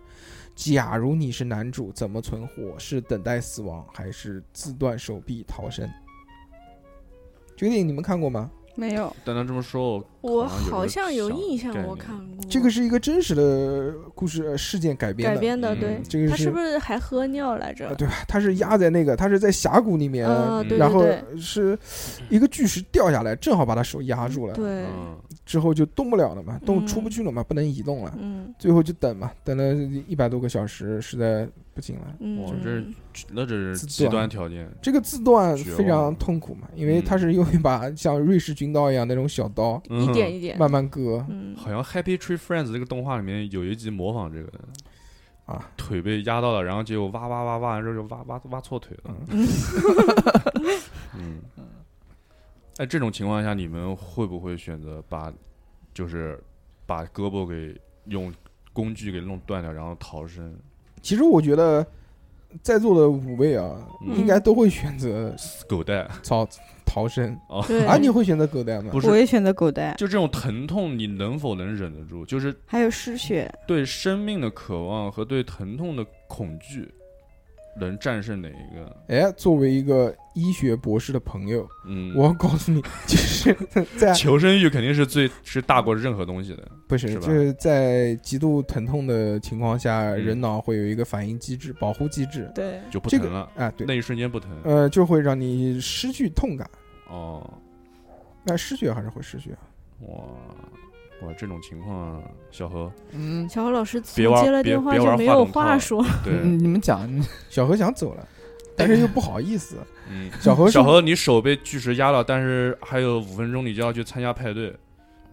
Speaker 1: 假如你是男主，怎么存活？是等待死亡，还是自断手臂逃生？这个电影你们看过吗？
Speaker 6: 没有，
Speaker 4: 但他这么说，
Speaker 5: 我
Speaker 4: 好
Speaker 5: 好
Speaker 4: 像
Speaker 5: 像
Speaker 4: 有
Speaker 5: 有
Speaker 4: 这个
Speaker 5: 印象
Speaker 4: 概，
Speaker 5: 我
Speaker 4: 念
Speaker 5: 看过
Speaker 1: 这个是一个真实的故事呃事件改编
Speaker 5: 嗯改
Speaker 1: 的，
Speaker 5: 编的，
Speaker 4: 嗯
Speaker 5: 对，
Speaker 1: 这个
Speaker 5: 他
Speaker 1: 是
Speaker 5: 是不是还喝尿来着
Speaker 1: 呃？对吧？它是压在那个，它是在峡谷里面，
Speaker 5: 嗯，对
Speaker 1: 然
Speaker 5: 对
Speaker 1: 后
Speaker 5: 对
Speaker 1: 是一个巨石掉下来，正好把他手压住了，
Speaker 5: 对，
Speaker 4: 嗯，
Speaker 1: 之后就动不了了嘛，动
Speaker 5: 嗯
Speaker 1: 出不去了嘛，不能移动了，
Speaker 5: 嗯
Speaker 1: 最后就等嘛，等了一百多个小时，实在不行了。
Speaker 4: 哇
Speaker 5: 嗯，
Speaker 4: 这是那这是
Speaker 1: 自
Speaker 4: 极
Speaker 1: 断
Speaker 4: 端条件，
Speaker 1: 这个自断
Speaker 4: 绝望嗯
Speaker 1: 非常痛苦嘛，因为它是用一把像瑞士军刀一样那种小刀，
Speaker 5: 一点
Speaker 4: 嗯。
Speaker 5: 一点，
Speaker 1: 慢慢割
Speaker 5: 嗯，
Speaker 4: 好像《Happy Tree Friends》这个动画里面有一集模仿这个的，
Speaker 1: 啊，
Speaker 4: 腿被压到了，然后结果挖挖挖挖，然后就挖挖挖错腿了。 嗯，哎，这种情况下你们会不会选择把，就是把胳膊给用工具给弄断掉，然后逃生？
Speaker 1: 其实我觉得在座的五位啊，
Speaker 4: 嗯
Speaker 1: 应该都会选择
Speaker 4: 狗带
Speaker 1: 逃逃生。
Speaker 4: 哦，
Speaker 5: 对
Speaker 1: 啊，你会选择狗带吗？
Speaker 4: 不是
Speaker 6: 我也选择狗带，
Speaker 4: 就这种疼痛，你能否能忍得住？就是
Speaker 6: 还有失血，
Speaker 4: 对生命的渴望和对疼痛的恐惧，能战胜哪一个？
Speaker 1: 哎，作为一个医学博士的朋友，
Speaker 4: 嗯，
Speaker 1: 我要告诉你， 就是在
Speaker 4: 求生欲肯定是最是大过任何东西的。
Speaker 1: 不是
Speaker 4: 是吧
Speaker 1: 就是在极度疼痛的情况下，
Speaker 4: 嗯
Speaker 1: 人脑会有一个反应机制、保护机制
Speaker 5: 对，
Speaker 4: 就不
Speaker 1: 这
Speaker 4: 疼
Speaker 1: 个
Speaker 4: 了，
Speaker 1: 啊，对
Speaker 4: 那，一瞬间不疼。
Speaker 1: 呃，就会让你失去痛感。
Speaker 4: 哦，
Speaker 1: 那失血还是会失血啊，
Speaker 4: 哇哇，这种情况，小何，
Speaker 2: 嗯，
Speaker 5: 小何老师
Speaker 4: 别
Speaker 5: 从
Speaker 4: 玩
Speaker 5: 接了
Speaker 4: 别
Speaker 5: 电话
Speaker 4: 别
Speaker 5: 就
Speaker 4: 玩
Speaker 5: 没
Speaker 4: 话
Speaker 5: 有
Speaker 4: 筒
Speaker 5: 话
Speaker 4: 套
Speaker 5: 说，
Speaker 4: 对，
Speaker 2: 你你们讲，你
Speaker 1: 小何想走了，但是又不好意思。
Speaker 4: 嗯，
Speaker 1: 小何是
Speaker 4: 小何，你手被巨石压了，但是还有五分钟你就要去参加派对，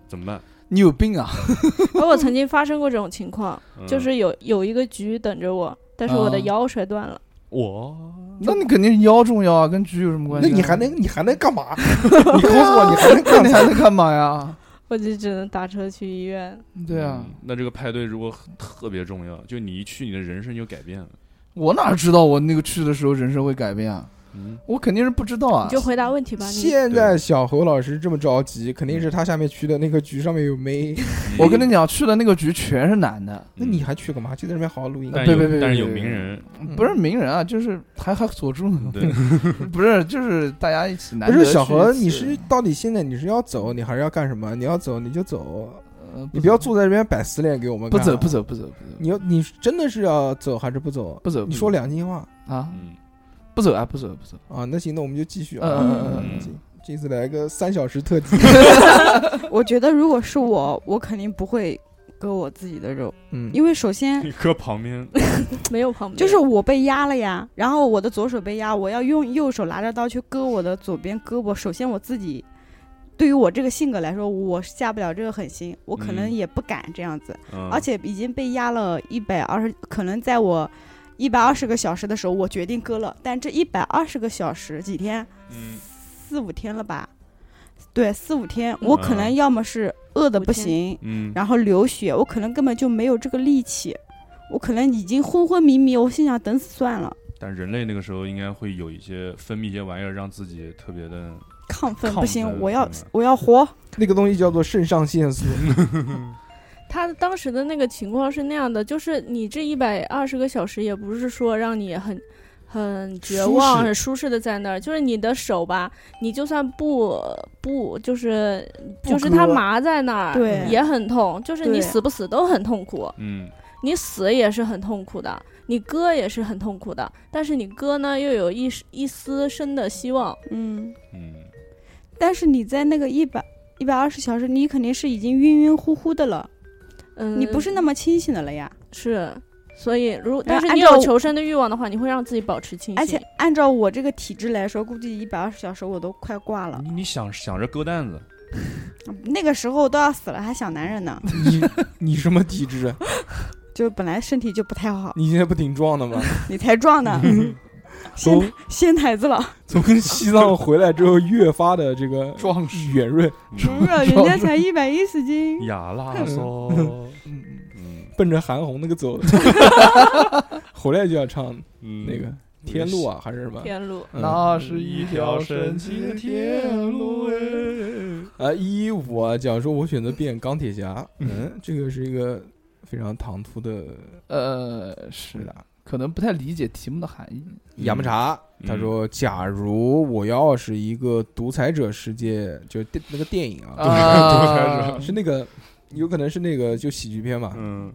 Speaker 4: 怎么办？
Speaker 2: 你有病啊！
Speaker 5: 而我曾经发生过这种情况，
Speaker 4: 嗯
Speaker 5: 就是有有一个局等着我，但是我的
Speaker 2: 嗯
Speaker 5: 腰摔断了，
Speaker 4: 我
Speaker 2: 那你肯定是腰重要啊，跟局有什么关
Speaker 1: 那
Speaker 2: 系啊？
Speaker 1: 你还能你还能干嘛？ 你告诉我你还能干
Speaker 2: 那你
Speaker 1: 嘛？
Speaker 2: 还能干嘛呀？
Speaker 5: 我就只能打车去医院。
Speaker 2: 对啊，
Speaker 4: 嗯那这个派对如果很特别重要，就你一去，你的人生就改变了。
Speaker 2: 我哪知道我那个去的时候人生会改变啊？
Speaker 4: 嗯，
Speaker 2: 我肯定是不知道啊
Speaker 5: 你。就回答问题吧，你
Speaker 1: 现在小何老师这么着急，肯定
Speaker 4: 嗯
Speaker 1: 是他下面去的那个局上面有妹，
Speaker 2: 我跟你讲，去的那个局全是男的，
Speaker 1: 那你还去干嘛？就在那边好好录音。
Speaker 4: 嗯但
Speaker 2: 别
Speaker 4: 有
Speaker 2: 别别
Speaker 4: 但是
Speaker 2: 别
Speaker 4: 有
Speaker 2: 别
Speaker 4: 名人，
Speaker 1: 嗯
Speaker 2: 不是名人啊，就是还还锁住呢。
Speaker 4: 对，
Speaker 2: 不是，就是大家一起难
Speaker 1: 不
Speaker 2: 得
Speaker 1: 是小
Speaker 2: 去
Speaker 1: 何，
Speaker 2: 一次
Speaker 1: 你是到底现在你是要走，你还是要干什么？你要走你就走，
Speaker 2: 呃
Speaker 1: 你不要坐在这边摆死脸给我们
Speaker 2: 不
Speaker 1: 看啊
Speaker 2: 走不。走不走不走
Speaker 1: 你要你真的是要走还是不走？
Speaker 2: 不走
Speaker 1: 你
Speaker 2: 不
Speaker 1: 说
Speaker 2: 走
Speaker 1: 良心话
Speaker 2: 啊，
Speaker 4: 嗯，
Speaker 2: 不走啊不走不走。
Speaker 1: 啊！那行，那我们就继续啊。
Speaker 2: 嗯嗯嗯
Speaker 4: 嗯
Speaker 1: 行，这次来个三小时特辑。
Speaker 6: 我觉得如果是我，我肯定不会割我自己的肉，
Speaker 1: 嗯，
Speaker 6: 因为首先
Speaker 4: 你搁旁边，
Speaker 5: 没有旁边，
Speaker 6: 就是我被压了呀，然后我的左手被压，我要用右手拿着刀去割我的左边胳膊。首先我自己，对于我这个性格来说，我下不了这个狠心，我可能
Speaker 4: 嗯
Speaker 6: 也不敢这样子，
Speaker 4: 嗯
Speaker 6: 而且已经被压了一百二十，可能在我。一百二十个小时的时候，我决定割了，但这一百二十个小时几天，
Speaker 4: 嗯
Speaker 6: 四五天了吧？对，四五天，我可能
Speaker 4: 嗯
Speaker 6: 要么是饿的
Speaker 5: 五
Speaker 6: 不
Speaker 5: 天
Speaker 6: 行，
Speaker 4: 嗯，
Speaker 6: 然后流血，我可能根本就没有这个力气，我可能已经昏昏迷迷，我心想等死算了，
Speaker 4: 但人类那个时候应该会有一些分泌一些玩意儿，让自己特别的
Speaker 6: 亢奋
Speaker 4: 亢
Speaker 6: 不行
Speaker 4: 奋，
Speaker 6: 我要
Speaker 4: 嗯
Speaker 6: 我要活，
Speaker 1: 那个东西叫做肾上腺 素。
Speaker 5: 他当时的那个情况是那样的，就是你这一百二十个小时也不是说让你很很绝
Speaker 1: 舒
Speaker 5: 望、
Speaker 1: 适
Speaker 5: 很舒适的在那儿，就是你的手吧，你就算不不就是
Speaker 1: 不
Speaker 5: 就是它
Speaker 1: 割
Speaker 5: 麻在那儿，
Speaker 6: 对
Speaker 5: 也很痛，就是你
Speaker 6: 对
Speaker 5: 死不死都很痛苦，
Speaker 4: 嗯
Speaker 5: 你死也是很痛苦的，你割也是很痛苦的，但是你割呢又有一丝一丝生的希望，
Speaker 6: 嗯。
Speaker 4: 嗯，
Speaker 6: 但是你在那个一百一百二十小时，你肯定是已经晕晕乎乎的了，
Speaker 5: 嗯，
Speaker 6: 你不是那么清醒的了呀。
Speaker 5: 是，所以如但是
Speaker 6: 按
Speaker 5: 你
Speaker 6: 照
Speaker 5: 有
Speaker 6: 我
Speaker 5: 求生的欲望的话，你会让自己保持清醒。
Speaker 6: 而且按照我这个体质来说，估计一百二十小时我都快挂了，
Speaker 4: 你你想想着割蛋子，
Speaker 6: 那个时候都要死了，还想男人呢，
Speaker 1: 你你什么体质？啊
Speaker 6: 就本来身体就不太好，
Speaker 1: 你现在不挺壮的吗？
Speaker 6: 你才壮呢， 掀
Speaker 1: 从
Speaker 6: 掀台子 了，
Speaker 1: 从西藏回来之后越发的这个
Speaker 2: 壮
Speaker 1: 圆润，嗯
Speaker 6: 不是，人家才一百一十斤，
Speaker 4: 呀啦嗦，
Speaker 2: 嗯，
Speaker 4: 嗯
Speaker 1: 奔着韩红那个走的，回来就要唱
Speaker 4: 嗯
Speaker 1: 那个天路啊，还是什么？
Speaker 5: 天路，
Speaker 1: 嗯
Speaker 2: 那是一条神奇的天路哎。
Speaker 1: 啊，一我讲说，我选择变钢铁侠，嗯，这个是一个非常唐突的
Speaker 2: 呃，是
Speaker 1: 回
Speaker 2: 的，
Speaker 1: 答。
Speaker 2: 可能不太理解题目的含义。
Speaker 1: 亚木茶
Speaker 4: 嗯
Speaker 1: 他说：“假如我要是一个独裁者世界，就是电那个电影啊，
Speaker 2: 啊，
Speaker 1: 是那个有可能是那个就喜剧片嘛，
Speaker 4: 嗯，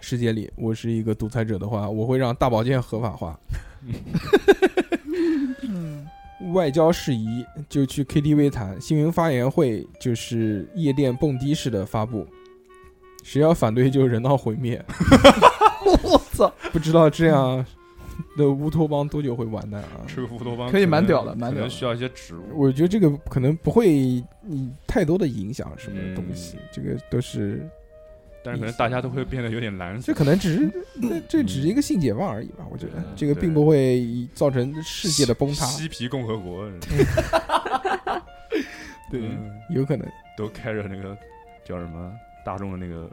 Speaker 1: 世界里我是一个独裁者的话，我会让大保健合法化，
Speaker 2: 嗯
Speaker 1: 外交事宜就去 KTV 谈，新闻发言会就是夜店蹦迪式的发布，谁要反对就人道毁灭。
Speaker 2: 我操，
Speaker 1: 不知道这样的乌托邦多久会完蛋 啊？
Speaker 4: 吃个乌托邦
Speaker 2: 可以蛮
Speaker 4: 能
Speaker 2: 屌的蛮
Speaker 4: 可
Speaker 2: 屌的
Speaker 4: 能需要一些植物。
Speaker 1: 我觉得这个可能不会嗯太多的影响什么东西，
Speaker 4: 嗯
Speaker 1: 这个都是
Speaker 4: 但是可能大家都会变得有点蓝色
Speaker 1: 这。可能只是那这只是一个性解放而已吧。我觉得
Speaker 4: 嗯
Speaker 1: 这个
Speaker 4: 对
Speaker 1: 并不会造成世界的崩塌，
Speaker 4: 嬉皮共和国，嗯
Speaker 1: 有可能。
Speaker 4: 都开着那个叫什么大众的那个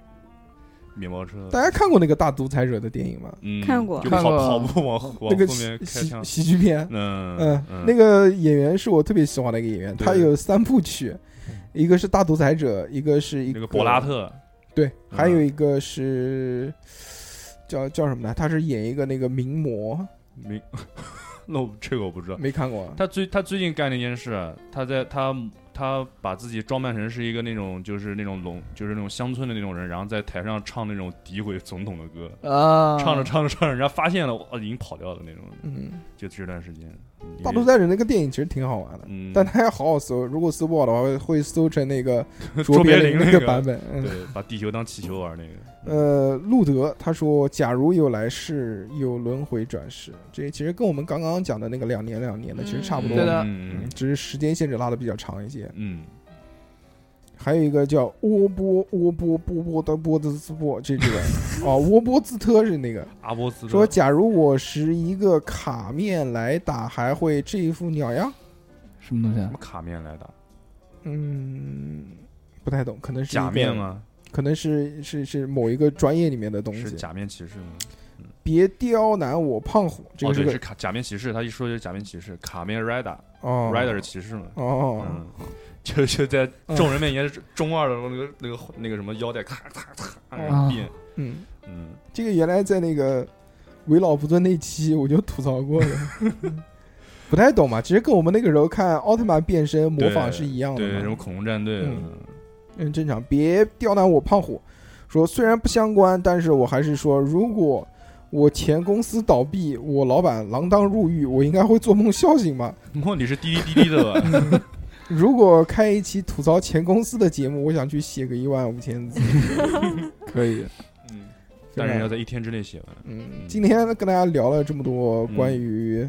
Speaker 4: 面包车，
Speaker 1: 大家看过那个大独裁者的电影吗？
Speaker 4: 嗯
Speaker 6: 看过
Speaker 4: 就跑
Speaker 2: 看过
Speaker 4: 跑步往后往
Speaker 1: 哦那个
Speaker 4: 后面开
Speaker 1: 喜
Speaker 4: 枪，
Speaker 1: 喜剧片，
Speaker 4: 嗯
Speaker 1: 嗯，那个演员是我特别喜欢的一个演员，
Speaker 4: 对嗯
Speaker 1: 他有三部曲，一个是《大独裁者》，一个是一
Speaker 4: 那个博拉，特，嗯
Speaker 1: 对，还有一个是叫叫什么呢？他是演一个那个名模，
Speaker 4: 没， 那我这个我不知道。
Speaker 1: 没看过啊。
Speaker 4: 呃他最他最近干了一件事，他在他他把自己装扮成是一个那种就是那种聋就是那种乡村的那种人，然后在台上唱那种诋毁总统的歌，
Speaker 2: 啊，
Speaker 4: 唱着唱着唱着，人家发现了，我已经跑掉了那种。
Speaker 1: 嗯，
Speaker 4: 就这段时间，
Speaker 1: 《大独裁者》那个电影其实挺好玩的，
Speaker 4: 嗯，
Speaker 1: 但他要好好搜，如果搜不好的话，会会搜成那 个
Speaker 4: 卓别
Speaker 1: 别
Speaker 4: 林
Speaker 1: 那
Speaker 4: 那
Speaker 1: 个
Speaker 4: 个
Speaker 1: 版本。嗯，
Speaker 4: 对，把地球当气球玩那个，
Speaker 1: 呃，路德他说：“假如有来世，有轮回转世，这其实跟我们刚刚讲的那个两年两年的其实差不多。
Speaker 2: 对的
Speaker 4: 嗯
Speaker 1: 嗯，只是时间限制拉的比较长一些。
Speaker 4: 嗯，
Speaker 1: 还有一个叫窝波窝波波波的波的斯波，这这个哦，窝波自特是 那个
Speaker 4: 阿波斯
Speaker 1: 说，假如我是一个卡面来打，还会这一副鸟样？
Speaker 2: 什么东西
Speaker 4: 什
Speaker 2: 啊
Speaker 4: 么？卡面来的
Speaker 1: 嗯，不太懂，可能是一个
Speaker 4: 假面？吗？
Speaker 1: 可能是是是某一个专业里面的东
Speaker 4: 是
Speaker 1: 西。
Speaker 4: 假面骑士吗？
Speaker 1: 别刁难我胖虎，这
Speaker 4: 哦，
Speaker 1: 个
Speaker 4: 对，
Speaker 1: 个
Speaker 4: 是卡假面骑士，他一说就是假面骑士，卡面 rider，rider
Speaker 1: 哦
Speaker 4: 是骑士嘛，
Speaker 1: 哦，
Speaker 4: 嗯，就就在
Speaker 2: 嗯
Speaker 4: 众人面前中二的那个那个那个什么腰带咔咔咔然
Speaker 2: 啊
Speaker 4: 后变，
Speaker 1: 嗯，
Speaker 4: 嗯，
Speaker 1: 这个原来在那个为老不尊那期我就吐槽 过的，不太懂嘛。其实跟我们那个时候看奥特曼变身模仿是一样
Speaker 4: 对，
Speaker 1: 的
Speaker 4: 什么
Speaker 1: 嘛，
Speaker 4: 恐龙战队，
Speaker 1: 嗯嗯，正常。别刁难我胖虎，说虽然不相关，但是我还是说，如果我前公司倒闭，我老板锒铛入狱，我应该会做梦笑醒吧。
Speaker 4: 莫你是滴滴滴滴 的吧？
Speaker 1: 如果开一期吐槽前公司的节目，我想去写个一万五千字，
Speaker 2: 可 以，
Speaker 4: 嗯，但是要在一天之内写完，
Speaker 1: 嗯，今天跟大家聊了这么多关于、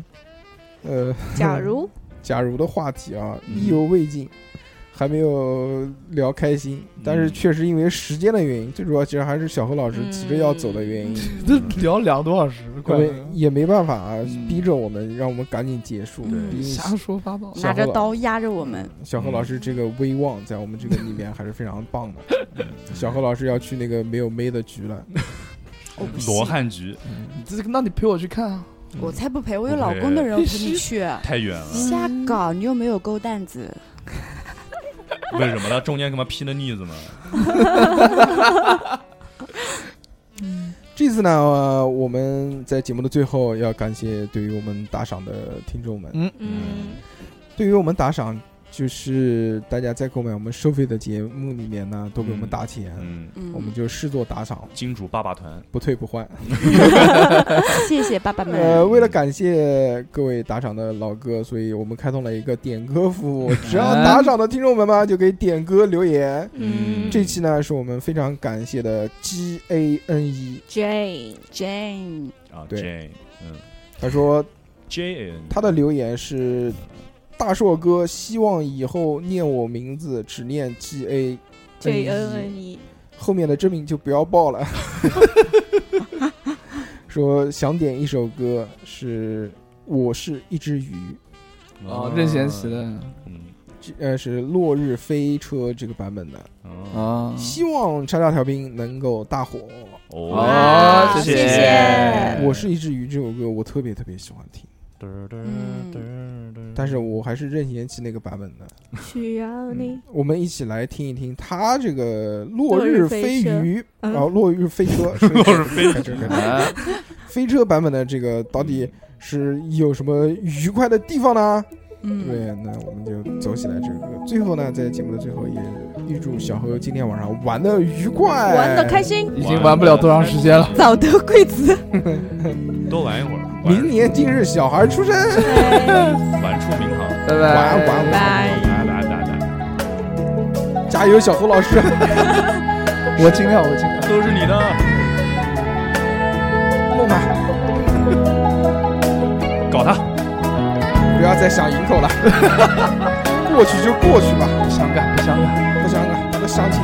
Speaker 1: 呃
Speaker 6: 假如
Speaker 1: 假如的话题啊，
Speaker 4: 嗯
Speaker 1: 意犹未尽，还没有聊开心，
Speaker 4: 嗯
Speaker 1: 但是确实因为时间的原因，最主要其实还是小何老
Speaker 2: 嗯
Speaker 1: 师急着要走的原因，
Speaker 4: 嗯
Speaker 2: 这聊两多小时，
Speaker 1: 各
Speaker 2: 快
Speaker 1: 位也没办法啊，
Speaker 2: 嗯
Speaker 1: 逼着我们让我们赶紧结束，
Speaker 6: 嗯
Speaker 1: 毕竟
Speaker 2: 瞎说八道。
Speaker 1: 小
Speaker 3: 拿着
Speaker 1: 伙
Speaker 3: 刀压着我们，
Speaker 1: 小何老
Speaker 4: 嗯
Speaker 1: 师这个威望在我们这个里面还是非常棒 的。
Speaker 4: 嗯
Speaker 1: 小何老师要去那个没有妹的局了，
Speaker 2: 哦
Speaker 3: 我不信
Speaker 4: 罗，汉局
Speaker 2: 你这个，那你陪我去看啊！
Speaker 3: 我才不陪，我有老公的人陪你去，
Speaker 4: 太远了，
Speaker 3: 瞎搞，你又没有勾蛋子，
Speaker 4: 为什么呢？中间干嘛拼了腻子嘛？
Speaker 1: 这次呢、呃我们在节目的最后要感谢对于我们打赏的听众们，
Speaker 2: 嗯
Speaker 5: 嗯，
Speaker 1: 对于我们打赏就是大家再购买我们收费的节目里面呢，都给我们
Speaker 4: 嗯
Speaker 1: 打钱，
Speaker 4: 嗯，
Speaker 3: 嗯，
Speaker 1: 我们就视作打赏，
Speaker 4: 金主爸爸团，
Speaker 1: 不退不换。
Speaker 3: 谢谢爸爸
Speaker 4: 嗯
Speaker 3: 们。
Speaker 1: 呃，为了感谢各位打赏的老哥，所以我们开通了一个点歌服 务，只要打赏的听众们嘛，就可以点歌留言。
Speaker 4: 嗯
Speaker 1: 这期呢，是我们非常感谢的 G A N E，
Speaker 5: Jane，
Speaker 3: Jane，
Speaker 4: 啊
Speaker 1: 对
Speaker 4: ，J，嗯
Speaker 1: 他说
Speaker 4: ，J，N
Speaker 1: 他的留言是：大硕哥，希望以后念我名字只念 G A E
Speaker 5: J N
Speaker 1: 呃
Speaker 5: N E，
Speaker 1: 后面的真名就不要报了。 说想点一首歌是《我是一只鱼》，
Speaker 2: 哦，任贤齐，的
Speaker 4: 嗯，
Speaker 1: 这呃是《落日飞车》这个版本的，
Speaker 4: 哦
Speaker 2: 啊，
Speaker 1: 希望叉叉调兵能够大火。
Speaker 2: 哦
Speaker 4: 谢
Speaker 2: 谢
Speaker 5: 谢
Speaker 2: 哎
Speaker 4: 谢
Speaker 1: 我是一只鱼这首歌我特别特别喜欢听，
Speaker 4: 嘚儿嘚儿
Speaker 3: 嗯
Speaker 4: 嘚儿嘚儿
Speaker 1: 但是我还是任贤齐那个版本的。
Speaker 5: 需要你。
Speaker 1: 我们一起来听一听他这个《落日飞
Speaker 5: 落日
Speaker 1: 鱼》，
Speaker 5: 嗯
Speaker 1: 然后《落日飞 车》是
Speaker 4: 落日飞车
Speaker 1: 开车开车
Speaker 2: 哎，
Speaker 1: 飞车版本的这个到底是有什么愉快的地方呢？
Speaker 3: 嗯，
Speaker 1: 对，那我们就走起来这个歌。最后呢，在节目的最后也预祝小何今天晚上玩的愉快，
Speaker 5: 玩的开。心，
Speaker 2: 已经玩不了多长时间
Speaker 1: 嗯
Speaker 2: 了。
Speaker 6: 早得贵子。
Speaker 4: 多玩一会儿，晚
Speaker 1: 明年今日小孩出生，
Speaker 4: 晚出名堂，
Speaker 2: 拜拜，
Speaker 1: 玩玩
Speaker 6: 哎
Speaker 1: 玩，
Speaker 4: 拜拜拜拜。
Speaker 1: 加油，小何老师。
Speaker 2: 我尽量，我尽量。
Speaker 4: 都是你的。
Speaker 1: 弄吧，
Speaker 4: 搞他！
Speaker 1: 不要再想营口了， 过去就过去吧，
Speaker 2: 伤感，伤感。
Speaker 1: 不想了，不想起。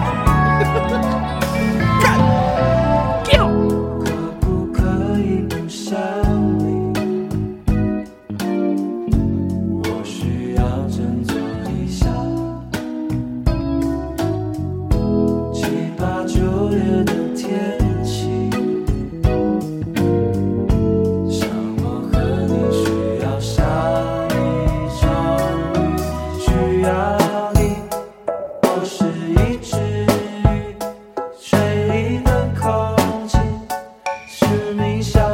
Speaker 8: 可不可以不想你？我需要振作一下。七八九月的天气，像我和你需要下一场雨，需要你。我是一只鱼，水里的空气。是你笑